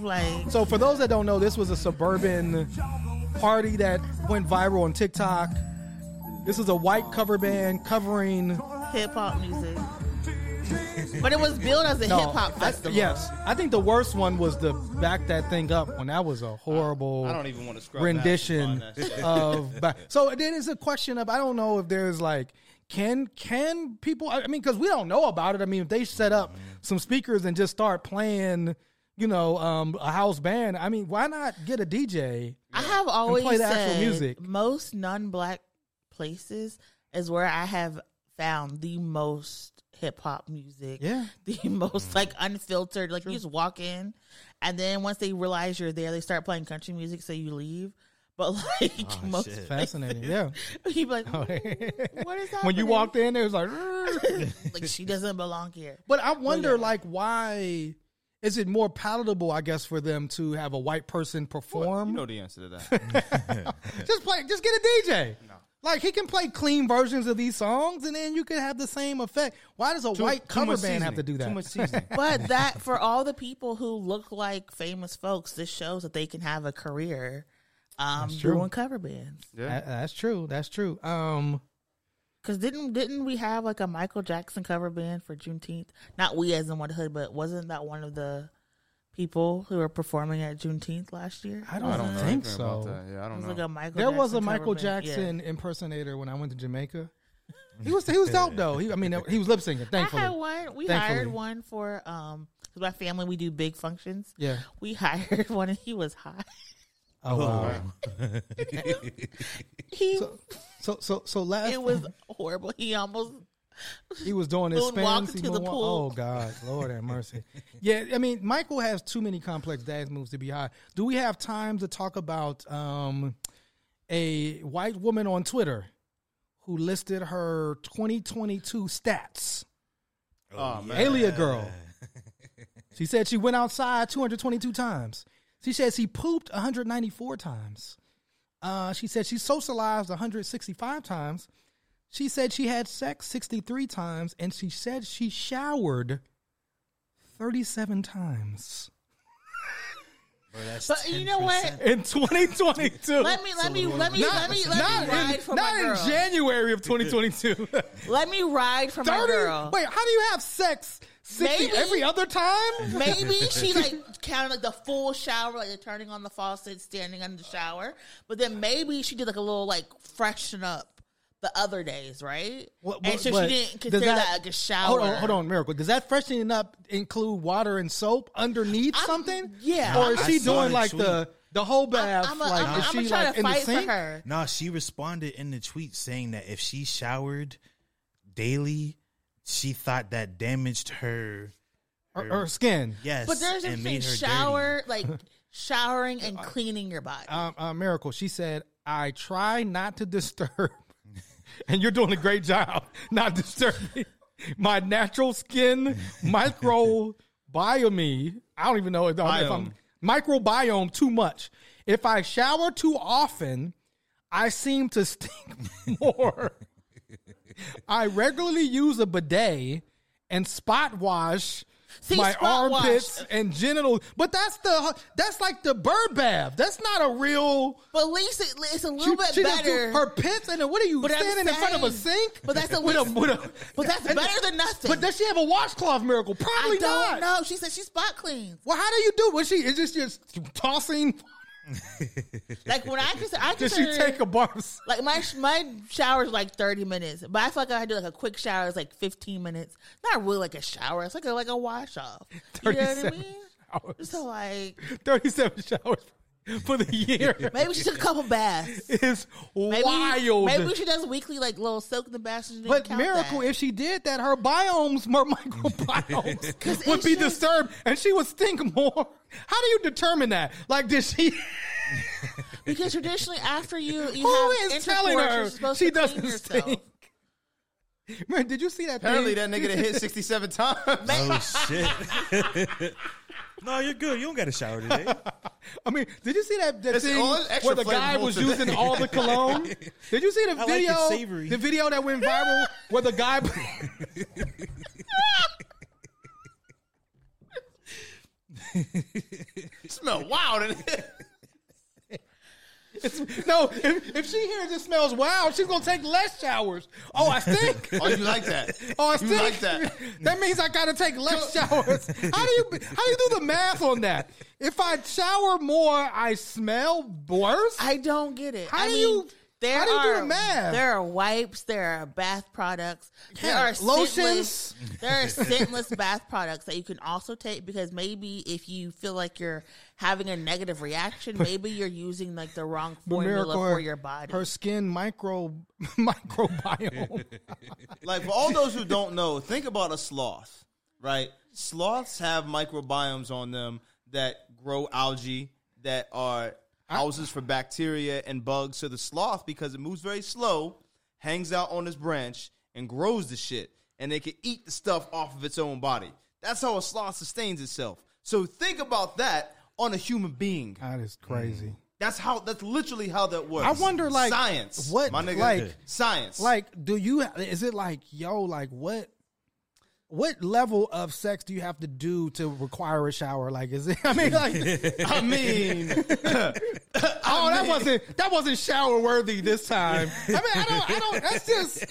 Speaker 5: Like
Speaker 2: So for those that don't know, this was a suburban party that went viral on TikTok. This is a white cover band covering.
Speaker 5: hip hop music. But it was billed as a
Speaker 2: No,
Speaker 5: hip hop festival.
Speaker 2: Yes, I think the worst one was the back that thing up when that was a horrible
Speaker 3: I don't even want to scrub
Speaker 2: rendition
Speaker 3: That and find that stuff.
Speaker 2: of. Back. So then it's a question of I don't know if there's like can can people I I mean because we don't know about it. I mean if they set up some speakers and just start playing, you know, um, a house band. I mean why not get a DJ?
Speaker 5: I have always
Speaker 2: play the
Speaker 5: said
Speaker 2: actual music.
Speaker 5: most non black places is where I have found the most hip hop music.
Speaker 2: Yeah. Mm.
Speaker 5: The most like unfiltered. Like you just walk in and then once they realize you're there, they start playing country music, so you leave. But like
Speaker 2: Ah,
Speaker 5: most,
Speaker 4: shit.
Speaker 2: Fascinating. Yeah.
Speaker 5: you'd be like, "Ooh, what is that?
Speaker 2: When you walked in, it was like.
Speaker 5: like she doesn't belong here.
Speaker 2: But I wonder, like, why is it more palatable? I guess for them to have a white person perform.
Speaker 3: You know the answer to that.
Speaker 2: just play. Just get a DJ. Like he can play clean versions of these songs, and then you can have the same effect. Why does a
Speaker 3: Too
Speaker 2: white cover
Speaker 3: much
Speaker 2: band have to
Speaker 3: seasoning.
Speaker 2: do that?
Speaker 3: Too much seasoning.
Speaker 5: But that for all the people who look like famous folks, this shows that they can have a career um,
Speaker 2: true.
Speaker 5: doing cover bands.
Speaker 2: That- uh, that's true. That's true. Um,
Speaker 5: Because didn't didn't we have like a Michael Jackson cover band for Juneteenth? Not we as in One Hood, but wasn't that one of the people who were performing at Juneteenth last year?
Speaker 2: I don't,
Speaker 3: know
Speaker 2: think
Speaker 3: anything about
Speaker 2: so.
Speaker 3: that. Yeah, I
Speaker 5: It
Speaker 3: don't
Speaker 5: was
Speaker 3: know.
Speaker 5: like a Michael.
Speaker 2: There
Speaker 5: Jackson
Speaker 2: was a
Speaker 5: cover
Speaker 2: Michael
Speaker 5: band. Yeah.
Speaker 2: Jackson impersonator when I went to Jamaica. He was he was dope though. He, I mean, he was lip syncing. Thankfully,
Speaker 5: I had one. We
Speaker 2: Thankfully.
Speaker 5: hired one for um because my family we do big functions.
Speaker 2: Yeah.
Speaker 5: we hired one and he was hot.
Speaker 2: Oh, wow.
Speaker 5: He
Speaker 2: So so so last
Speaker 5: it was horrible. He almost
Speaker 2: he was doing his
Speaker 5: Moonwalk
Speaker 2: spins. he
Speaker 5: to the
Speaker 2: moonwalk- Oh
Speaker 5: pool.
Speaker 2: God, Lord have mercy. Yeah, I mean, Michael has too many complex dance moves to be high. Do we have time to talk about um, a white woman on Twitter who listed her 2022 stats?
Speaker 3: Oh, man.
Speaker 2: Alia girl. She said she went outside 222 times. She said she pooped 194 times. Uh, she said she socialized 165 times. She said she had sex 63 times, and she said she showered 37 times
Speaker 4: Bro, that's
Speaker 5: But you know what?
Speaker 4: 10%.
Speaker 2: in 2022.
Speaker 5: let me let me let me let me let me
Speaker 2: not
Speaker 5: ride
Speaker 2: in,
Speaker 5: for
Speaker 2: not
Speaker 5: my
Speaker 2: in
Speaker 5: girl.
Speaker 2: January of 2022. 30,
Speaker 5: Let me ride for my girl.
Speaker 2: wait, how do you have sex 60
Speaker 5: Maybe-
Speaker 2: every other time?
Speaker 5: Maybe she like counted like the full shower, like the turning on the faucet, standing under the shower. But then maybe she did like a little like freshen up the other days, right?
Speaker 2: What-
Speaker 5: and
Speaker 2: what-
Speaker 5: so
Speaker 2: but
Speaker 5: she didn't
Speaker 2: does
Speaker 5: consider that, like a shower.
Speaker 2: Hold on, hold on, Miracle. Does that freshening up include water and soap underneath
Speaker 5: I'm-
Speaker 2: something?
Speaker 5: yeah.
Speaker 2: Or is
Speaker 4: I
Speaker 2: she
Speaker 4: saw
Speaker 2: doing
Speaker 4: the
Speaker 2: like
Speaker 4: tweet.
Speaker 2: the the whole
Speaker 5: I'm,
Speaker 2: bath?
Speaker 5: I'm, a,
Speaker 2: like
Speaker 5: I'm,
Speaker 2: is
Speaker 5: I'm
Speaker 2: she
Speaker 5: trying
Speaker 2: like
Speaker 5: to
Speaker 2: in the
Speaker 5: fight for
Speaker 2: sink?
Speaker 5: her.
Speaker 4: No, she responded in the tweet saying that if she showered daily, she thought that damaged her.
Speaker 2: Or, or skin?
Speaker 4: Yes,
Speaker 5: But there's a
Speaker 4: and made
Speaker 5: thing
Speaker 4: her
Speaker 5: shower like showering and cleaning your body.
Speaker 2: Um, uh, Miracle. She said, "I try not to disturb, and you're doing a great job not disturbing my natural skin microbiome. I don't even know if, if I'm
Speaker 3: Biome.
Speaker 2: microbiome too much. If I shower too often, I seem to stink more. I regularly use a bidet and spot wash."
Speaker 5: See,
Speaker 2: my
Speaker 5: spot wash.
Speaker 2: armpits and genitals, but that's the that's like the bird bath. That's not a real.
Speaker 5: but at least it, it's a
Speaker 2: She-
Speaker 5: little bit
Speaker 2: she just do
Speaker 5: better.
Speaker 2: her pits and then what are you
Speaker 5: But I'm
Speaker 2: standing in front of a
Speaker 5: saying-
Speaker 2: sink?
Speaker 5: but that's a
Speaker 2: with a,
Speaker 5: least-
Speaker 2: with a-
Speaker 5: but that's
Speaker 2: and-
Speaker 5: better than nothing.
Speaker 2: But does she have a washcloth miracle? Probably
Speaker 5: I
Speaker 2: not.
Speaker 5: don't know. She said she spot cleans.
Speaker 2: Well, how do you do? Was she is just just tossing?
Speaker 5: Like when I consider, I
Speaker 2: Did she
Speaker 5: consider
Speaker 2: take a barf?
Speaker 5: Like my sh- my shower is like thirty minutes, but I feel like I do like a quick shower. It's like fifteen minutes. Not really like a shower. It's like a, like a wash off. You know what I
Speaker 2: 37
Speaker 5: mean? So like
Speaker 2: Thirty-seven showers for the year
Speaker 5: maybe she took a couple baths.
Speaker 2: is
Speaker 5: Maybe,
Speaker 2: wild.
Speaker 5: Maybe she does weekly like little soak in the baths. And she didn't
Speaker 2: But
Speaker 5: count
Speaker 2: miracle,
Speaker 5: that.
Speaker 2: if she did that, her biomes, her microbiomes would
Speaker 5: it
Speaker 2: be
Speaker 5: should-
Speaker 2: disturbed, and she would stink more. How do you determine that? Like, did she?
Speaker 5: because traditionally after you you
Speaker 2: Who
Speaker 5: have
Speaker 2: is telling
Speaker 5: intercourse, you're
Speaker 2: her
Speaker 5: supposed
Speaker 2: she
Speaker 5: to clean
Speaker 2: doesn't
Speaker 5: yourself.
Speaker 2: stink? Man, did you see that?
Speaker 3: Apparently,
Speaker 2: thing?
Speaker 3: that nigga that hit 67 times.
Speaker 4: dirty. Oh shit! no, you're good. You don't got to shower today.
Speaker 2: I mean, did you see that, that
Speaker 3: It's
Speaker 2: thing
Speaker 3: all
Speaker 2: where
Speaker 3: extra
Speaker 2: the guy
Speaker 3: flavorful
Speaker 2: was
Speaker 3: today.
Speaker 2: using all the cologne? Did you see the
Speaker 4: like it
Speaker 2: video?
Speaker 4: savory.
Speaker 2: the video that went viral where the guy.
Speaker 3: smell wild.
Speaker 2: It's- no, if, if she hears it smells wow, she's gonna take less showers. Oh, I stink.
Speaker 3: oh, you like that?
Speaker 2: Oh, I
Speaker 3: you
Speaker 2: stink.
Speaker 3: like that?
Speaker 2: That means I gotta take less showers. How do you how do you do the math on that? If I shower more, I smell worse.
Speaker 5: I don't get it.
Speaker 2: How
Speaker 5: I
Speaker 2: do
Speaker 5: mean,
Speaker 2: you-
Speaker 5: There
Speaker 2: how do you do
Speaker 5: are
Speaker 2: the math?
Speaker 5: there are wipes, there are bath products, there
Speaker 2: Yeah,
Speaker 5: are
Speaker 2: lotions.
Speaker 5: lotions, there are scentless bath products that you can also take because maybe if you feel like you're having a negative reaction, maybe you're using like the wrong
Speaker 2: But
Speaker 5: formula
Speaker 2: Miracle,
Speaker 5: for
Speaker 2: her-
Speaker 5: your body.
Speaker 2: Her skin micro microbiome.
Speaker 3: Like for all those who don't know, think about a sloth, right? Sloths have microbiomes on them that grow algae that are houses for bacteria and bugs to the sloth because it moves very slow, hangs out on this branch, and grows the shit. And they can eat the stuff off of its own body. That's how a sloth sustains itself. So think about that on a human being.
Speaker 2: That is crazy.
Speaker 3: That's how. That's literally how that works.
Speaker 2: I wonder, like,
Speaker 3: science.
Speaker 2: what,
Speaker 3: my nigga,
Speaker 2: like-
Speaker 3: science?
Speaker 2: Mm. Like, do you? Is it like, yo, like what? What level of sex do you have to do to require a shower? Like, is it? I mean, like,
Speaker 3: I mean,
Speaker 2: oh, that wasn't that wasn't shower worthy this time. I mean, I don't, I don't. That's just,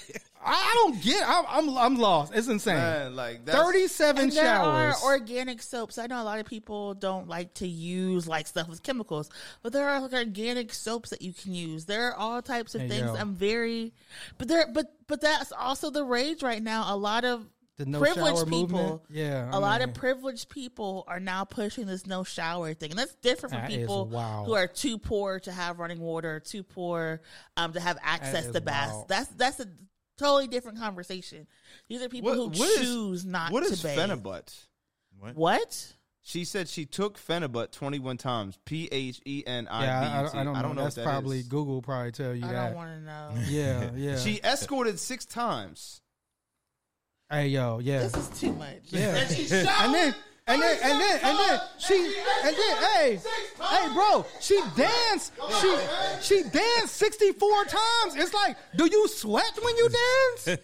Speaker 2: I, I don't get. I, I'm, I'm lost. It's insane.
Speaker 3: man, like that's,
Speaker 2: Thirty-seven
Speaker 5: And there
Speaker 2: showers.
Speaker 5: are organic soaps. I know a lot of people don't like to use like stuff with chemicals, but there are like organic soaps that you can use. There are all types of
Speaker 2: Hey,
Speaker 5: things.
Speaker 2: yo.
Speaker 5: I'm very, but there, but but that's also the rage right now. A lot of
Speaker 2: The no
Speaker 5: privileged
Speaker 2: shower
Speaker 5: people,
Speaker 2: movement? Yeah,
Speaker 5: a
Speaker 2: I
Speaker 5: lot
Speaker 2: mean-
Speaker 5: of privileged people are now pushing this no shower thing, and that's different from
Speaker 2: That is
Speaker 5: people
Speaker 2: wild.
Speaker 5: who are too poor to have running water, too poor um, to have access
Speaker 2: is
Speaker 5: to baths.
Speaker 2: wild.
Speaker 5: That's that's a totally different conversation. These are people who
Speaker 3: is-
Speaker 5: choose not
Speaker 3: What
Speaker 5: to
Speaker 3: is
Speaker 5: bathe.
Speaker 3: phenobutt?
Speaker 5: What?
Speaker 3: She said she took phenobutt twenty-one times. P H E N I B T.
Speaker 2: yeah, I, I, don't- I don't know.
Speaker 3: know.
Speaker 2: That's
Speaker 3: what that
Speaker 2: probably
Speaker 3: is.
Speaker 2: Google probably tell you
Speaker 5: I
Speaker 2: that.
Speaker 5: don't want to know.
Speaker 2: yeah, yeah.
Speaker 3: She escorted six times.
Speaker 2: hey, yo, yeah.
Speaker 5: This is too much.
Speaker 2: Yeah.
Speaker 5: And she's showering.
Speaker 2: And then and then and then and then she and then hey hey bro she danced she she danced 64 times it's like do you sweat when you dance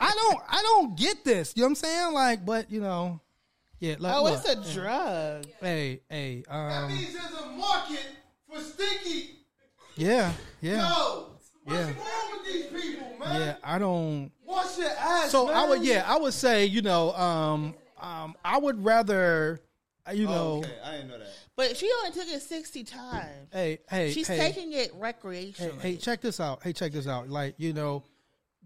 Speaker 2: i don't i don't get this you know what i'm saying like but you know yeah like
Speaker 5: oh,
Speaker 2: look,
Speaker 5: it's a drug.
Speaker 2: hey hey um
Speaker 3: there's a market for stinky.
Speaker 2: yeah yeah Yeah.
Speaker 3: what's wrong with these people,
Speaker 2: yeah i don't
Speaker 3: Wash your ass.
Speaker 2: So I would, yeah, I would say, you know, um, um, I would rather, uh,
Speaker 5: Oh,
Speaker 2: you know,
Speaker 3: Oh, okay, I didn't know that.
Speaker 5: But she only took it 60 times.
Speaker 2: hey, hey,
Speaker 5: She's
Speaker 2: hey,
Speaker 5: taking it
Speaker 2: hey,
Speaker 5: recreationally.
Speaker 2: hey, check this out, hey, check this out, like, you know,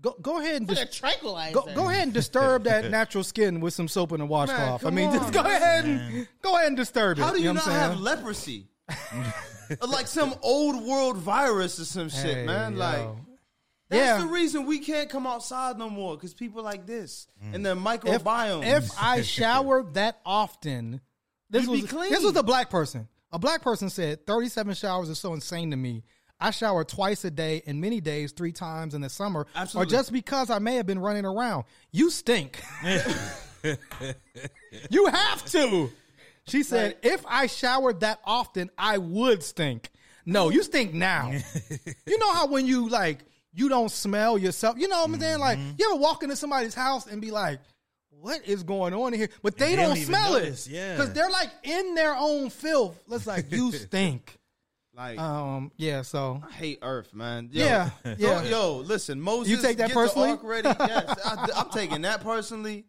Speaker 2: go go ahead and
Speaker 5: It's like
Speaker 2: just.
Speaker 5: a tranquilizer.
Speaker 2: Go, go ahead and disturb that natural skin with some soap and a washcloth. I
Speaker 3: come
Speaker 2: mean, just
Speaker 3: on,
Speaker 2: go ahead and go ahead and disturb it.
Speaker 3: How do you,
Speaker 2: know
Speaker 3: not
Speaker 2: what I'm saying?
Speaker 3: have leprosy? like some old world virus or some shit,
Speaker 2: Hey,
Speaker 3: man.
Speaker 2: yo.
Speaker 3: Like that's
Speaker 2: Yeah.
Speaker 3: the reason we can't come outside no more because people like this and their
Speaker 2: Mm. if,
Speaker 3: microbiome.
Speaker 2: if I showered that often, this
Speaker 3: You'd be
Speaker 2: was
Speaker 3: clean.
Speaker 2: this was a black person. A black person said, "37 showers is so insane to me. I shower twice a day, and many days three times in the summer, or
Speaker 3: Absolutely.
Speaker 2: just because I may have been running around. You stink. you have to." She said, "If I showered that often, I would stink. No, you stink now. you know how when you like." You don't smell yourself. You know what I'm saying? Like, you ever walk into somebody's house and be like, what is going on in here? But they,
Speaker 4: they
Speaker 2: don't,
Speaker 4: don't even
Speaker 2: smell
Speaker 4: notice,
Speaker 2: it.
Speaker 4: yeah.
Speaker 2: Because they're like in their own filth. Let's like, you stink.
Speaker 3: like
Speaker 2: Um, yeah, so.
Speaker 3: I hate Earth, man. Yo,
Speaker 2: Yeah, yeah.
Speaker 3: Yo, yo, listen, Moses.
Speaker 2: You take that
Speaker 3: get the
Speaker 2: personally?
Speaker 3: ark ready. Yes, I, I'm taking that personally.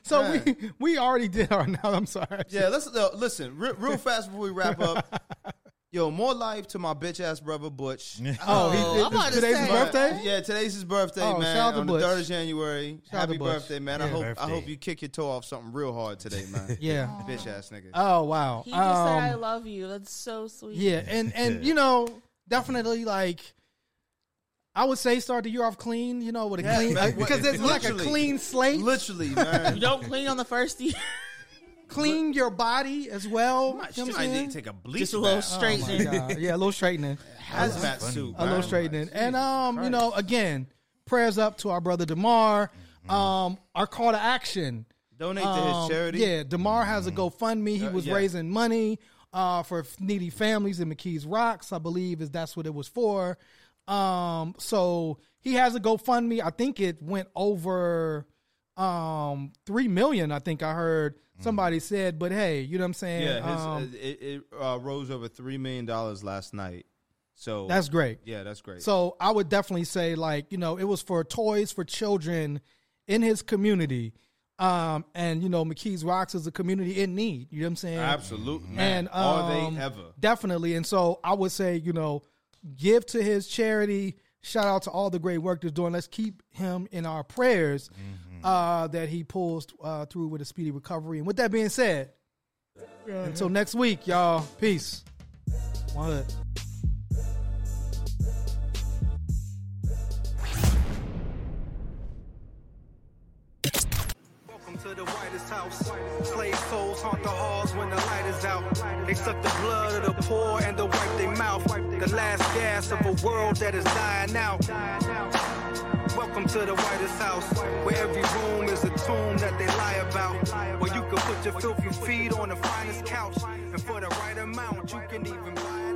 Speaker 2: So we we already did our now. I'm sorry.
Speaker 3: Yeah, let's uh, listen re- real fast before we wrap up. Yo, more life to my bitch ass brother Butch.
Speaker 2: Oh, he-
Speaker 5: I'm about to
Speaker 2: today's his
Speaker 5: say.
Speaker 2: birthday?
Speaker 3: Yeah, today's his birthday,
Speaker 2: Oh,
Speaker 3: man.
Speaker 2: shout out to
Speaker 3: on the
Speaker 2: Butch.
Speaker 3: third of January.
Speaker 2: Shout out
Speaker 3: Happy
Speaker 2: to Butch.
Speaker 3: birthday, man. I
Speaker 2: Yeah.
Speaker 3: hope I
Speaker 4: Birthday.
Speaker 3: hope you kick your toe off something real hard today, man.
Speaker 2: Yeah.
Speaker 3: Bitch ass nigga.
Speaker 2: Oh, wow.
Speaker 5: He just said, I
Speaker 2: Um,
Speaker 5: love you. That's so sweet.
Speaker 2: Yeah, and and you know, definitely like I would say start the year off clean, you know, with a
Speaker 3: Yeah,
Speaker 2: clean
Speaker 3: man.
Speaker 2: because there's like a
Speaker 3: Literally.
Speaker 2: clean slate.
Speaker 3: Literally,
Speaker 5: You
Speaker 3: man.
Speaker 5: don't clean on the first year.
Speaker 2: Clean your body as well.
Speaker 3: She
Speaker 2: You know what
Speaker 3: might
Speaker 2: I'm
Speaker 3: need
Speaker 2: saying?
Speaker 3: to take a bleach
Speaker 5: Just a little
Speaker 3: bath.
Speaker 2: Oh My
Speaker 5: straightening.
Speaker 2: God. Yeah, a little straightening.
Speaker 3: hazmat suit.
Speaker 2: a little
Speaker 3: man.
Speaker 2: straightening.
Speaker 3: Like,
Speaker 2: And
Speaker 3: Jesus
Speaker 2: um, you
Speaker 3: Christ.
Speaker 2: know, again, prayers up to our brother Demar.
Speaker 3: Mm-hmm.
Speaker 2: Um, our call to action.
Speaker 3: donate to
Speaker 2: Um,
Speaker 3: his charity.
Speaker 2: Yeah, Demar has a GoFundMe. He
Speaker 3: Uh,
Speaker 2: was
Speaker 3: yeah.
Speaker 2: raising money uh for f- needy families in McKees Rocks, I believe, is that's what it was for. Um, so he has a GoFundMe. I think it went over um three million. I think I heard somebody said, but hey, you know what I'm saying?
Speaker 3: Mm. Yeah, his,
Speaker 2: Um,
Speaker 3: uh, it, it uh, rose over three million dollars last night. So
Speaker 2: that's great.
Speaker 3: Yeah, that's great.
Speaker 2: So I would definitely say, like, you know, it was for toys for children in his community. Um, and, you know, McKees Rocks is a community in need. You know what I'm saying?
Speaker 3: absolutely,
Speaker 2: And
Speaker 3: man.
Speaker 2: um,
Speaker 3: are they ever?
Speaker 2: Definitely. And so I would say, you know, give to his charity. Shout out to all the great work that's doing. Let's keep him in our prayers uh, that he pulls uh, through with a speedy recovery. And with that being said, until next week, y'all. Peace. One hood.
Speaker 1: Welcome to to the whitest house. Slave souls haunt the halls when the light is out. They suck the blood of the poor and they wipe their mouth. The last gas of a world that is dying out. Welcome to the whitest house, where every room is a tomb that they lie about. Where you can put your filthy feet on the finest couch, and for the right amount, you can even buy it.